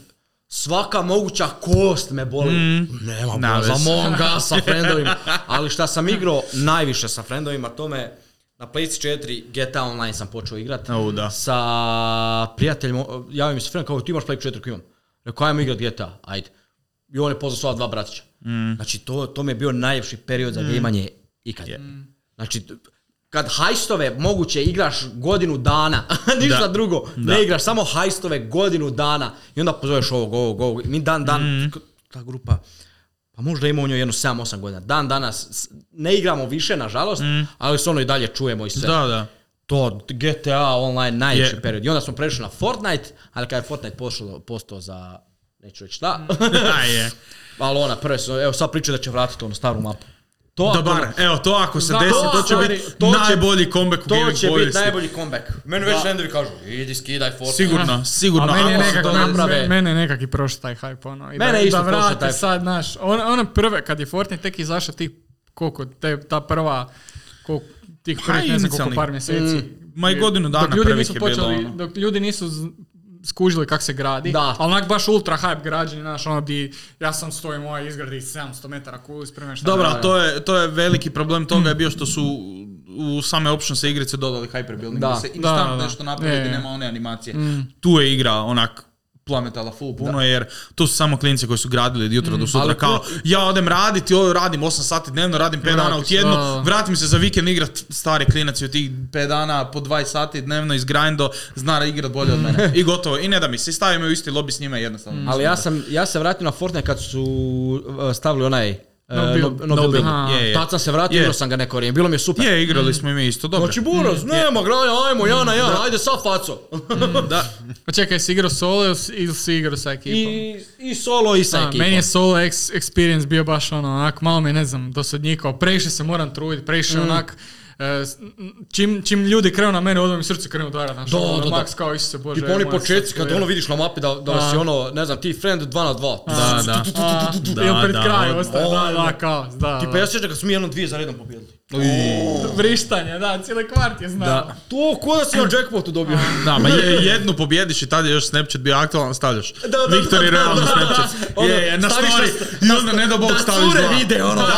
Svaka moguća kost me boli. Nema
Na
bola, za
vez.
monga sa frendovima. Ali šta sam igrao najviše sa frendovima, to me na PlayStation 4 GTA Online sam počeo igrati.
Au, da.
Sa prijateljem, o, javio mi se friend, kao ti imaš PlayStation 4 koji imam. Rekao, ajmo igrat GTA, ajde. I on je pozvao svoja dva bratića.
Mm.
Znači, to, to mi je bio najljepši period za gameanje ikad. Znači, t- kad hajstove moguće igraš godinu dana, ništa
Da.
drugo, ne igraš, samo hajstove godinu dana i onda pozoveš ovog, ovog, ovog. Mi dan, dan,
Mm.
k- ta grupa, pa možda ima u njoj jedno 7-8 godina. Dan danas s- ne igramo više, nažalost, ali se ono i dalje čujemo i sve.
Da, da.
To, GTA online, najljepši
Je.
period. I onda smo prešli na Fortnite, ali kada je Fortnite pošlo, postao za, neću reći šta,
Da je.
ali ona prve su, evo sad pričaju da će vratiti onu staru mapu. To,
Dobar, evo to ako se
Da,
desi,
to,
to će
stari,
biti
to će-
najbolji comeback u
to
gaming
će biti
povijesti.
najbolji comeback. Meni već endovi kažu, idi skidaj Fortnite.
Sigurno, Ono, sigurno.
A meni je
Ako-
nekako-
mene-
naprave.
Mene je nekak i prošao taj hype, ono. I
Mene
da,
je isto
da
prošao
vrati
taj-
sad, znaš, on, ono prve, kad je Fortnite tek izašao tih, koliko, te, ta prva, koliko, tih
Pa,
prvih, ne znam koliko,
inicijalnih.
par mjeseci.
Mm, ma i
Prije-
godinu dana
dok ljudi
prvih
nisu
je bilo,
počeli,
ono.
Dok ljudi nisu z- skužili kak se gradi,
Da.
ali onak baš ultra hype građeni, znaš, ono di ja sam stojim u ovoj izgradi 700 metara kuli, spremam šta
Dobro,
da
ali to je, to je veliki problem toga je bio što su u same optionse igrice dodali hyperbuilding.
Da.
Da, se instant
Da, da.
nešto napravi
Je,
gdje
je.
nema one animacije. Tu je igra onak plametala full puno jer to su samo klinci koji su gradili od jutra do sutra
Ali
kao
ko-
ja odem raditi, ovo radim 8 sati dnevno, radim 5 dana u
Vratiš,
tjednu,
da, da.
vratim se za vikend igrat stari klinac je od tih 5 dana po 20 sati dnevno iz grindo, zna igrat bolje od mene. I gotovo, i ne da mi se, i stavim me u isti lobby s njima i jednostavno.
Ali ja sam, ja se vratio na Fortnite kad su uh, stavili onaj uh,
No build.
no- no
No
build.
build. Aha.
Je, je.
Tad sam se vratio,
Je.
igrao sam ga neko vrijeme, bilo mi je super.
Je, igrali smo i mi isto, dobro.
Znači Buraz, nema granja, ajmo, ja na ja, ajde sa faco.
Da,
Pa čekaj, si igrao solo ili si- ili si igrao sa ekipom?
I, I solo i sa
Da,
ekipom.
meni je solo ex- experience bio baš ono, onak, malo mi je, ne znam, dosadnjikao. Previše se moram truditi, previše onak, e, s- m, čim, čim ljudi krenu na mene, odmah mi srce krenu udara, znaš,
Da,
ono,
da, da.
maks kao, Isuse Bože.
Tipo oni
moram
početci
sad
kad
to
ono vidiš na mapi da, da
Da.
si ono, ne znam, ti friend 2 na 2.
da, da.
A,
Da,
Ili pred
da,
kraj
od-
ostaje, da,
ono.
da, kao, da.
Tipa
da.
ja sjećam kad smo mi jednom dvije za redom pobijedili.
Vrištanje, da, cijeli kvart je znao.
Da.
To ko da si na jackpotu dobio.
Da, ma je, jednu pobjediš i tada je još Snapchat bio aktualan, stavljaš.
Da, da,
Viktor
da,
i
da,
realno
da, da.
Snapchat.
Ono,
je, je, na
staviš na
story.
st-
I onda ne da Bog
Da
staviš
cure
dva.
vide ono, da,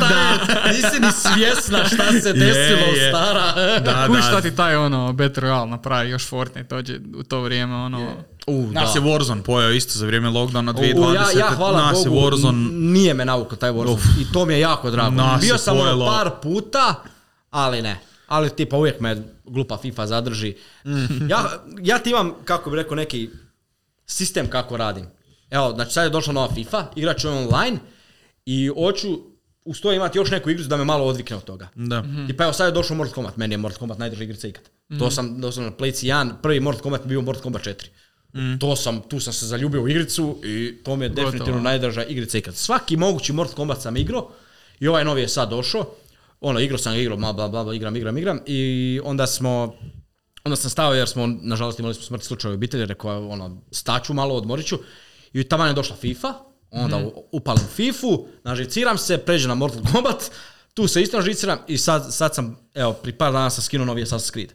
da, nisi ni svjesna šta se desilo
Je, je.
stara.
Da,
Kuš
da.
šta ti taj ono Battle Royale napravi još Fortnite dođe u to vrijeme ono
U,
Nas je Warzone pojao isto za vrijeme lockdowna
U,
2020.
ja, ja hvala
Nas je
Bogu,
Warzone...
n- nije me navukao taj Warzone. I to mi je jako drago.
Nas
Bio
je
sam ono
pojelo.
par puta, ali ne. Ali tipa uvijek me glupa FIFA zadrži.
Mm.
ja, ja ti imam, kako bi rekao, neki sistem kako radim. Evo, znači sad je došla nova FIFA, igrat ću online i hoću uz to imati još neku igricu da me malo odvikne od toga.
Da.
I pa evo sad je došao Mortal Kombat, meni je Mortal Kombat najdrža igrica ikad. To sam, to sam na Playci 1, prvi Mortal Kombat mi je bio Mortal Kombat 4. To sam, tu sam se zaljubio u igricu i to mi je definitivno najdrža igrica ikad. Svaki mogući Mortal Kombat sam igrao i ovaj novi je sad došao. Ono, igrao sam ga, igrao, bla, bla, bla, bla, igram, igram, igram i onda smo Onda sam stao jer smo, nažalost, imali smo smrt slučaja u obitelji, rekao je, ono, staću malo, odmorit ću. I tamo je došla FIFA, onda u- upalim FIFA-u, naživciram se, pređem na Mortal Kombat, tu se isto naživciram i sad, sad sam, evo, pri par dana sam skinuo novi Assassin's Creed.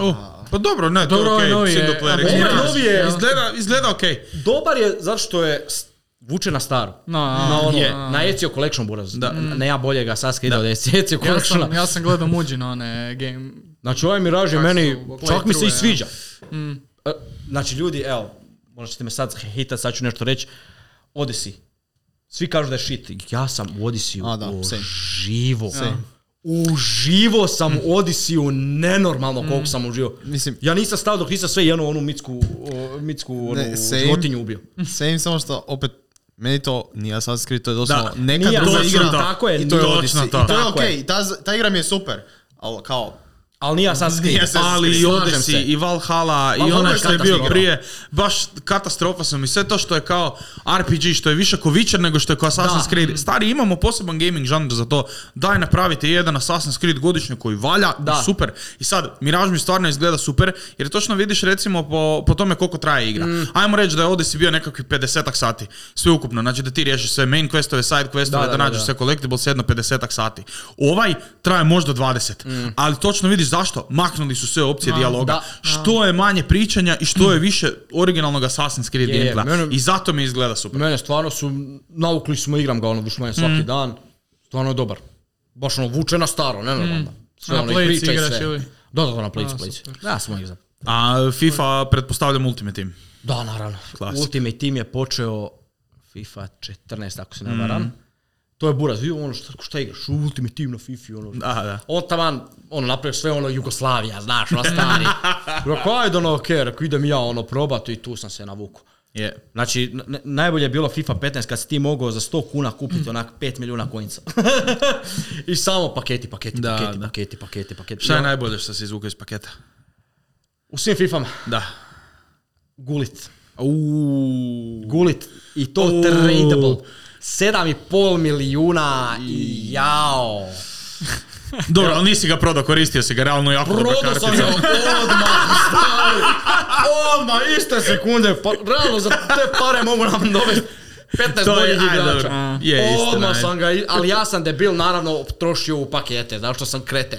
Uh, pa dobro, ne, to je
Dobro,
okej.
novi je,
Single player
a
dobro,
experience.
novi je.
Izgleda, izgleda okej.
Dobar je zato što je s- vuče na staru.
No,
na ono,
je.
na Ezio Collection buraz. Da. Ne ja boljega Assassin's Creed od Ezio
ja
Collectiona.
sam, ja sam gledao muđi na one game
Znači ovaj Mirage je
Kak
meni,
su
čak mi se i
playthrough-e,
sviđa. E, Znači ljudi, evo, možda ćete me sad hitat, sad ću nešto reći. Odyssey. Svi kažu da je shit. Ja sam u
A, da,
Odisiju
same.
uživo. Uživo sam u Odisiju nenormalno koliko sam uživo.
Mislim-
ja nisam stao dok nisam sve jednu onu mitsku, o, mitsku onu,
Ne, same.
životinju ubio.
Same samo što opet meni to nije Assassin's Creed, to je doslovno
Da,
neka
nije
druga
točno
igra.
to.
Tako je,
I to je
Točno
Odyssey.
to.
I to je
Tako
okej,
je.
ta, ta igra mi je super. Ali kao,
Ali nije sad Creed.
Nije se
ali i
Slažem
Odesi,
se.
i Valhalla, i
Valhalla
onaj
je
što je bio
katastrofa.
prije, baš katastrofa sam i sve to što je kao RPG, što je više ko Witcher nego što je ko Assassin's Creed. Stari, imamo poseban gaming žanr za to. Daj napravite jedan Assassin's Creed godišnje koji valja,
Da.
super. I sad, Mirage mi stvarno izgleda super, jer točno vidiš recimo po, po tome koliko traje igra.
Mm.
Ajmo reći da je Odesi bio nekakvih 50 sati, sve ukupno. Znači da ti riješiš sve main questove, side questove, da,
Da, da, da,
nađeš
da.
sve collectibles, jedno 50 sati. Ovaj traje možda 20, ali točno vidiš zašto. Maknuli su sve opcije dijaloga.
Mm. da.
Što je manje pričanja i što je više originalnog Assassin's Creed
Je, je,
gameplaya.
mene-
I zato mi izgleda super.
Mene Pa stvarno su, naukli smo, igram ga ono više manje svaki
Mm.
dan. Stvarno je dobar. Baš ono, vuče na staro, ne normalno. Sve
Mm. Na
ono, i
Playci
priča i
igraš
sve.
ili?
Da, da, da, na Playci,
A,
Playci. Ja sam uvijek za.
A FIFA pretpostavljam Ultimate Team.
Da, naravno.
Klasika.
Ultimate Team je počeo FIFA 14, ako se ne varam. To je buraz, vidio ono šta, šta igraš, Ultimate Team na FIFA, ono.
Da, da.
On taman, ono, napravio sve ono Jugoslavija, znaš, ono stari. Rekao, ajde ono, okej, rekao, idem ja ono probati i tu sam se navukao.
Je.
Znači, n- n- najbolje je bilo FIFA 15 kad si ti mogao za 100 kuna
Mm.
kupiti onak 5 milijuna kojnica. I samo paketi, paketi,
Da,
paketi,
da.
paketi, paketi, paketi.
Šta je
I ono,
najbolje što se izvuka iz paketa?
U svim FIFA-ma,
Da.
gulit.
Uuu.
Gulit. I to
Uuu.
tradable. 7,5 milijuna i jao.
Dobro, ali nisi ga prodao, koristio si ga realno jako dobra
Prodao sam ga
kartica.
odmah, stari. Odmah, iste sekunde. Pa, realno, za te pare mogu nam dovesti 15
To je-
boljih
ajde,
igrača.
dobro. Je, istina
Odmah
je.
sam ga, i- ali ja sam debil, naravno, trošio u pakete, zato što sam kreten.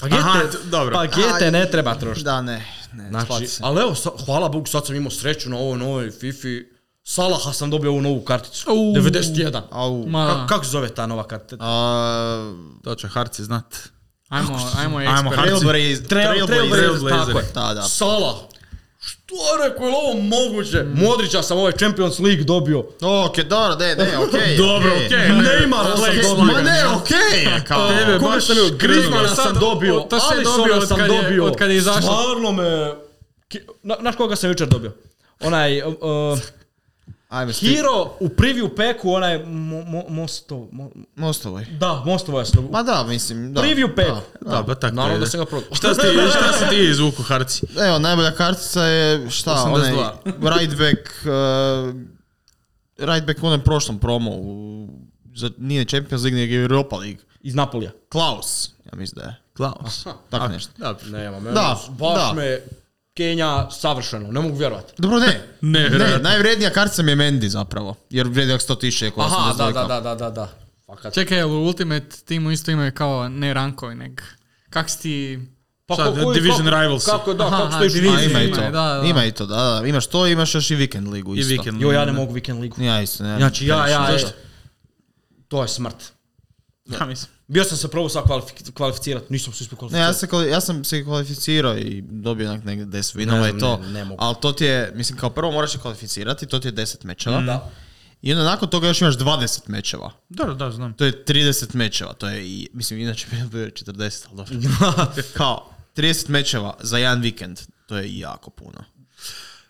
Pakete,
Aha, t- dobro.
pakete
Aj.
ne treba trošiti.
Da, ne. ne
Znači,
shvati se.
ali evo, sa- hvala Bogu, sad sam imao sreću na ovoj novoj Fifi. Salaha sam dobio ovu novu karticu. 91.
Au.
Ma,
Ka- kako se zove ta nova kartica?
A,
To će Harci znat.
ajmo, ajmo,
Ajmo,
ekspert.
Harci.
Trailblazer.
Trail,
Trailblazer.
Trailblazer, tako je.
Da, da.
Sala. Što je rekao, je li ovo moguće?
Mm.
Modrića sam ovaj Champions League dobio.
Ok, dobro, ne, ne, okej.
Dobro,
okej.
okej.
Neymar
to
sam
sam
dobio.
dobio.
Ma ne, okej. je, kao.
Tebe
Koga
baš
sam dobio? Griezmana
grozno.
sam dobio,
to sam
Alisona
dobio od
sam
kad je-
dobio.
od kad je izašlo.
Stvarno me... Ki- na- Znaš koga sam jučer dobio? Onaj... uh, uh,
Ajme, sti-
Hiro u preview peku, onaj mo, mo, Mosto... mo-
Mostovoj.
da, Mostovo je sam dobio.
Ma Pa da, mislim, da.
Preview pack.
Da,
Da, pa tako
Naravno
ide.
da sam ga prodao.
Šta si ti, šta si ti izvuku Harci?
da. Evo, najbolja kartica je, šta, onaj,
82.
right back, uh, right back u onom prošlom promo, u, za, nije Champions League, nego Europa League.
Iz Napolija.
Klaus, ja mislim da je.
Klaus.
Tako nešto.
Da,
Nema, me,
Da,
baš
da.
me Kenja savršeno, ne mogu vjerovati.
Dobro, ne.
Ne,
ne,
vjerojatno.
najvrijednija kartica mi je Mendy zapravo, jer vrijedi ako 100 tiše.
Aha, da, da, da, da, da, Pa da. Fakat.
Čekaj, jel u Ultimate timu isto imaju kao ne rankovi, nego kak si ti...
Pa
Sad,
kako-
Division
kako-
Rivals.
Kako da,
Aha,
kako
aha,
stojiš
Division.
na-
A, ima i to,
Ima, da, da.
ima i to, da, da. Imaš to, imaš još i Weekend ligu
I
isto.
vikend.
Jo, ja ne mogu Weekend ligu.
Ja isto, ne.
Znači, Mm. ja, ja,
Zašto?
ja. To je smrt.
Ja mislim.
Bio sam se probao sad kvalifi- kvalificirat, nisam se uspio
Ne, ja,
kvalificirat.
se, kvali- ja sam se kvalificirao i dobio onak negdje 10 vinova
Ne
i
znam,
to.
ne, ne mogu.
ali to ti je, mislim, kao prvo moraš se kvalificirati, to ti je 10 mečeva.
Mhm.
I onda nakon toga još imaš 20 mečeva.
Mm. Dobro, da, znam.
To je 30 mečeva, to je i, mislim, inače bi bilo 40, ali dobro. kao, 30 mečeva za jedan vikend, to je jako puno.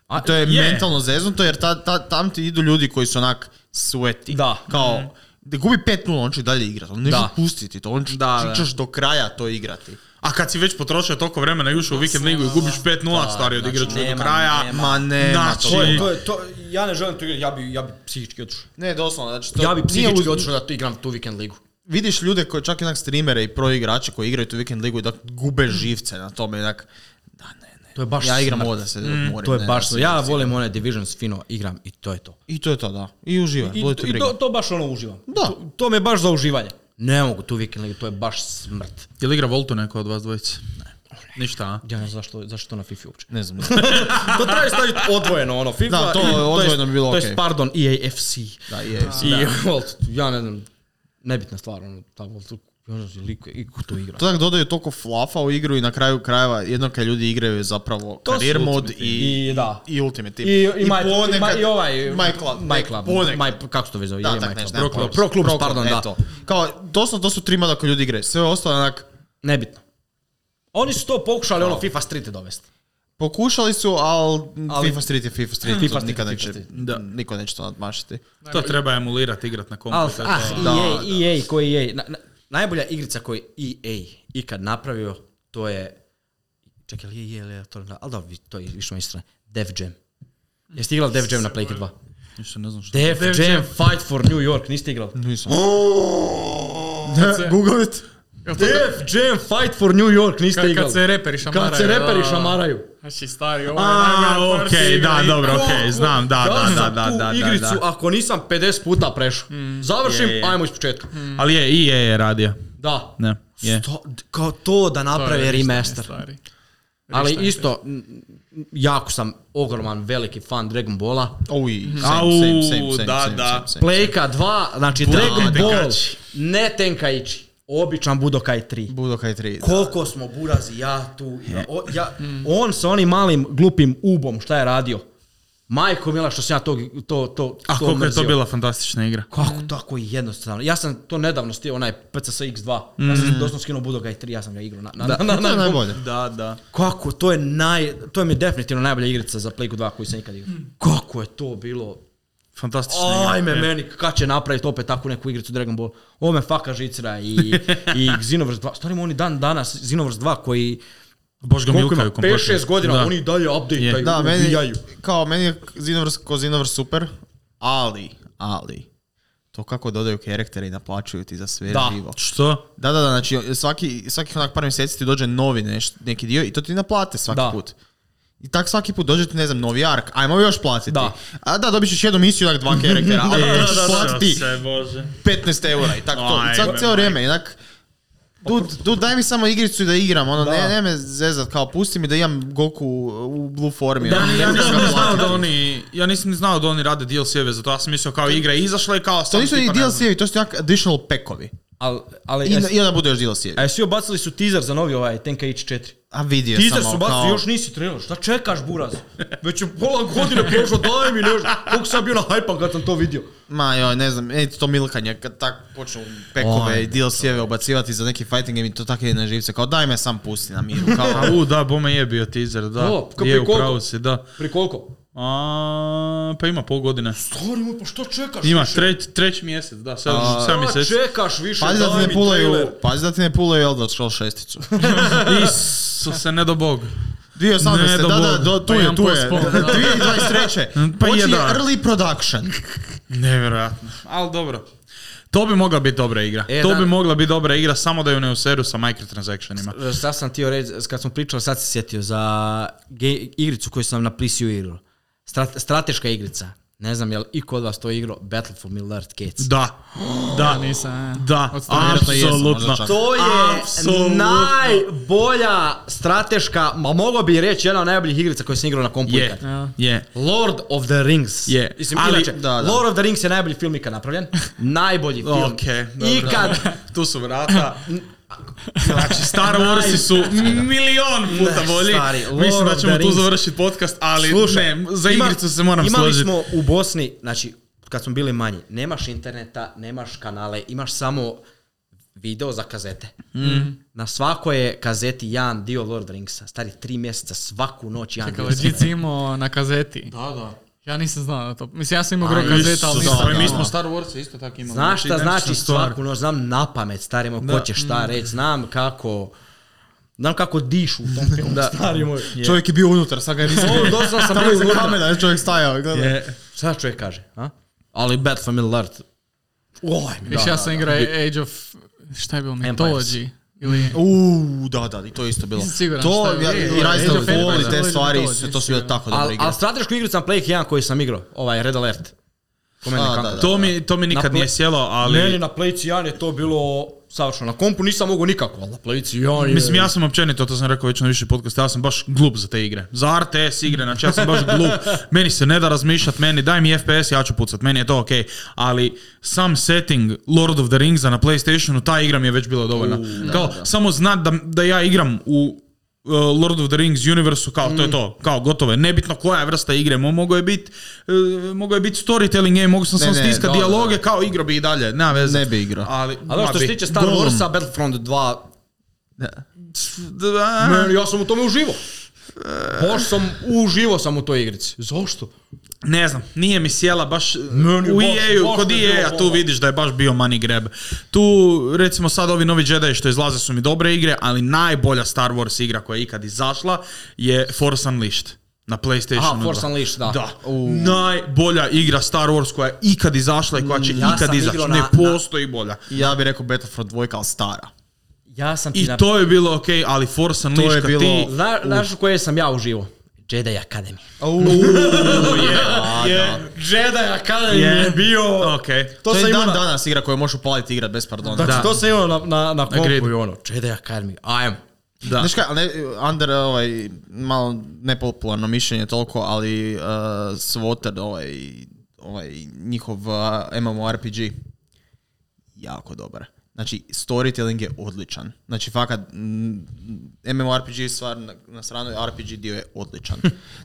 A, to je
je.
mentalno zeznuto jer ta, ta, tam ti idu ljudi koji su onak sveti.
Da. Mhm.
Kao, da gubi 5-0, on će i dalje igrati. On neće
Da.
pustiti to, on će,
Da,
ti
da.
ćeš do kraja to igrati.
A kad si već potrošio toliko vremena još
Pa
u vikend ligu i gubiš 5-0, stari odigrat ću do
znači, nema,
kraja.
nema.
Ma ne,
Znači-
To je, to je, to, ja ne želim to igrat, ja bi, ja bi psihički otišao.
Ne, doslovno, znači to
Ja bi
nije
psihički
uz-
otišao da tu igram tu Weekend ligu.
Vidiš ljude koji čak jednak streamere i pro igrače koji igraju tu vikend ligu i da gube živce na tome, onak, da ne, ne.
To je baš
ja igram
smrt.
ovo da se odmorim.
Mm, To je
ne,
baš,
da se-
ja volim one Divisions fino igram i to je to.
I to je to, da. I uživaj,
I,
budite
i
briga.
to, to baš ono uživam.
Da.
To, to me je baš za uživanje. Ne mogu tu Weekend ligu, to je baš smrt.
Jel igra Voltu neko od vas dvojice? Ništa, a?
Ja ne znam zašto, zašto to na FIFA uopće.
Ne znam.
to treba staviti odvojeno, ono, FIFA.
Da, to
i-
odvojeno
jest-
bi bilo
To jest,
okej.
pardon, E EAFC.
Da, je.
I, Volt, ja ne znam, nebitna stvar, ono, ta Volt, ja ne znam, liko, i ko to igra.
To tako dodaju toliko flafa u igru i na kraju krajeva jedno kad ljudi igraju je zapravo
To su
karir mod
Ultimate
i,
I da.
i Ultimate Team.
I, i, my, i,
ponekad-
my, i ovaj...
My Club.
My Club.
Ponekad.
My, kako se to vezao?
da, tak nešto.
Pro
nemam
Club,
pojma.
Pro Club,
Pro Club,
pardon, da.
eto. Kao, doslovno to su tri moda koje ljudi igraju. Sve ostalo je onak,
Nebitno. Oni su to pokušali, ono, FIFA Street dovesti.
Pokušali su, ali
Ali-
FIFA Street je FIFA Street,
FIFA
to
Street,
nikad
FIFA
neće,
Street.
Da.
niko neće to nadmašiti.
To treba emulirati, igrat na kompu.
Al,
i tako.
ah,
Da,
E EA, EA, koji EA. Na, na, najbolja igrica koju je EA E ikad napravio, to je, čekaj, je, je, je, to, ali da, vi- to je išlo istra, Def Jam. Jeste igrali Def Jam na Playke 2?
Ništa ne znam što.
Def,
Def
Jam,
Jam.
Fight for New York, niste igrali?
Nisam.
se-
Google it.
Jel to
Def Jam, Fight for New York, niste
kad,
igrali?
kad se reperi šamaraju.
Kad se reperi
da.
šamaraju.
Znači, stari,
Ah,
ovo je
A,
najbolja partija
okej,
igra
da,
ikad.
dobro, okej, znam, da,
Dao
da, da,
sam
da, da,
tu
da,
igricu
da. Mm.
ako nisam 50 puta prešao. Završim,
Je, Mm. je.
ajmo iz početka.
Ali je, i je je radio.
Da.
Ne, je.
Sto- kao to da
To je
naprave
rištanje,
remaster.
stari.
Ali
Rištanje.
isto, m, jako sam ogroman veliki fan Dragon Balla.
Oj,
Au,
same, same, same, same,
da,
same,
da.
same, same.
Playka 2, znači Dragon Ball,
Tenkaichi.
ne Tenkaichi, običan Budokai 3.
Budokai 3. da.
Koliko smo buraz i ja tu. ja- o- ja,
Mm.
on sa onim malim glupim ubom, šta je radio? Majko Mila, što sam ja to, to, to,
A koliko je to
mrzio.
bila fantastična igra.
Kako tako jednostavno? Ja sam to nedavno stio, onaj PCS X2. Ja
Mm.
sam doslovno skinuo Budokai 3, ja sam ga igrao. Na, na, na, na,
To je
na-
najbolje.
Da, da.
Kako, to je naj... To je mi definitivno najbolja igrica za Playku 2 koju sam ikad igrao. Kako je to bilo?
Fantastična igra.
Ajme
je.
meni, kad će napraviti opet takvu neku igricu Dragon Ball? Ovo me faka žicra i, i Xenoverse 2. Stvarimo oni dan danas Xenoverse 2 koji...
Bož ga
Koliko ima?
milkaju kompletno.
5-6 godina,
Da.
oni dalje update-aju,
Je.
Da, meni,
ubijaju.
kao meni je Xenoverse ko Xenoverse super, ali, ali, to kako dodaju karaktere i naplaćuju ti za sve
Da.
živo.
Što?
Da, da, da, znači svaki, svakih onak par mjeseci ti dođe novi neš, neki dio i to ti naplate svaki
Da.
put. I tak svaki put dođe ti, ne znam, novi ark, ajmo još platiti.
Da.
A da, dobit ćeš jednu misiju, onak dva karaktera,
E,
ali da, platiti
Se, bože.
15 eura i tak to. I
Ajme,
sad cijelo vrijeme, inak, Dud, dud, daj mi samo igricu i da igram, ono, ne, ne me zezat, kao pusti mi da imam Goku u blue formi.
Ja,
ono, ne
ja
mogu
nisam
ga
ni znao
platiti.
da oni, ja nisam ni znao da oni rade DLC-eve, zato ja sam mislio kao igra je izašla i kao...
To
samo
nisu ni
tipa, ne znam.
DLC-evi, to su onak additional packovi.
Al, ali, e,
I, I onda bude još DLC-evi.
a jesi joj bacili su teaser za novi ovaj Tenkaichi 4?
A vidio sam.
Teaser
ali
su bacili,
kao-
još nisi trailer. Šta čekaš, buraz? Već je pola godine prošlo, daj mi nešto. Koliko sam ja bio na hajpan kad sam to vidio.
Ma joj, ne znam, e, to milkanje, kad tak počnu pekove i DLC-eve obacivati za neki fighting game i to tak ide na živce, kao daj me sam pusti na miru,
Znači,
kao...
A, u, da, bome je bio teaser, da.
O, kako
je,
i
u
koliko?
pravu si, da.
Pri koliko?
A, pa ima pol godine.
Stari moj, pa što čekaš
Ima
više?
treć, treći mjesec, da, sedam, sedam
Šta
mjeseci.
čekaš više,
Pazi da ti
daj
ne
mi
pulaju,
trailer.
pazi da ti ne pulaju Elder Scrolls šesticu.
Isuse, ne do bog.
2018,
Ne,
da,
do
da,
Boga.
do, tu
Pa
je,
jedan
tu je.
postpone, da.
2023.
Pa je,
Počinje
da.
early production.
Nevjerojatno, ali dobro. To bi mogla biti dobra igra.
E,
to
da.
bi mogla biti dobra igra, samo da ju ne useru sa microtransactionima.
Šta sam ti reći, kad smo pričali, sad se sjetio za ge- igricu koju sam na PC-u igrao. Strat- strateška igrica. Ne znam, jel i kod vas to igrao Battle for Middle Earth Gates.
Da, da,
Nisam, e.
da,
Od stvari.
Vjerojatno jesam, možda
apsolutno.
čak.
To je
Apsolutno.
najbolja strateška, ma mogao bi reći jedna od najboljih igrica koju sam igrao na kompu
Je,
ikad.
je.
Lord of the Rings.
Je,
Mislim,
ali-
inače,
da, da.
Lord of the Rings je najbolji film ikad napravljen. Najbolji film.
Ok, dobro.
Ikad.
Tu su vrata. Znači, Star Warsi su milion puta
Ne,
bolji.
stari,
Mislim
Lord
da
of
ćemo
the
tu
Rings.
završiti podcast, ali ne, za
ima-
igricu se moram
imali
složiti.
smo u Bosni, znači, kad smo bili manji, nemaš interneta, nemaš kanale, imaš samo video za kazete. Na svakoj je kazeti jedan dio Lord of the Ringsa. Stari, tri mjeseca, svaku noć jedan
Čekaj, ovaj
dio. sam
legit si imao na kazeti.
Da, da.
Ja nisam znao na to. Mislim, ja sam imao
A,
gro kazeta, ali
Isuse,
nisam.
ali mi
da.
smo Star Wars isto tako imali.
Znaš šta
identična
znači
stvar.
svaku noć, znam na pamet, stari moj, ko će šta reći, znam kako... Znam kako dišu u tom filmu, stari moj.
Čovjek je bio unutar, sad ga nisam...
Ovo doslovno sam
Tamo
bio
iza
unutra.
kamena, čovjek stajao, gledaj.
Je.
Šta čovjek kaže, a? Ali Battle for Middle Earth. Oj, mi
Viš, ja sam igrao Age of... Šta je bilo?
Empires.
Mythology? Ili...
Uuu, da, da, i to je isto bilo.
Nisam siguran šta
To,
je
ja, i
bilo.
Rise
Age
of
of
Fall
Empires,
i te
to je
stvari,
bilo,
to su bile tako dobre
Ali
igre.
al stratešku igru sam Plague 1 koju sam igrao, ovaj Red Alert. Ko mene
A,
kako.
da, da.
To mi, to mi
Na
nikad
ple-
nije sjelo, ali...
Meni na Playci 1 je to bilo savršeno. Na kompu nisam mogao nikako, ali na Playci 1 je...
Mislim, ja sam općenito, to sam rekao već na više podcasta, ja sam baš glup za te igre. Za RTS igre, znači ja sam baš glup. Meni se ne da razmišljat, meni daj mi FPS, ja ću pucat, meni je to okej. Ali sam setting Lord of the Ringsa na Playstationu, ta igra mi je već bila dovoljna. kao, samo znat da, da ja igram u uh, Lord of the Rings universu, kao to je to, kao gotovo je, nebitno koja je vrsta igre, mo- mogao je biti uh, mogao je biti storytelling game, mogao sam
Ne,
samo
ne,
stiskati
da, da,
dijaloge, kao igro bi i dalje, nema veze.
Ne bi igrao.
Ali,
Ali ono
ma
što se
bi.
tiče Star
Golem.
Warsa, Battlefront 2,
Da.
meni, ja sam e, u tome uživo. Baš sam, uživo sam u toj igrici. Zašto?
Ne znam, nije mi sjela baš
Meni
u
baš-
EA-u,
baš
kod
mi je
EA
bilo
tu
ovo.
vidiš da je baš bio money grab. Tu recimo sad ovi novi Jedi što izlaze su mi dobre igre, ali najbolja Star Wars igra koja je ikad izašla je Force Unleashed na PlayStation.
Aha, Force Unleashed, da.
Da.
U-
Najbolja igra Star Wars koja je ikad izašla i koja će
Mm, ja
ikad
sam
izaći.
igrao
Ne
na- na-
postoji bolja.
Ja bih rekao Battlefront 2 kao stara.
Ja sam ti
I
na...
to je bilo ok, ali Force Unleashed kad
bilo-
ti...
Zna, znaš u koje sam ja uživo? Jedi Academy.
Je,
Jedi Academy
je bio... Ok.
To,
To
je
sam imao
dan
na-
danas igra koju možeš upaliti i igrat bez pardona.
Znači,
Da.
to sam imao na, na, na kompu
Agreed.
i ono, Jedi Academy, ajmo.
Da.
Znaš kaj, ali ne, under ovaj, malo nepopularno mišljenje toliko, ali uh, Swotter, ovaj, ovaj, njihov uh, MMORPG, jako dobar. Znači, storytelling je odličan. Znači, fakat, mm, MMORPG je stvar na, na stranu, RPG dio je odličan.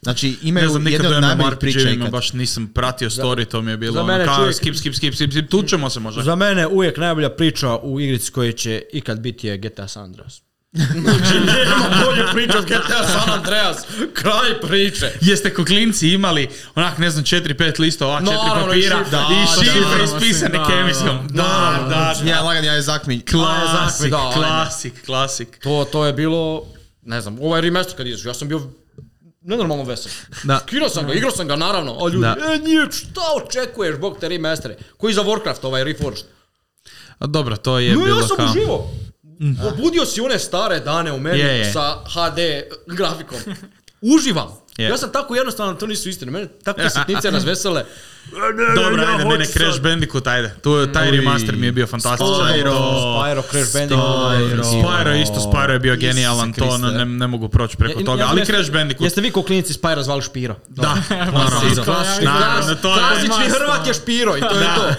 Znači,
Ne
imaju
znam, nikad
jedne
u
od najboljih priča
MMORPG-ima
ikad.
baš nisam pratio story, to mi je bilo
za
ono
mene
kao
čovjek-
skip, skip, skip, skip, skip, tu ćemo se možda.
Za mene uvijek najbolja priča u igrici koje će ikad biti je GTA San Andreas. znači, nema bolje priče od GTA San Andreas. Kraj priče.
Jeste ko klinci imali onak, ne znam, 4-5 lista ova,
Naravno,
četiri
i
papira
šifre.
i
Da,
šifre
da,
ispisane
da,
kemijskom.
da,
Da, da,
znači,
Ja,
da.
lagan, ja je zakmi.
Klasik,
Da, ajme.
klasik, klasik.
To, to je bilo, ne znam, ovaj remaster kad izašao, ja sam bio nenormalno vesel.
Da.
Skirao sam ga, igrao sam ga naravno, a ljudi,
Da.
e nije, šta očekuješ, bog te remastere, koji za Warcraft ovaj Reforged.
A Dobro, to je
No ja
bilo
sam
kao... Mhm.
uživo. Obudio si one stare dane u meni
Je, je.
sa HD grafikom. Uživam.
Je.
Ja sam tako jednostavno, to nisu istine. Mene takve sitnice razvesele.
Dobro, ajde, ne, ne, Crash Bandicoot, ajde. Tu, taj remaster mi je bio fantastičan.
Spyro,
To-
Spyro, Crash Bandicoot. ovaj,
Spyro. Spyro isto, Spyro je bio genijalan, to
Kriste.
ne, ne mogu proći preko toga, ali Crash Bandicoot,
Jeste vi ko klinici Spyro zvali Špiro?
da, naravno.
Klasično.
Naravno, to je-
Klasični Hrvat je Špiro i to je to.
da,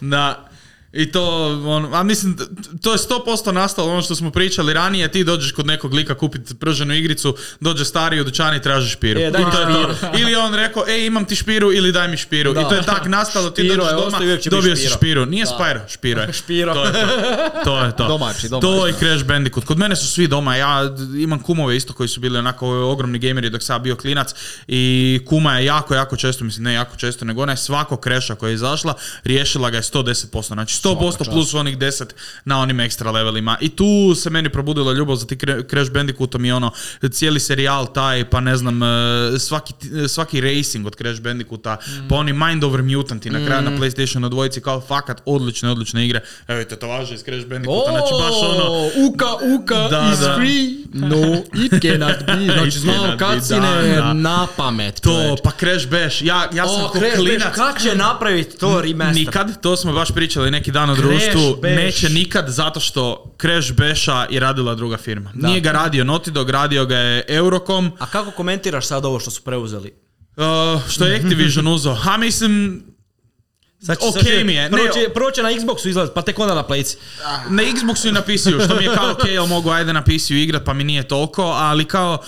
da. I to, on, a mislim, t- to je 100% nastalo ono što smo pričali ranije, ti dođeš kod nekog lika kupiti prženu igricu, dođe stari u dućan i traži špiru.
E, daj
I
mi
to je to.
špiru.
Ili je on rekao, e, imam ti špiru ili daj mi špiru.
Da.
I to je tak nastalo, ti
Špiro je
dođeš doma,
ostao i uvijek će biti
dobio si
špiro.
špiru. Nije Spyro, špiro je.
Špiro.
To je to. To je to.
Domaći, domaći,
To je
da.
Crash Bandicoot. Kod mene su svi doma. Ja d- imam kumove isto koji su bili onako ogromni gameri dok sam ja bio klinac i kuma je jako, jako često, mislim ne jako često, nego ona je svako Crasha koja je izašla, riješila ga je 110%. Znači 100% plus onih 10 na onim ekstra levelima. I tu se meni probudila ljubav za ti Cra- Crash Bandicootom i ono cijeli serijal taj, pa ne znam, e, svaki, ti- svaki racing od Crash Bandicoota, pa oni Mind Over Mutanti na kraju na PlayStation dvojici kao fakat odlične, odlične igre. Evo i tetovaže iz Crash Bandicoota, znači baš ono...
Oh, Uka, uka
Da,
is
da.
free. No, it cannot be. Znači,
It
znao
cannot be,
kacine
da, da.
na pamet.
To, pa Crash Bash, ja, ja sam
O,
ko
Crash
klinac,
Bash, kad će napraviti to remaster?
nikad, to smo baš pričali neki dan u društvu,
Bash.
neće nikad zato što Crash Basha je radila druga firma. Nije ga radio Naughty Dog, radio ga je Eurocom,
A kako komentiraš sad ovo što su preuzeli?
uh, što je Activision uzeo. Ha, mislim,
Sad
će- sad će-
Prvo
prvo
će,
će-
prvo će na Xboxu izlaziti, pa tek onda na Playci.
na Xboxu i na PC-u, što mi je kao ok, jel mogu ajde na PC-u igrat pa mi nije toliko, ali kao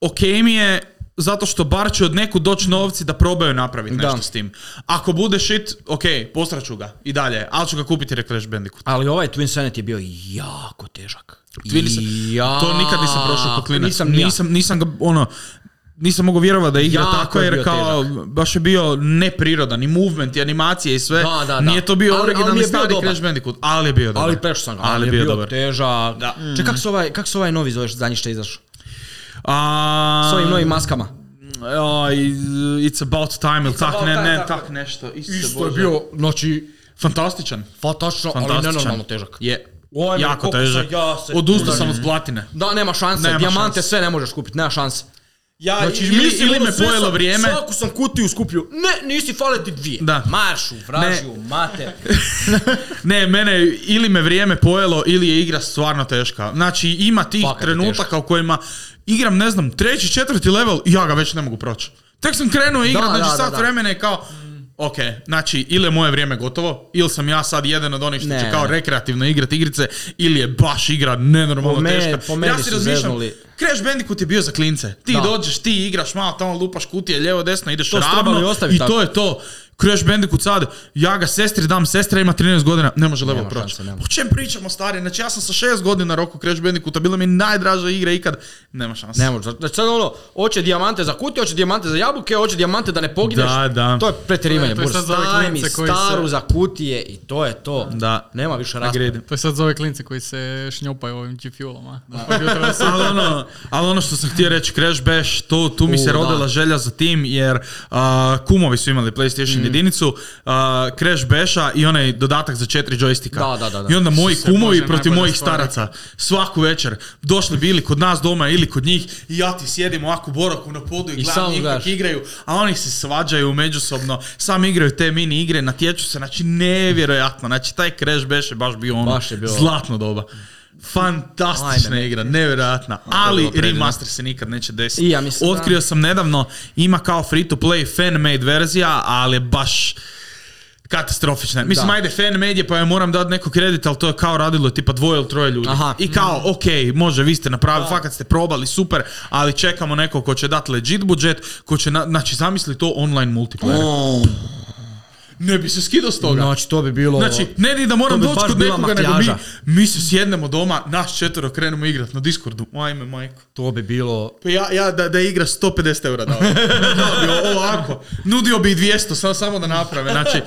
ok mi je zato što bar će od neku doći novci da probaju napraviti nešto
Da.
s tim. Ako bude shit, ok, postraću ga i dalje, ali ću ga kupiti jer je Crash Bandicoot.
Ali ovaj Twin Sanity je bio jako težak.
Twin Sanity- To nikad nisam prošao kod klinac.
Nisam,
Nisam,
ni ja.
nisam, ga, ono, nisam mogao vjerovati da igra
Jako
tako,
je
jer
bio
kao, baš je bio neprirodan i movement i animacije i sve.
Da, da, da.
Nije to bio
Ali- ali mi
originalni
je bio
stari
dobar.
Crash Bandicoot, ali je bio dobar.
Ali prešao sam ga.
Ali, je bio, dobar.
težak. Da. Čekaj, kako se ovaj, kak se ovaj novi zoveš, zadnji što je izašao?
A,
S ovim novim maskama.
Aj, it's about time, ili tak,
about
ne,
time,
ne,
tako.
tak nešto. Isuse
Isto je
Bože.
bio, znači,
Fantastičan.
fantastično, ali
Fantastičan.
nenormalno težak.
Je.
Ovo je meni
jako
koliko sam
težak.
ja se Mhm.
Odustao
trudim.
sam od platine.
Da, nema šanse,
Nema
dijamante
šanse.
sve ne možeš kupiti, nema šanse.
Ja,
ili-
ili
ono,
me
sve
pojelo
sam-
vrijeme.
Svaku sam kutiju skupio. Ne, nisi fale ti dvije.
Da.
Maršu, vražju, mater.
Ne, mene ili me vrijeme pojelo ili je igra stvarno teška. Znači ima tih
Fakat je
trenutaka u kojima igram, ne znam, treći, četvrti level i ja ga već ne mogu proći. Tek sam krenuo igrat,
Da,
znači
da, da,
sat
da.
vremena je kao, ok, znači ili je moje vrijeme gotovo, ili sam ja sad jedan od onih što
Ne,
će kao
ne.
rekreativno igrat igrice, ili je baš igra nenormalno
Po meni-
teška.
po meni
ja si
su
razmišljam,
zeznuli.
Crash Bandicoot je bio za klince. Ti
Da.
dođeš, ti igraš malo tamo, lupaš kutije, lijevo, desno, ideš
To su trebali
ravno i
ostaviti tako.
to je to. Crash Bandicoot sad, ja ga sestri dam, sestra ima 13 godina, ne može level proći.
šanse, nema.
O čem pričamo, stari? Znači, ja sam sa 6 godina roku Crash Bandicoota, bila mi je najdraža igra ikad. Nema šanse.
Ne može. Znači sad ono, hoće dijamante za kutije, hoće dijamante za jabuke, hoće dijamante da ne pogineš.
Da, da.
To je pretjerivanje.
To je- to je sad za ove
Staj mi
klince koji se-
staru za kutije i to je to.
Da.
Nema više rasprave.
Agreed.
To je sad za ove klince koji se šnjopaju ovim G-Fuelom, a? Kompjutora su-
ali, ono, ali ono što sam htio reći, Crash Bash, to, tu mi
U,
se rodila
da.
želja za tim, jer a, kumovi su imali
Mm.
PlayStation jedinicu, a, Crash Basha i onaj dodatak za četiri džojstika.
Da, da, da, da.
I onda moji
Suse,
kumovi
Bože,
protiv
najbolja
mojih
stvar.
staraca svaku večer došli bili kod nas doma ili kod njih i ja ti sjedim ovako u boraku na podu i,
I
gledam
samo
njih
gledaš.
kako igraju, a oni se svađaju međusobno, sam igraju te mini igre, natječu se, znači nevjerojatno, znači taj Crash Bash je baš bio ono
Baš je bio.
zlatno doba. Fantastična
Ajme,
igra, nevjerojatna, ali remaster se nikad neće desiti.
I ja mislim, da.
Otkrio sam nedavno, ima kao free to play fan-made verzija, ali je baš katastrofična. Mislim,
Da.
ajde, fan-made je pa joj moram dati neko kredit, ali to je kao radilo tipa dvoje ili troje ljudi.
Aha.
I kao, ok, može, vi ste napravili, fakat ste probali, super, ali čekamo neko ko će dati legit budžet, ko će, na, znači, zamisli to online multiplayer. Mm. Ne bi se skidao s toga.
Znači to bi bilo...
Znači, ne ni da moram
To bi
doći
baš
kod
bila
nekoga, nego mi,
makljaža.
mi se sjednemo doma, naš četvero krenemo igrat na Discordu. Ajme, majko.
to bi bilo...
Pa ja, ja da, da igra 150 eura dao. Dao bi o- ovako. Nudio bi i 200, samo, samo da naprave. Znači,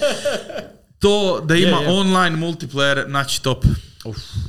to da ima
Je, je.
online multiplayer, znači top.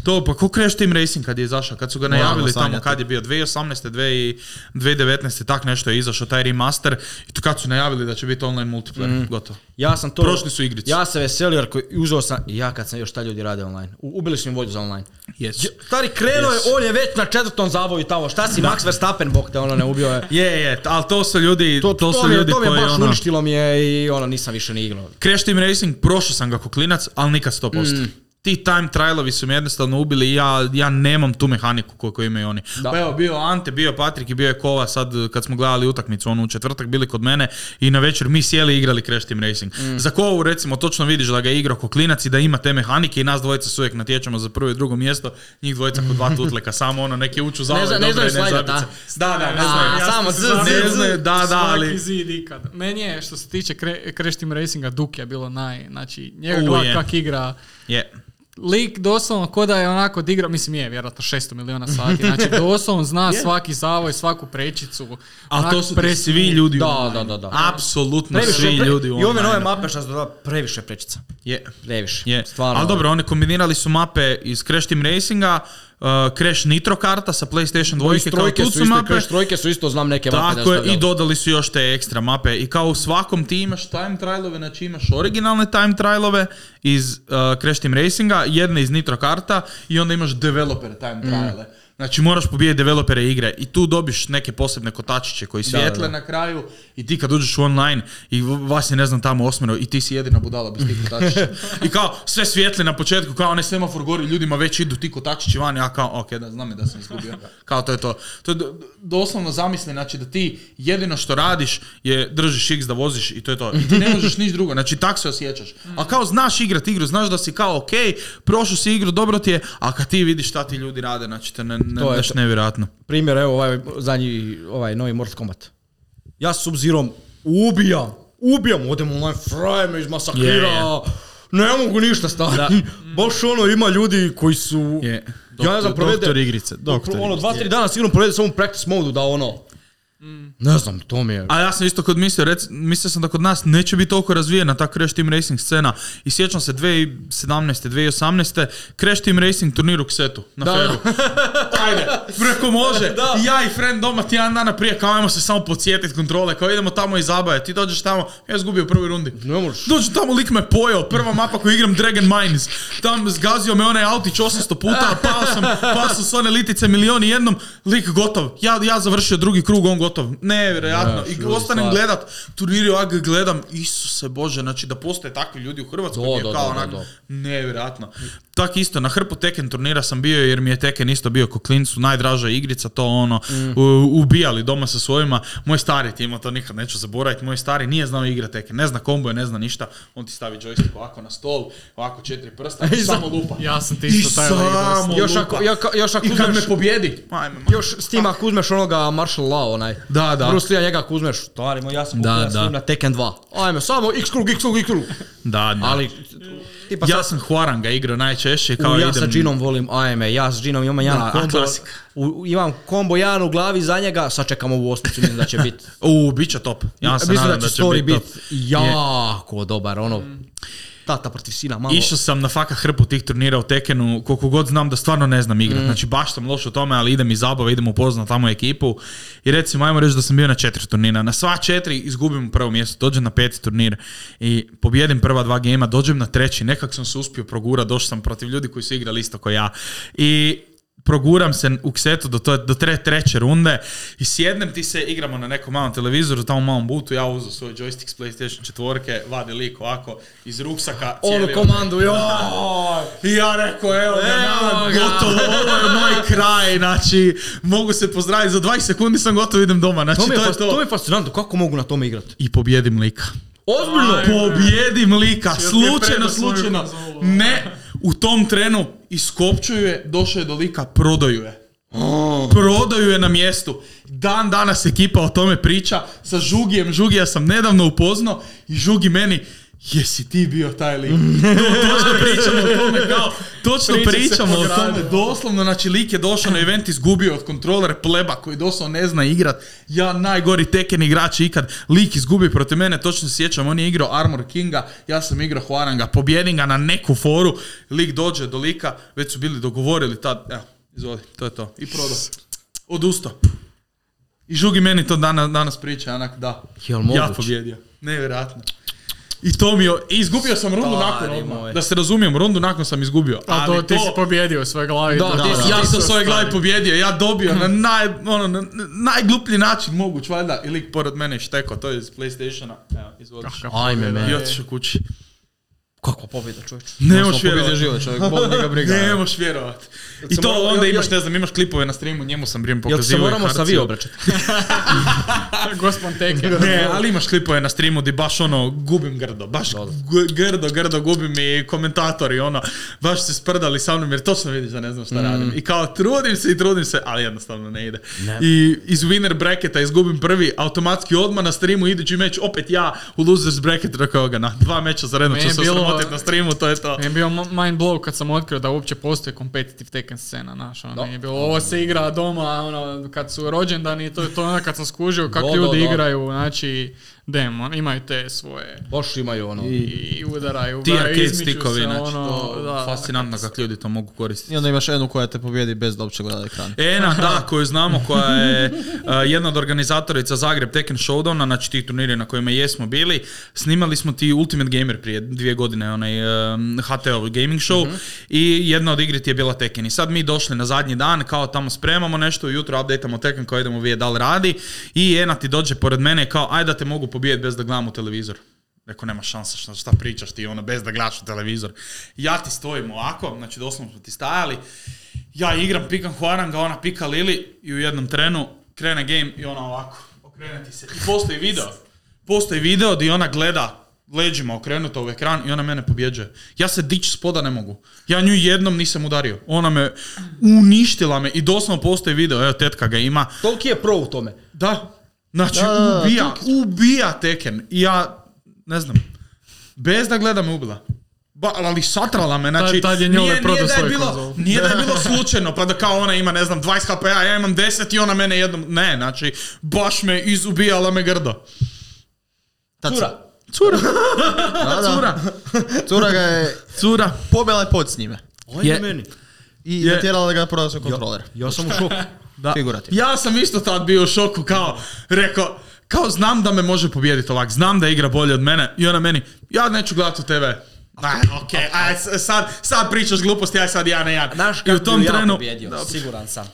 To, pa ko Crash Team Racing kad je izašao, kad su ga najavili tamo,
sanjati.
kad je bio 2018. 2000 2019. tak nešto je izašao, taj remaster, i to kad su najavili da će biti online multiplayer, gotovo.
Ja sam Mm. to...
Prošli su igrice.
Ja sam veselio jer koji uzeo sam... i Ja kad sam još šta ljudi rade online. U- ubili su mi volju za online.
Yes.
J- Stari, krenuo je, on je već na četvrtom zavoju tamo. Šta si, Max Verstappen, bok te ono ne ubio je.
Je, je, ali to su ljudi, to, su
mi je-
ljudi
to mi je
koji
baš
ono...
uništilo mi je i ono nisam više ni igrao.
Crash Team Racing, prošao sam ga kao klinac, ali nikad 100%.
Mm.
Ti time trialovi su me jednostavno ubili i ja, ja nemam tu mehaniku koju, koju imaju oni.
Da.
Pa evo, bio Ante, bio Patrik i bio je Kova sad eh, kad smo gledali utakmicu, ono u četvrtak bili kod mene i na večer mi sjeli i igrali Crash Team Racing.
Mm.
Za Kovu recimo točno vidiš da ga je igrao ko klinac i da ima te mehanike i nas dvojica se uvijek natječemo za prvo i drugo mjesto, njih dvojica kod dva tutleka, samo ono neki uču za
Ne zna- ne znaju slajdat, a?
Da, da, ne
A,
znaju.
ja samo
se
z,
znam,
z,
ne
z.
znaju, da, da, ali...
Svaki zid ikad. Meni je, što se tiče kre, Crash Team Racinga, Duke je bilo naj... Znači, njega
U,
gledat
je.
kak igra.
Je.
Lik doslovno ko da je onako odigrao, mislim je vjerojatno 600 miliona sati, znači doslovno zna svaki zavoj, svaku prečicu.
Ali
onak
to su ti
presi-
svi ljudi
Da,
online.
da, da, da. Pa
Apsolutno svi
pre-
ljudi
I
u
ove nove
online.
mape što su dodali, previše prečica.
Je.
Previše.
Je.
Stvarno.
Ali dobro, oni kombinirali su mape iz Crash Team Racinga, uh, Crash Nitro karta sa PlayStation 2
Iz
kao
trojke
tu
su
su
isto,
mape.
još trojke su isto, znam neke mape da
Tako je, i
stavljali.
dodali su još te ekstra mape. I kao u svakom ti imaš time trialove, znači imaš originalne time trialove iz uh, Crash Team Racinga, jedne iz Nitro karta i onda imaš developer time trialove. Znači moraš pobijediti developere igre i tu dobiš neke posebne kotačiće koji svijetle na kraju i ti kad uđeš u online i v- vas je ne znam tamo osmero i ti si jedina budala bez tih kotačića. I kao sve svijetle na početku kao onaj semafor gori ljudima već idu ti kotačići van ja kao ok da znam je da sam izgubio. Kao to je to. To je do- doslovno zamisli znači da ti jedino što radiš je držiš X da voziš i to je to. I ti ne možeš niš drugo. Znači tak se osjećaš. A kao znaš igrat igru, znaš da si kao ok, prošao si igru, dobro ti je, a kad ti vidiš šta ti ljudi rade, znači te ne, ne,
To je
znaš,
to.
nevjerojatno.
Primjer, evo ovaj zadnji, ovaj novi Mortal Kombat. Ja s Sub-Zerom ubijam, ubijam, odem online, fraje me izmasakrira,
Je, je.
ne mogu ništa stari. Baš ono, ima ljudi koji su...
Je.
ja ne znam, provede...
Doktor igrice, doktor
ono,
igrice.
dva, tri dana sigurno provede samo u practice modu da ono...
Mm.
Ne znam, to mi je...
A ja sam isto kod mislio, rec, mislio sam da kod nas neće biti toliko razvijena ta Crash Team Racing scena. I sjećam se 2017. 2018. Crash Team Racing turnir u Ksetu na
Da,
Feru. Ajde, preko može.
Da.
I ja i friend doma tjedan dana prije, kao ajmo se samo podsjetiti kontrole, kao idemo tamo i zabaje. Ti dođeš tamo, ja izgubio u prvoj rundi.
Ne možeš.
Dođu tamo, lik me pojeo, prva mapa koju igram Dragon Mines. Tam zgazio me onaj autić 800 puta, pao sam, pao sam s one litice milion i jednom, lik gotov. Ja, ja završio drugi krug, on gotov. Nevjerojatno. I ostanem
stvarno.
gledat, turniri ovak gledam, Isuse Bože, znači da postoje takvi ljudi u Hrvatskoj,
Do,
mi je
do,
kao
do, do,
onak,
do.
nevjerojatno. Tak isto, na hrpu Tekken turnira sam bio jer mi je Tekken isto bio ko klincu, najdraža igrica, to ono,
Mm.
u- ubijali doma sa svojima. Moj stari ti ima to nikad neću zaboraviti, moj stari nije znao igra Tekken, ne zna komboje, ne zna ništa, on ti stavi joystick ovako na stol, ovako četiri prsta i samo lupa.
Ja sam ti
I
isto taj lik
samo
dosta.
Još
lupa.
ako, još, ako- još ako
I kad
uzmeš...
Pa, me pobjedi, ajme, ma-
Još s tim ako uzmeš onoga Marshall Law, onaj.
Da, da.
Bruce Lee, njega ako uzmeš, stvari moj, ja sam
Da,
da,
da.
da. na Tekken 2. Ajme, samo x krug, x krug, x krug.
Da, da.
Ali, tipa
ja
sad,
sam Hvaranga igrao najčešće. Kao
u, ja
idem-
sa Džinom volim AME, ja s Džinom imam jedan
Da, a
kombo,
klasika.
u, u- imam kombo jedan u glavi za njega, sad čekam ovu osmicu, mislim da će biti.
U, bit će top. Ja se
mislim da
nadam
će story
biti
biti
top.
jako dobar, ono, tata protiv sina, malo.
Išao sam na faka hrpu tih turnira u Tekenu, koliko god znam da stvarno ne znam igrat. Znači baš sam loš u tome, ali idem iz zabave, idem upoznat tamo ekipu. I recimo, ajmo reći da sam bio na četiri turnira. Na sva četiri izgubim prvo mjesto, dođem na peti turnir i pobjedim prva dva gema, dođem na treći, nekak sam se uspio progurat, došao sam protiv ljudi koji su igrali isto kao ja. I proguram se u ksetu do, to, do tre, treće runde i sjednem ti se, igramo na nekom malom televizoru, tamo malom butu, ja uzeo svoj joystick s PlayStation četvorke, vadi lik ovako iz ruksaka.
Onu
cijeli-
komandu, joj!
i ja rekao, evo ga,
Evo
nama,
ga.
gotovo, ovo je moj kraj, znači, mogu se pozdraviti, za 20 sekundi sam gotov, idem doma, znači,
To mi,
to,
je,
je
fas- to mi
to.
je fascinantno, kako mogu na tome igrat?
I pobjedim lika.
Ozbiljno!
Pobjedim lika, slučajno,
prednost svoju
slučajno.
konzolu, da.
Ne, u tom trenu iskopčuju je, došao je do lika, prodaju je. Prodaju je na mjestu. Dan danas ekipa o tome priča sa Žugijem. Žugija sam nedavno upoznao i Žugi meni jesi ti bio taj lik. To- točno pričamo o tome kao, točno
Priče se
pričamo o tome.
pogradile.
Doslovno, znači lik je došao na event, izgubio od kontrolera pleba koji doslovno ne zna igrat. Ja najgori teken igrač ikad. Lik izgubi protiv mene, točno se sjećam, on je igrao Armor Kinga, ja sam igrao Hwaranga. Pobjedim ga na neku foru, lik dođe do lika, već su bili dogovorili tad. Evo, izvoli, to je to. I prodao. Odustao. I žugi meni to danas, danas priča, onak da.
Jel moguće?
Ja pobjedio. Nevjerojatno. I to mi je, i izgubio sam rundu
Stari
nakon odmah.
moj.
Da se razumijem, rundu nakon sam izgubio.
A to
Ali
ti si pobjedio u svojoj glavi.
Da,
to-
ti si-
ja
ti
sam
si
svoje glavi
ostvario.
pobjedio, ja dobio na, naj, ono, na na najgluplji način moguć, valjda. I lik pored mene je štekao, to je iz Playstationa. Evo, izvodiš.
Ajme,
I
me.
otišao kući.
Kako pobjeda, čovječ?
Ne
Doslovno
moš
pobjedio
vjerovat.
život čovjek, bol njega briga.
Ne moš vjerovat. I
se
to
moramo-
onda
jel-
imaš,
jel-
ne znam, imaš klipove na streamu, njemu sam vrijeme
Jel se
pokazivao. i
moramo sa vi
harcio.
obraćati?
Gospon teke.
Ne, ali imaš klipove na streamu di baš ono, gubim grdo, baš g- grdo, grdo gubim i komentatori, ono, baš se sprdali sa mnom jer točno vidiš da ne znam
Mm.
šta radim. I kao trudim se i trudim se, ali jednostavno ne ide. I iz winner bracketa izgubim prvi, automatski odmah na streamu idući meč, opet ja u losers bracket, rekao ga na dva meča za redom
Me
ću
je
se
bilo-
osramotit na streamu, to je to.
Meni Pa je bio ma- mind blow kad sam otkrio da uopće postoji competitive Tekken scena, znaš, ono, meni je bilo, ovo se igra doma, ono, kad su rođendani, i to je to onda kad sam skužio kako
Do, do,
ljudi
do.
igraju, znači, demon, imaju te svoje,
Baš imaju ono.
i udaraju,
Ti
udaraju,
arcade
izmiču
stickovi,
se,
znači, to
ono, da.
fascinantno kako ljudi to mogu koristiti.
I onda imaš jednu koja te pobjedi bez da uopće gleda ekran.
Ena, da, koju znamo, koja je eh, jedna od organizatorica Zagreb Tekken Showdowna, znači tih turnira na kojima jesmo bili. Snimali smo ti Ultimate Gamer prije dvije godine, onaj um, HTO gaming show
Mhm.
i jedna od igri ti je bila Tekken. I sad mi došli na zadnji dan, kao tamo spremamo nešto, ujutro updateamo Tekken kao idemo vidjeti da li radi i Ena ti dođe pored mene kao aj da te mogu pobijediti bez da gledam u televizor. Rekao, nema šanse, šta, šta pričaš ti, ono, bez da gledaš u televizor. Ja ti stojim ovako, znači doslovno smo ti stajali, ja igram, pikam Hvaranga, ona pika Lili i u jednom trenu krene game i ona ovako, okrene ti se. I postoji video, postoji video di ona gleda leđima okrenuta u ekran i ona mene pobjeđuje. Ja se dić spoda ne mogu. Ja nju jednom nisam udario. Ona me uništila me i doslovno postoji video, evo tetka ga ima,
Toliki je pro u tome.
da. Znači,
Da, da, da,
ubija, ubija Tekken. I ja, ne znam, bez da gledam me ubila. Ba, ali satrala me, znači,
tad je njoj
nije, nije,
prodao
da je
svoju
bilo,
konzolu.
nije da je bilo slučajno, pa da kao ona ima, ne znam, 20 HP, ja imam 10 i ona mene jednom, ne, znači, baš me izubijala me grdo.
Ta
Cura.
Cura,
Da, da.
cura,
Cura ga je
cura.
pobjela je pod s njime.
Ajme
Je.
meni.
I
Je.
natjerala da ga proda svoj kontroler.
Ja sam u šoku.
Da.
Figurativno.
Ja sam isto tad bio u šoku, kao, rekao, kao znam da me može pobijediti ovak, znam da igra bolje od mene i ona meni, ja neću gledati u TV. Aj, ok, aj, s- sad, sad pričaš gluposti, aj sad ja ne ja.
Znaš
I u
kako
tom
bi ja
trenu,
pobjedio, siguran sam.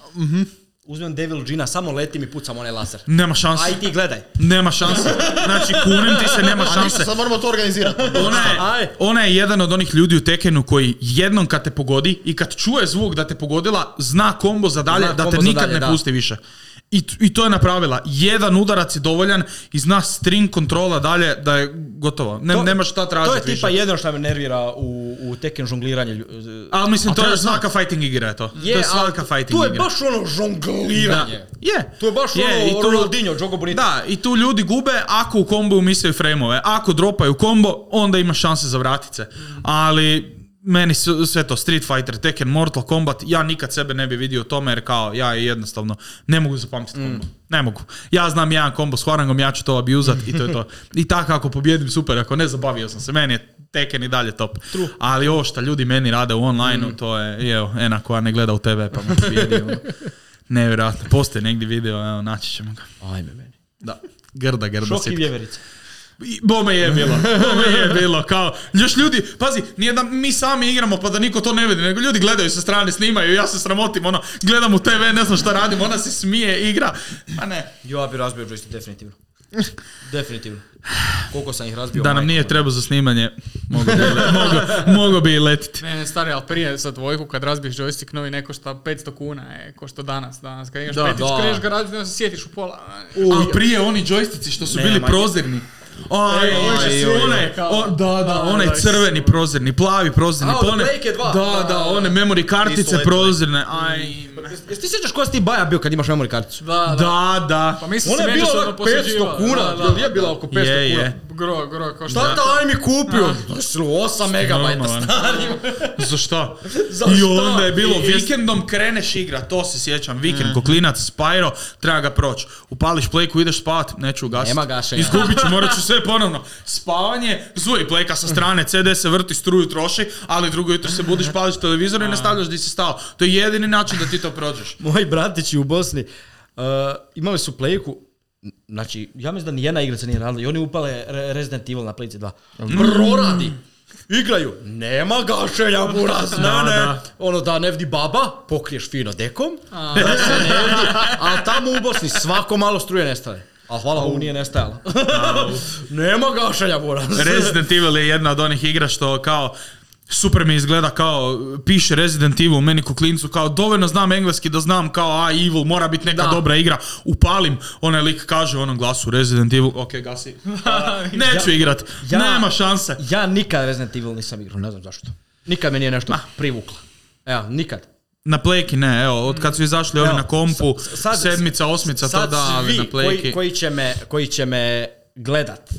Uzmem Devil Gina, samo letim i pucam onaj laser.
nema šanse,
Aj ti gledaj.
nema šanse. Znači, kunem ti se, nema
A ništa,
šanse.
sad moramo to organizirati.
Ona je,
Aj.
ona je jedan od onih ljudi u Tekenu koji jednom kad te pogodi i kad čuje zvuk da te pogodila, zna kombo za dalje,
Zna
da te
kombo za
nikad
dalje,
ne
da.
pusti više. I, t- I to je napravila. Jedan udarac je dovoljan i zna string kontrola dalje da je gotovo. Ne,
To-
nema šta tražiti
To je tipa
više.
jedno što me nervira u, u tekken žongliranje. lju-
Ali mislim, to,
treba
je
znat.
svaka fighting igra je to. to je
ali
svaka fighting
Tu je
igra.
baš ono žongliranje.
Da. Je.
To je baš ono
i tu-
Ronaldinho, Djogo Bonito.
Da, i tu ljudi gube ako u kombu umislaju frame-ove. Ako dropaju kombo, onda ima šanse za vratice. Ali meni su- sve to Street Fighter, Tekken, Mortal Kombat, ja nikad sebe ne bi vidio u tome jer kao ja jednostavno ne mogu zapamtiti kombo. Ne mogu. Ja znam jedan kombo s Hwarangom, ja ću to abuzat i to je to. I tako ako pobjedim super, ako ne zabavio sam se, meni je Tekken i dalje top. Ali ovo što ljudi meni rade u online to je, evo, ena koja ne gleda u TV pa me pobjedi. ono. Nevjerojatno, postoji negdje video, evo, naći ćemo ga.
Ajme meni.
Da. Grda, grda
Šok i
sitka.
vjeverica.
I Bome je bilo, bome je bilo, kao, još ljudi, pazi, nije da mi sami igramo pa da niko to ne vidi, nego ljudi gledaju sa strane, snimaju, ja se sramotim, ono, gledam u TV, ne znam šta radim, ona se smije, igra, ma ne.
Jo, ja bi razbio joystick, definitivno. definitivno. Koliko sam ih razbio.
Da nam
majko
nije
moja.
trebao za snimanje, mogo bi, le, mogo, mogo bi i letiti.
Ne, ne, stari, ali prije za dvojku kad razbiješ joystick novi ne košta 500 kuna, je, košta danas, danas. Kad imaš
Da,
peticu,
da.
kreneš ga razbiješ, onda se sjetiš u pola.
Ali prije oni džojstici što su
Ne,
bili
ma-
prozirni. Aj,
Ej,
aj,
oj, oj,
onaj,
oj, kao-
o- da, da,
Aj,
onaj
aj,
crveni
oj.
prozirni, plavi prozirni.
A,
pa
od
one-
Blake je dva.
Da, da, one memory kartice
letjeli.
prozirne. Aj,
Jes- Jesi ti sjećaš koja si ti baja bio kad imaš memory karticu?
Da, da.
da, da.
Pa mi smo
Ona
se
je bila
međusobno
ovak 500
posjeđivali,
kuna,
da, da.
jel je bila oko 500 kuna?
Je, je.
Gro, gro, košta.
Šta taj mi kupio? Došlo 8 megabajta
Normalno.
stari.
Za šta?
Za
I
šta?
onda je bilo
I-
vikendom kreneš igra, to se sjećam,
Mm.
vikend, koklinac, spajro, treba ga proći. Upališ plejku, ideš spavat, neću ugasiti.
Nema gašenja.
Izgubit ću, morat ću sve ponovno. Spavanje, zuji plejka sa strane, CD se vrti, struju troši, ali drugo jutro se budiš, pališ televizor i nastavljaš di si stao. To je jedini način da ti to prođeš.
Moji bratići u Bosni uh, imali su plejku, znači ja mislim da nijedna igra se nije radila i oni upale Re- Resident Evil na plejci 2.
Mm.
Proradi! Igraju, nema gašenja buraz,
Da,
ne, ne.
da.
Ono da ne vdi baba, pokriješ fino dekom, da se ne vdi, ali tamo u Bosni svako malo struje nestane. A hvala Bogu nije nestajala. nema gašenja buraz.
Resident Evil je jedna od onih igra što kao super mi izgleda kao piše Resident Evil meni ko klincu kao dovoljno znam engleski da znam kao a Evil mora biti neka
Da.
dobra igra upalim onaj lik kaže u onom glasu Resident Evil ok gasi neću igrat
ja-
nema šanse
Ja nikad Resident Evil nisam igrao, ne znam zašto. Nikad me nije nešto privuklo. Evo, nikad.
na pleki ne evo od kad su izašli ovi
Evo,
na kompu
sa- sad-
sedmica osmica to
Sad
da ali
svi
na pleki
koji, koji, će me, koji će me gledat,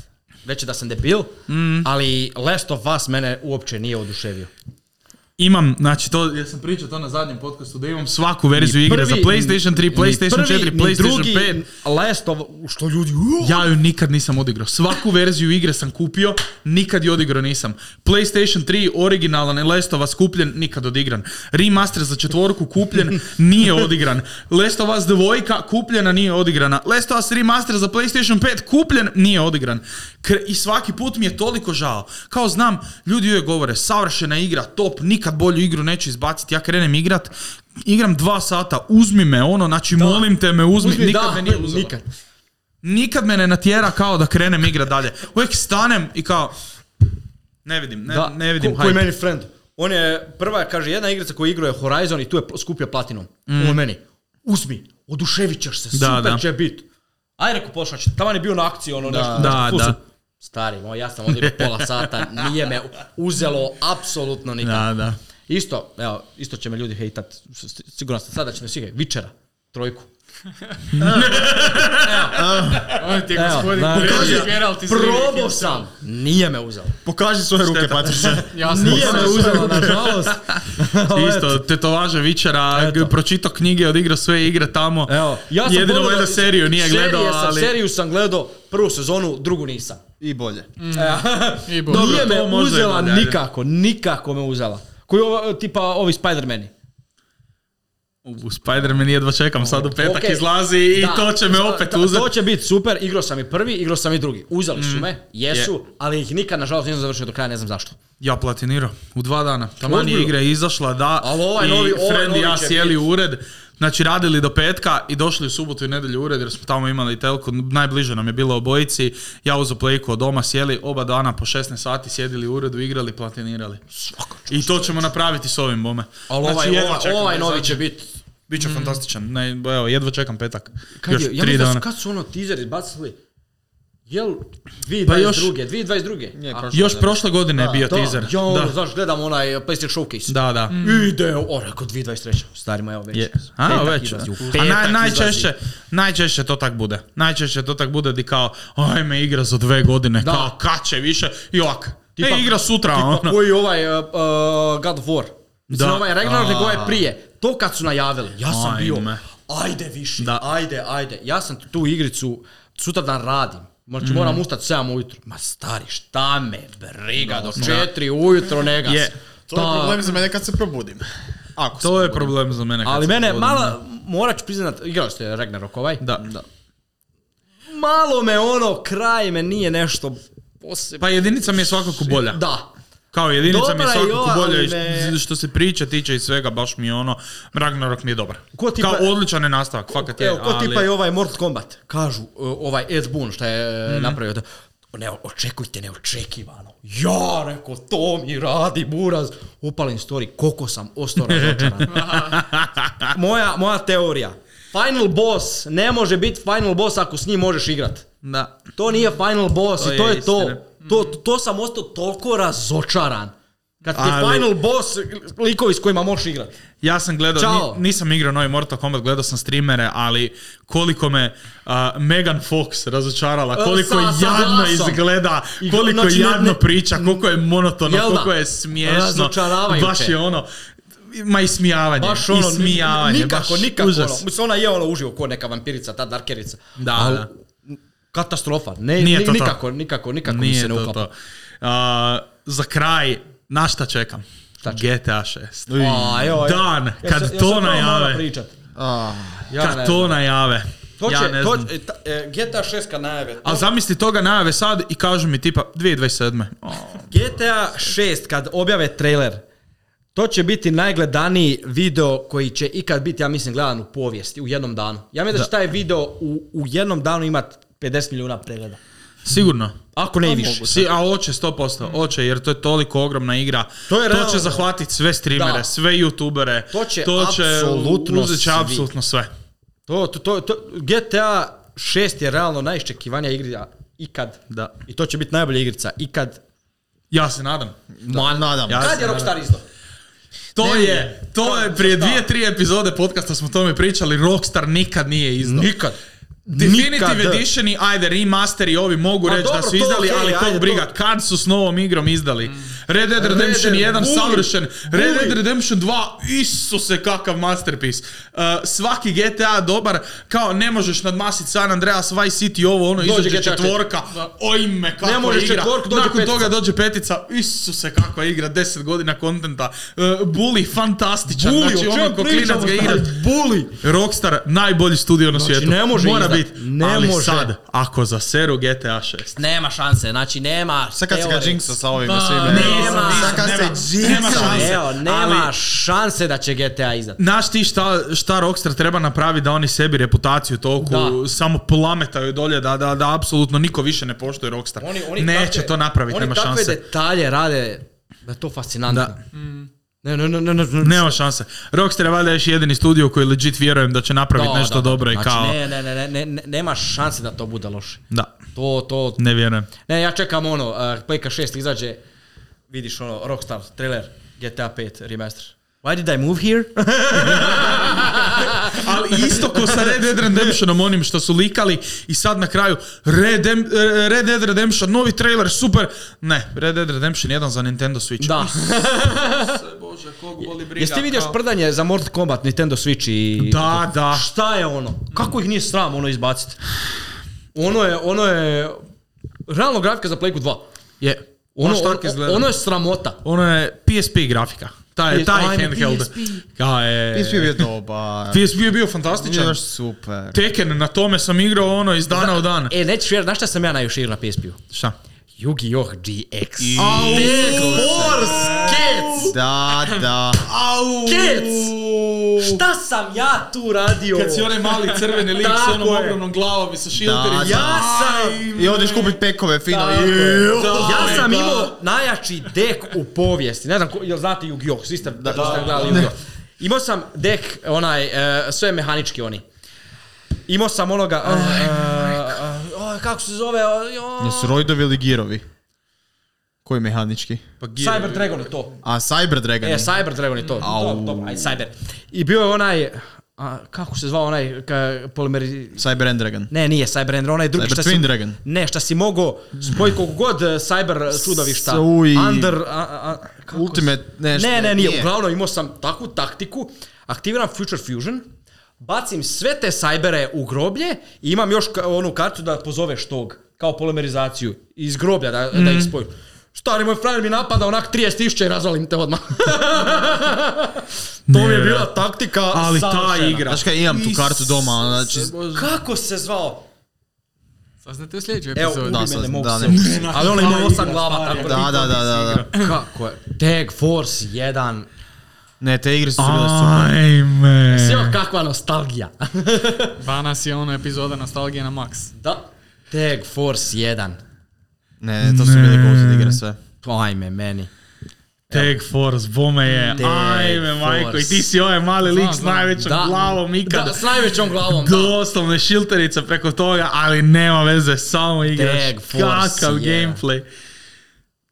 reći da sam debil,
Mm.
ali Last of Us mene uopće nije oduševio.
imam znači to ja sam pričao to na zadnjem podcastu da imam svaku verziju igre za
Prvi,
PlayStation 3
ni
PlayStation
prvi,
4
ni
PlayStation
drugi
5
Last of što ljudi... uh,
Ja ju nikad nisam odigrao. Svaku verziju igre sam kupio, nikad ju odigrao nisam. PlayStation 3 originalan Last of Us kupljen, nikad odigran. Remaster za četvorku kupljen, nije odigran. Last of Us dvojka kupljena, nije odigrana. Last of Us remaster za PlayStation 5 kupljen, nije odigran. Kr- I svaki put mi je toliko žao. Kao znam, ljudi uvijek govore, savršena igra, top, nikad bolju igru neću izbaciti. Ja krenem igrat, igram dva sata, uzmi me ono, znači molim te me uzmi,
Uzmi,
nikad
da,
me nije uzela
nikad.
nikad me ne natjera kao da krenem igra dalje. Uvijek stanem i kao, ne vidim, ne,
Da,
ne vidim
ko, koji
hype.
meni friend. On je prva, kaže, jedna igrica koju igrao je Horizon i tu je pl- skupio platinum. On meni, uzmi, oduševit ćeš se,
Mm. Da,
super
da.
će bit. Aj reku pošlać, taman je bio na akciji ono nešto.
Da,
nešto, tu
da.
sam, Stari moj, ja sam ovdje pola sata, nije me uzelo apsolutno nikad.
Da, da.
Isto, evo, isto će me ljudi hejtat, s- s- siguran sam, sada će me svi hejtat, Vičera, trojku.
Ovo ti je
Evo,
gospodin
da.
Gabriel Geralt iz
Probao sam, nije me uzelo.
Pokaži svoje ruke, Patrice.
Ja sam
Nije me uzelo, nažalost.
Isto, Pa tetovaže Vičera,
Pa Eto.
g- pročitao knjige, odigrao sve igre tamo.
Evo, ja sam
Jedino
pogledao-
valjda seriju nije
serije
gledao,
sam,
ali...
Seriju sam gledao prvu sezonu, drugu nisam.
I bolje.
I bo-
Dobro,
Nije
to
me
možda je
uzela
bolje, ajde.
nikako, nikako me uzela. Koji ovo, tipa ovi Spider-Mani.
U Spider-Man jedva čekam, sad u petak
Ok.
izlazi i
Da,
to će me opet
to-
uzeti. Mm,
To će biti super, igrao sam i prvi, igrao sam i drugi. Uzeli su me, jesu,
Je.
ali ih nikad nažalost nisam završio do kraja, ne znam zašto.
Ja platinirao u dva dana. Taman je
Ozbiljno?
igra izašla, da.
Ali ovaj
i
novi- ovaj
Fred i
novi
ja
će
sjeli
biti.
u ured. Znači radili do petka i došli u subotu i nedjelju u ured jer smo tamo imali telku. Najbliže nam je bilo obojici. Ja uzo plejku od doma, sjeli oba dana po 16 sati, sjedili u uredu, igrali, platinirali. I to ćemo napraviti s ovim bome.
Ali ovaj,
Znači, jedva
ovaj,
čekam znači. da
ovaj novi
izađe.
će biti
Biće fantastičan. Ne, evo, jedva čekam petak.
Kad,
Još
je, ja
tri
mislim da su-
dana.
kad su ono teaser izbacili? Jel 2022?
Pa još-
2022?
Nije,
A,
prošle
Još
godine.
prošle godine je bio
da, Mm.
teaser.
Ja ono,
Da.
znaš, gledam onaj PlayStation Showcase.
Da, da.
Ide, o, rekao 2023. Stari moj, evo već.
Je.
A,
Petak
već.
izlazi, u
A
petak
naj,
izlazi.
najčešće, najčešće to tak bude. Najčešće to tak bude di kao, ajme igra za dve godine,
Da.
kao kad će više, i ovak.
Tipa-
e, igra sutra,
Tipa
ono.
koji ovaj uh, uh, God of War. Mislim,
Da.
ovaj Ragnarok nego ovaj
A.
prije. To kad su najavili, ja sam bio,
Ajme.
ajde više,
Da.
ajde, ajde. Ja sam tu igricu, sutra dan radim.
Mhm.
Znači moram ustati 7 ujutro. Ma stari, šta me briga, do 4 ujutro negas.
Je.
To je
Ta-
problem za mene kad se probudim. Ako se
To je
probudim.
problem za Pa, mene. kad
Ali
se
mene
probudim.
malo, morat ću priznat, igrali ste Ragnarok ovaj?
Da.
Malo me ono, kraj me nije nešto posebno.
Pa jedinica mi je svakako bolja.
Da.
Kao jedinica mi je
Dobra je
svakako
ova,
bolja
ali
i
me-
š- što se priče tiče i svega, baš mi je ono, Ragnarok mi je dobar.
Ko tipa-
Kao odličan je nastavak, fakat je.
Evo, ko
ali-
tipa je ovaj Mortal Kombat? Kažu, e, ovaj Ed Boon šta je
Mhm.
e, napravio. Da, ne, očekujte neočekivano. Ja, rekao, to mi radi buraz. Upalim story, koliko sam ostao razočaran. moja, moja teorija. Final boss ne može biti final boss ako s njim možeš igrat.
Da.
To nije final boss
To
i to
je
je, to.
istina.
to. To sam ostao toliko razočaran. Kad ti je
Ali-
final boss likovi s kojima možeš igrat.
Ja sam gledao,
Ćao.
ni- nisam igrao novi Mortal Kombat, gledao sam streamere, ali koliko me a, Megan Fox razočarala,
E,
koliko
sa- sa
jadno
glasom.
izgleda,
I
koliko
znači, ne-
jadno
ne-
priča, koliko je monotono,
Jel da?
koliko je smiješno.
Razočaravajuće.
Baš je ono, ma ismijavanje,
Baš ono,
ismijavanje,
nikako,
baš
nikako.
užas.
Ono. Mislim, ona je ono uživo ko neka vampirica, ta darkerica.
Da,
Ali,
da.
Katastrofa. Ne,
Nije
ni-
to to.
nikako, nikako, nikako mi
Nije
se ne
to
uklapa.
to. A, za kraj, na šta čekam?
Šta
GTA 6.
A, evo, evo.
Dan,
Ja
kad
sam-
to
ja sam to
najave.
moram pričat.
Ah,
Ja ne
kad to
znam.
najave.
To će,
ja ne
to,
znam.
e, ta- e, GTA 6 kad najave.
A zamisli toga najave sad i kažu mi tipa 2027. O,
GTA 6 kad objave trailer, to će biti najgledaniji video koji će ikad biti, ja mislim, gledan u povijesti, u jednom danu. Ja mislim da će taj video u, u jednom danu imat 50 milijuna pregleda.
sigurno.
Ako ne i više.
Si, a oće 100%, oće jer to je toliko ogromna igra.
To je realno.
će zahvatiti sve streamere,
Da.
sve youtubere.
To će apsolutno
uzet će
svi.
apsolutno sve.
To, to, to, to, GTA 6 je realno najiščekivanija igra ikad.
Da.
I to će biti najbolja igrica ikad.
Ja se nadam.
ma, nadam.
Ja-
Ja.
se
Kad je
nadam.
Rockstar izdao?
To
Ne,
je, to je prije dvije, tri epizode podcasta smo o tome pričali, Rockstar nikad nije izdao.
Nikad.
Definitive
Nikad.
Editioni, ajde, remasteri, ovi mogu
Ma
reći da
dobro,
su
to
izdali,
okej,
ali
ajde,
kog briga,
to-
kad su s novom igrom izdali. Red Dead
Mm. Red
Redemption
Dead,
1
Bully,
savršen, Red
Bully.
Dead Redemption 2, isuse kakav masterpiece. Uh, svaki GTA dobar, kao ne možeš nadmasiti San Andreas, Vice City, ovo ono,
Dođe
izađe
GTA
četvorka, ojme kakva
Ne možeš
igra.
četvorku, dođe
Nakon
petica.
toga dođe petica, isuse kakva igra, 10 godina kontenta. Uh, Bully, fantastičan,
Bully,
znači
o čemu
ono ko klinac
pričamo,
ga igra.
stari? Bully. Znači,
Rockstar najbolji studio na svijetu.
ne može
Mora
izdat,
biti.
ne
ali
može.
sad, ako za seru GTA 6.
Nema šanse, znači nema
Sad kad se ga
teorije.
jinxa sa ovim
Da,
svime.
nema,
Sad kad
nema,
se jinxa.
nema. šanse,
Evo, nema
ali-
šanse da će GTA izdat.
Znaš ti šta, šta Rockstar treba napraviti da oni sebi reputaciju toliko
Da.
samo plametaju dolje da, da, da apsolutno niko više ne poštuje Rockstar.
Oni, oni
Neće
takve-
to napraviti,
oni
nema
takve
šanse.
detalje rade da je to fascinantno.
Da.
Ne, ne, ne, ne, ne, ne.
Nema šanse. Rockstar je valjda još jedini studio koji legit vjerujem da će napraviti
Da,
nešto
da, da.
dobro i
Znači,
kao...
Ne, ne, ne, ne, ne, ne, nema šanse da to bude loše.
Da,
To, to,
ne vjerujem.
Ne, ja čekam ono, uh, Playka 6 izađe, vidiš ono, Rockstar, trailer, GTA 5, remaster. Why did I move here?
Ali isto ko sa Red Dead Redemptionom, onim što su likali i sad na kraju Redem, Red Dead Redemption, novi trailer, super. Ne, Red Dead Redemption 1 za Nintendo Switch.
da.
Bože, kog boli briga.
Jeste vidio sprdanje za Mortal Kombat, Nintendo Switch i...
Da, da.
Šta je ono? Kako ih nije sram ono izbaciti? Ono je, ono je... Realno grafika za Playku 2.
Je.
Ono,
Baš tako
ono,
izgleda.
ono je sramota.
Ono je PSP grafika. Taj,
P S P,
taj
ajme,
handheld.
PSP.
Kao je...
Ti si bio dobar. Ti
PSP je bio
si bio
fantastičan.
baš super.
Tekken, na tome sam igrao ono iz dana u dan.
E, nećeš vjerati, znaš šta sam ja najviše igrao na PSP-u?
Šta?
Yu-Gi-Oh! GX.
Au!
Force Kids!
Da, da.
Au!
Kids! Šta sam ja tu radio?
Kad si onaj mali crveni lik s onom
Tako je.
ogromnom glavom i sa šilterim.
Da, da.
Ja sam...
I odeš kupit pekove fino.
Tako
Juuu.
je. Ja sam
Da.
imao najjači dek u povijesti. Ne znam, ko- jel znate Yu-Gi-Oh? Svi ste, da, ste gledali Yu-Gi-Oh? Imao sam dek, onaj, e, sve mehanički oni. Imao sam onoga... e,
Eh,
e, e, oj, kako se zove? oj, oj,
Jesu rojdovi ili girovi? Koji mehanički?
Pa gir-
Cyber Dragon je to.
A Cyber Dragon.
E, Cyber Dragon je to. Dobro, dobro, aj, Cyber. I bio je onaj, a, kako se zvao onaj ka, polimeri...
Cyber and Dragon.
Ne, nije Cyber Dragon, onaj drugi
Cyber
šta si...
Twin Dragon.
Ne, šta si mogao spojiti koliko god e, Cyber čudovišta.
Suj.
Under... A, a, a, kako
Ultimate nešto.
Ne, ne, nije. Uglavnom imao sam takvu taktiku. Aktiviram Future Fusion, bacim sve te sajbere u groblje i imam još ka- onu kartu da pozoveš tog, kao polymerizaciju, iz groblja da, da ih spojiš. Stari moj frajer mi napada onak 30.000 i razvalim te odmah. to mi je bila
Nevjerojatno.
taktika
Ali ta
savršena.
igra.
Znaš kaj, imam tu kartu doma, ono, znači...
Kako se zvao?
Saznate u sljedećoj
Evo,
epizodi.
ubi
Da,
me,
sad-
ne mogu
da,
se.
ne mogu
Ali ona ima osam glava, tako
Da, da, da, da, da.
Kako je? Tag Force 1.
Ne, te igre su bile super.
Ajme.
Sjeo kakva nostalgija.
Danas Pa je ona epizoda nostalgije na max.
Da. Tag Force 1.
Ne, ne, to su bile goated igre sve.
Ajme, meni.
Tag Force, bome je.
Tag
Ajme, majko. I ti si ovaj mali
Znam,
lik s
znam.
najvećom glavom
Da,
ikada.
s najvećom glavom, da.
Doslovne šilterice preko toga, ali nema veze, samo igraš.
Tag Force
Kakav
je.
gameplay.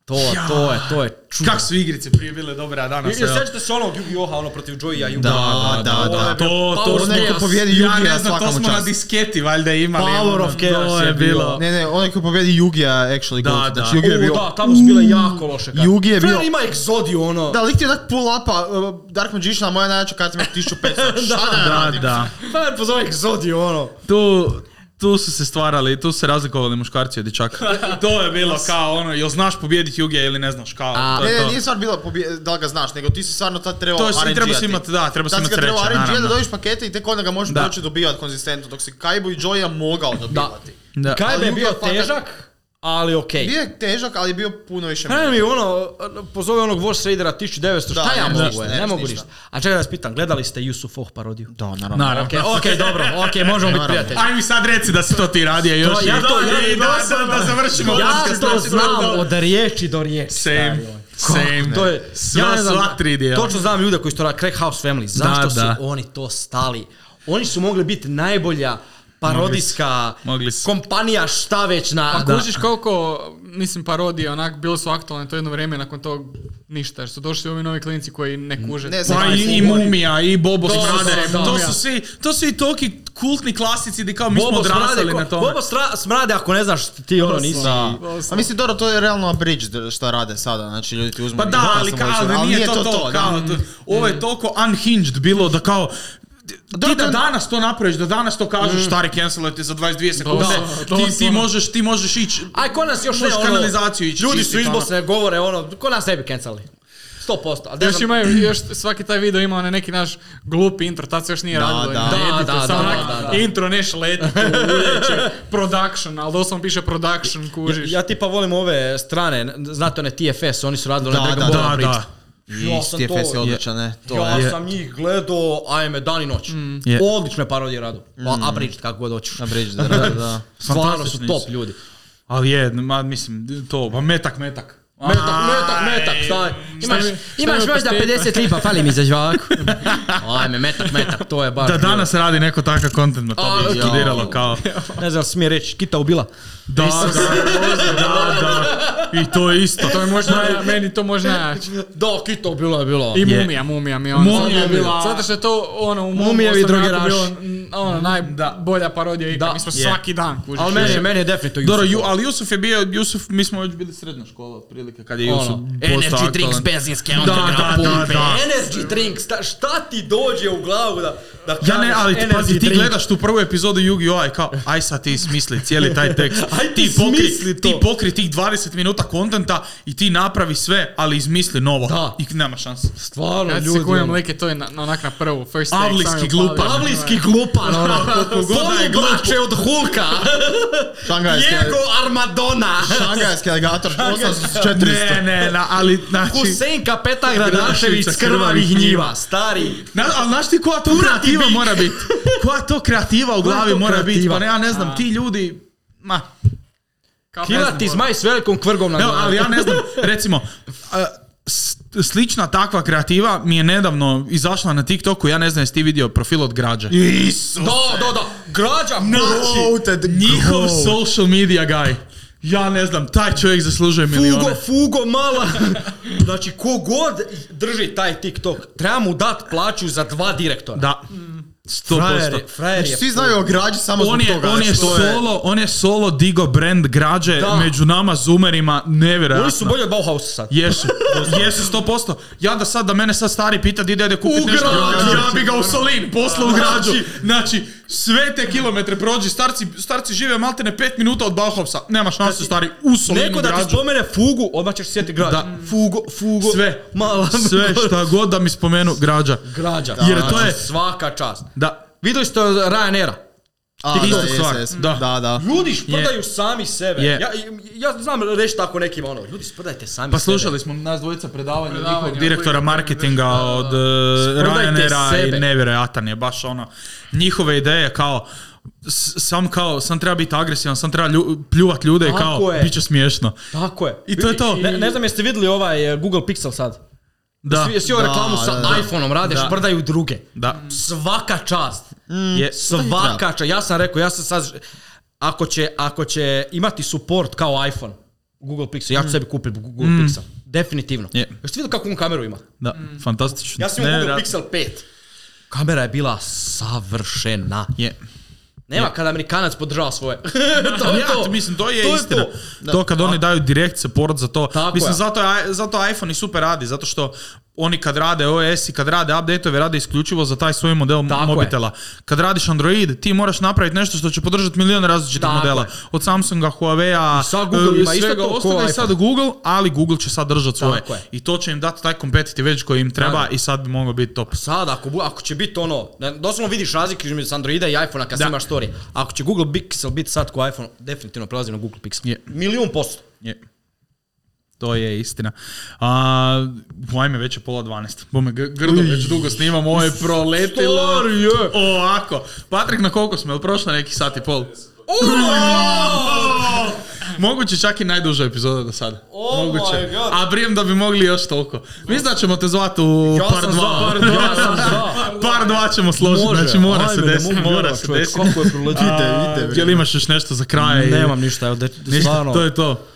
To, to je, to je čudo.
Kako su igrice prije bile dobre, a danas... evo.
Sjećate se onog Yu-Gi-Oh-a, ono protiv Joey-a, Yu-Gi-Oh-a?
Da, da,
Da, Pa
da.
to, to,
Power
smo-
Stars.
Onaj ko pobjedi
ja
Yu-Gi-Oh,
ne znam, to
svaka mu
smo na
čast.
disketi valjda imali.
Power
ono,
of
to
Chaos je bilo.
Ne, ne, onaj koji pobjedi Jugija je actually
Da,
goated.
da.
Znači Jugija je bio...
U, da, tamo su bile jako loše karte.
Yugi je bio-
Frajer ima egzodiju, ono.
Da, lik ti je onak pull upa, uh, Dark Magician, a moja najjača karta ima 1500. Šta da ja
Da,
radim?
da.
Frajer pozove egzodiju, ono.
Tu, tu su se stvarali, tu su se razlikovali muškarci od dječaka. to je bilo kao ono, jel znaš pobijediti Jugija ili ne znaš kao.
A,
to
Ne,
je
ne,
to.
nije stvar bila pobje- da li ga znaš, nego ti si stvarno tad trebao
To je,
RNG-ati.
treba si imat, da, treba si
Tad
imat
si ga trebao
sreće,
RNG-at da
naravno.
dobiš pakete i tek onda ga možeš
Da.
početi dobivati konzistentno, dok si Kaibu i Joya mogao dobivati.
Da.
Kaj
Ali
bi je
Yugi
bio
je fakat-
težak, ali okej.
Bio je težak, ali je bio puno više
Frajer mi ono, pozove onog Voss Raidera 1900,
Da,
šta ja
ne
mogu,
možeš,
e,
ne
ne
možeš
mogu
ništa.
ništa. A čekaj da vas pitam, gledali ste Yusuf Oh parodiju?
Da, naravno.
Naravno.
Okej, okej, dobro, okej, možemo biti prijatelji.
Aj mi sad reci da si to ti radio još.
ja to-
Dobro,
ja-
i da, sad da završimo.
Ja
podcast,
to
znači, dobro.
znam od riječi do riječi.
Same,
stari, ono.
same.
To je,
Sva,
ne znam,
sva tri dijela.
Točno znam ljude koji su to radili, Crack House Family. Zašto su
da.
oni to stali? Oni su mogli biti najbolja parodijska
Mogli su.
kompanija šta već na...
A kužiš koliko, mislim, parodije, onak, bile su aktualne to jedno vrijeme, nakon tog ništa, jer su došli ovi novi klinici koji ne kuže.
Ne znam.
Pa
Taj
i, i Mumija, i Bobo
su-
Smrader,
da.
to su svi, to su i toki kultni klasici di kao mi smo odrastali
ko-
na tome.
Bobo stra- smrade ako ne znaš ti ono nisi.
Da.
Doslovno.
A mislim, dobro, to je realno abridged šta rade sada, znači ljudi ti uzmu...
Pa da,
i dosta
ali
samo
kao,
izvora,
da
ali
nije to to,
da.
kao, to- ovo je toliko unhinged bilo da kao,
Dobro,
ti da
to
Mm.
je-
danas to napraviš, da danas to kažeš, stari cancelaj te za 22 sekunde,
Doslovno,
ti, ti
doslovno.
možeš, ti možeš ići,
Aj, ko nas još ne,
Možeš
ono,
kanalizaciju ići
ljudi su
čistit, ono.
izbosne, govore, ono, ko nas ne bi canceli? 100%. A ne
Još
znam-
imaju, još svaki taj video ima onaj neki naš glupi intro, tad se još nije
Da,
radilo.
da.
ne,
Da,
edito,
da,
samo
da,
onak
da, da.
Intro neš leti, tu, uljeće, production, ali doslovno piše production, kužiš.
Ja, ja tipa volim ove strane, znate one TFS, oni su radili
Da,
one Dragon
da,
Ball
da,
priče.
da.
Ja sam
I Steve
to-
je odličan, ne? To
ja
je.
sam njih gledao, ajme, dan i noć.
Je.
Odlične parodije radu. Pa abridged, kako god hoćeš.
Abridged, da, da, da.
Stvarno su
Mm. Fantastični
top
su.
ljudi.
ali je, ma, mislim, to, pa metak, metak.
Metak, metak, metak, staj. Imaš,
mi- šta
imaš
mi
možda
pašteta?
50 lipa, fali mi za žvaku. Ajme, metak, metak, to je baš.
Da
bilo.
danas radi neko takav content, ma to
A,
bi eksplodiralo kao.
Ne znam, smije reći, kita ubila.
Da, da, da, da. I to je isto.
To je možda, meni to može
Znači,
naći.
Da, kita ubila je bila.
I
Je.
mumija, mumija mi je ono.
Mumija je
zato-
bila-
Zato što je to ono u mom
Mumijevi
osnovnom jako
drogeraši.
bilo, mm, ono, najbolja parodija ikad.
Da.
Mi smo
Je.
svaki dan, kužiš.
Ali meni, je- meni je definitivno
Dobro,
Yusuf.
ju, ali Jusuf je bio, Jusuf, mi smo već bili srednja škola otprilike kad je Jusuf
Ono,
postao aktualan.
benzinske,
Da, da, da, da.
Energy drinks, šta, šta ti dođe u glavu da, da
Ja ne,
kažeš
ali
energy
pazi, ti
drink?
gledaš tu prvu epizodu Yu-Gi-Oh! i kao, aj sad ti smisli cijeli taj tekst.
Aj ti smisli to.
ti pokri tih 20 minuta kontenta i ti napravi sve, ali izmisli novo.
Da.
I nema šanse.
Stvarno,
Ja
ljudi.
se kujem
ono.
like, to je na, na onak na prvu, first take.
Avlijski
sami upali.
glupan.
Avlijski glupan, ono, koliko god da je
glup.
oblače od Hulka.
Šangajski,
Diego Armadona.
šangajski aligator, 8400.
Ne, ne, na, ali znači...
Husein Kapetan Gradašević s krvavih njiva, stari.
Na, ali znaš ti koja to kreativa
bik.
mora biti? Koja to kreativa u glavi
to
mora biti?
kreativa?
Pa ne, ja ne znam, ti ljudi... Ma,
Kao ne znam,
Kirati
ono.
zmaj s velikom kvrgom na
Evo,
glavi.
ali ja ne znam, recimo, a, s- slična takva kreativa mi je nedavno izašla na TikToku, ja ne znam jesi ti vidio profil od Građa.
Isus!
Da, da, da, građa,
Goated,
Njihov
goat.
social media guy. Ja ne znam, taj čovjek zaslužuje
Fugo,
milijone.
fugo, mala. Znači, ko god drži taj TikTok, treba mu dat plaću za dva direktora.
Da. 100%.
Frajer, je- frajer je.
Svi znaju o građi samo
On
zbog
je,
toga.
on je
što je-
solo, on je solo digo brand građe
Da.
među nama zoomerima, nevjerojatno.
Oni su bolji od Bauhausa sad.
Jesu, jesu 100%. Ja da sad, da mene sad stari pita di dede kupit
U
nešto,
građu.
ja bi ga u Solin poslao u građu. Znači, sve te kilometre prođi, starci, starci žive maltene 5 minuta od Bauhausa. Nema šanse, stari, u Solin
Znači, Neko
u
da ti
građu.
spomene fugu, odmah ćeš sjeti građa.
Da.
Fugo, fugo,
Sve,
mala.
sve šta god da mi spomenu građa.
Građa.
Jer to
Znači,
je-
Svaka čast.
Da,
Vidjeli ste Ryanaira.
A, da,
istu
jes,
stvar.
jes.
Da.
da, da.
Ljudi sprdaju sami sebe.
Je.
Ja, ja znam reći tako nekima ono, ljudi sprdajte sami
pa
sebe.
slušali smo nas dvojica predavanja
Predavanja,
njihovog direktora
koji-
marketinga
Da, da.
od e,
Sprdajte
Ryanaira
sebe.
i nevjerojatan je baš ono. Njihove ideje kao s- sam kao, sam treba biti agresivan, sam treba lju, pljuvat ljude i
Tako
kao,
je.
bit će smiješno.
Tako je.
I to je to.
Ne, ne znam jeste vidjeli ovaj eh, Google Pixel sad.
Da.
Svi, jesi ovo
Da,
reklamu sa
da, da.
iPhoneom rade,
Da. Mm.
šprdaju druge.
Da.
Svaka čast.
Je,
Svaka čast. Ja sam rekao, ja sam sad... Ako će, ako će imati support kao iPhone, Google Pixel, ja ću sebi kupiti Google Pixel. Definitivno.
Mm. Je.
Jeste vidio kakvu on kameru ima?
da, fantastično.
Mm. Ja sam imao Google
Nevjerojatno.
Pixel 5. Kamera je bila savršena.
Je.
Nema kada Amerikanac podržava svoje. to je
Ja,
to.
mislim, to je
To je
istina.
to.
To, kad oni daju direkt support za to.
Tako
mislim,
je.
zato, je, zato iPhone i super radi, zato što oni kad rade OS i kad rade update-ove, rade isključivo za taj svoj model
Tako je.
mobitela. Kad radiš Android, ti moraš napraviti nešto što će podržati milion različitih
Tako
modela.
je.
Od Samsunga, Huawei-a,
sad Google
e,
ima isto
svega
to ko
ostaloga i sad Google, ali Google će sad držati svoje.
Tako je.
I to će im dati taj competitive edge koji im treba
Tako
i sad bi mogao biti top.
Sad, ako, bu- ako će biti ono, ne, doslovno vidiš razliku između Androida i iPhone-a kad
Da.
snimaš story. Ako će Google Pixel biti sad ko iPhone, definitivno prelazi na Google Pixel.
Je.
Milijun posto.
Je. To je istina. A, ajme, već je pola 12. Bome, gr- grdo već dugo snimam, ovo je proletilo.
Stvar je.
Ovako. Patrik, na koliko smo? Jel prošlo neki sat i pol? Moguće čak i najduža epizoda do sada.
Oh my
Moguće.
God.
A brijem da bi mogli još toliko. Mislim da ćemo te zvati u
Ja
par
sam
dva.
za par dva, ja sam za.
Par dva ćemo složiti, znači mora se
ajme, ne
desiti,
mogu
mora
vjerovat,
se
čovjek,
desiti.
Kako je proletilo.
A,
ide, bre.
Jel imaš još nešto za kraj?
Nemam ništa, evo, de-
Ništa,
stvarno,
to je to.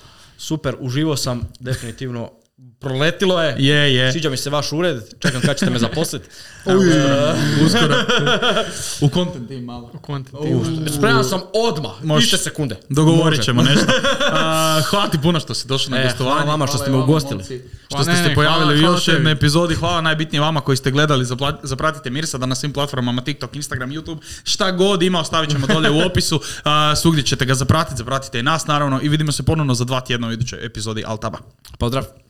super, uživo sam, definitivno, proletilo je.
Je, je.
Sviđa mi se vaš ured, čekam kad ćete me zaposliti.
Uskoro. U content im malo.
Content.
Spreman sam odmah,
Može.
iste sekunde.
Dogovorit
Može.
ćemo nešto. A, hvala ti puno što si došao na
E, hvala
gostovanje. Pa
vama što ste me ugostili.
Što ste se pojavili u još jednoj
jedne
epizodi. Hvala najbitnije vama koji ste gledali. Zapla- Zapratite Mirsa da na svim platformama TikTok, Instagram, YouTube, šta god ima, ostavit ćemo dolje u opisu. A, svugdje ćete ga zapratiti, zapratite i nas naravno i vidimo se ponovno za dva tjedna u idućoj epizodi Altaba.
Pozdrav.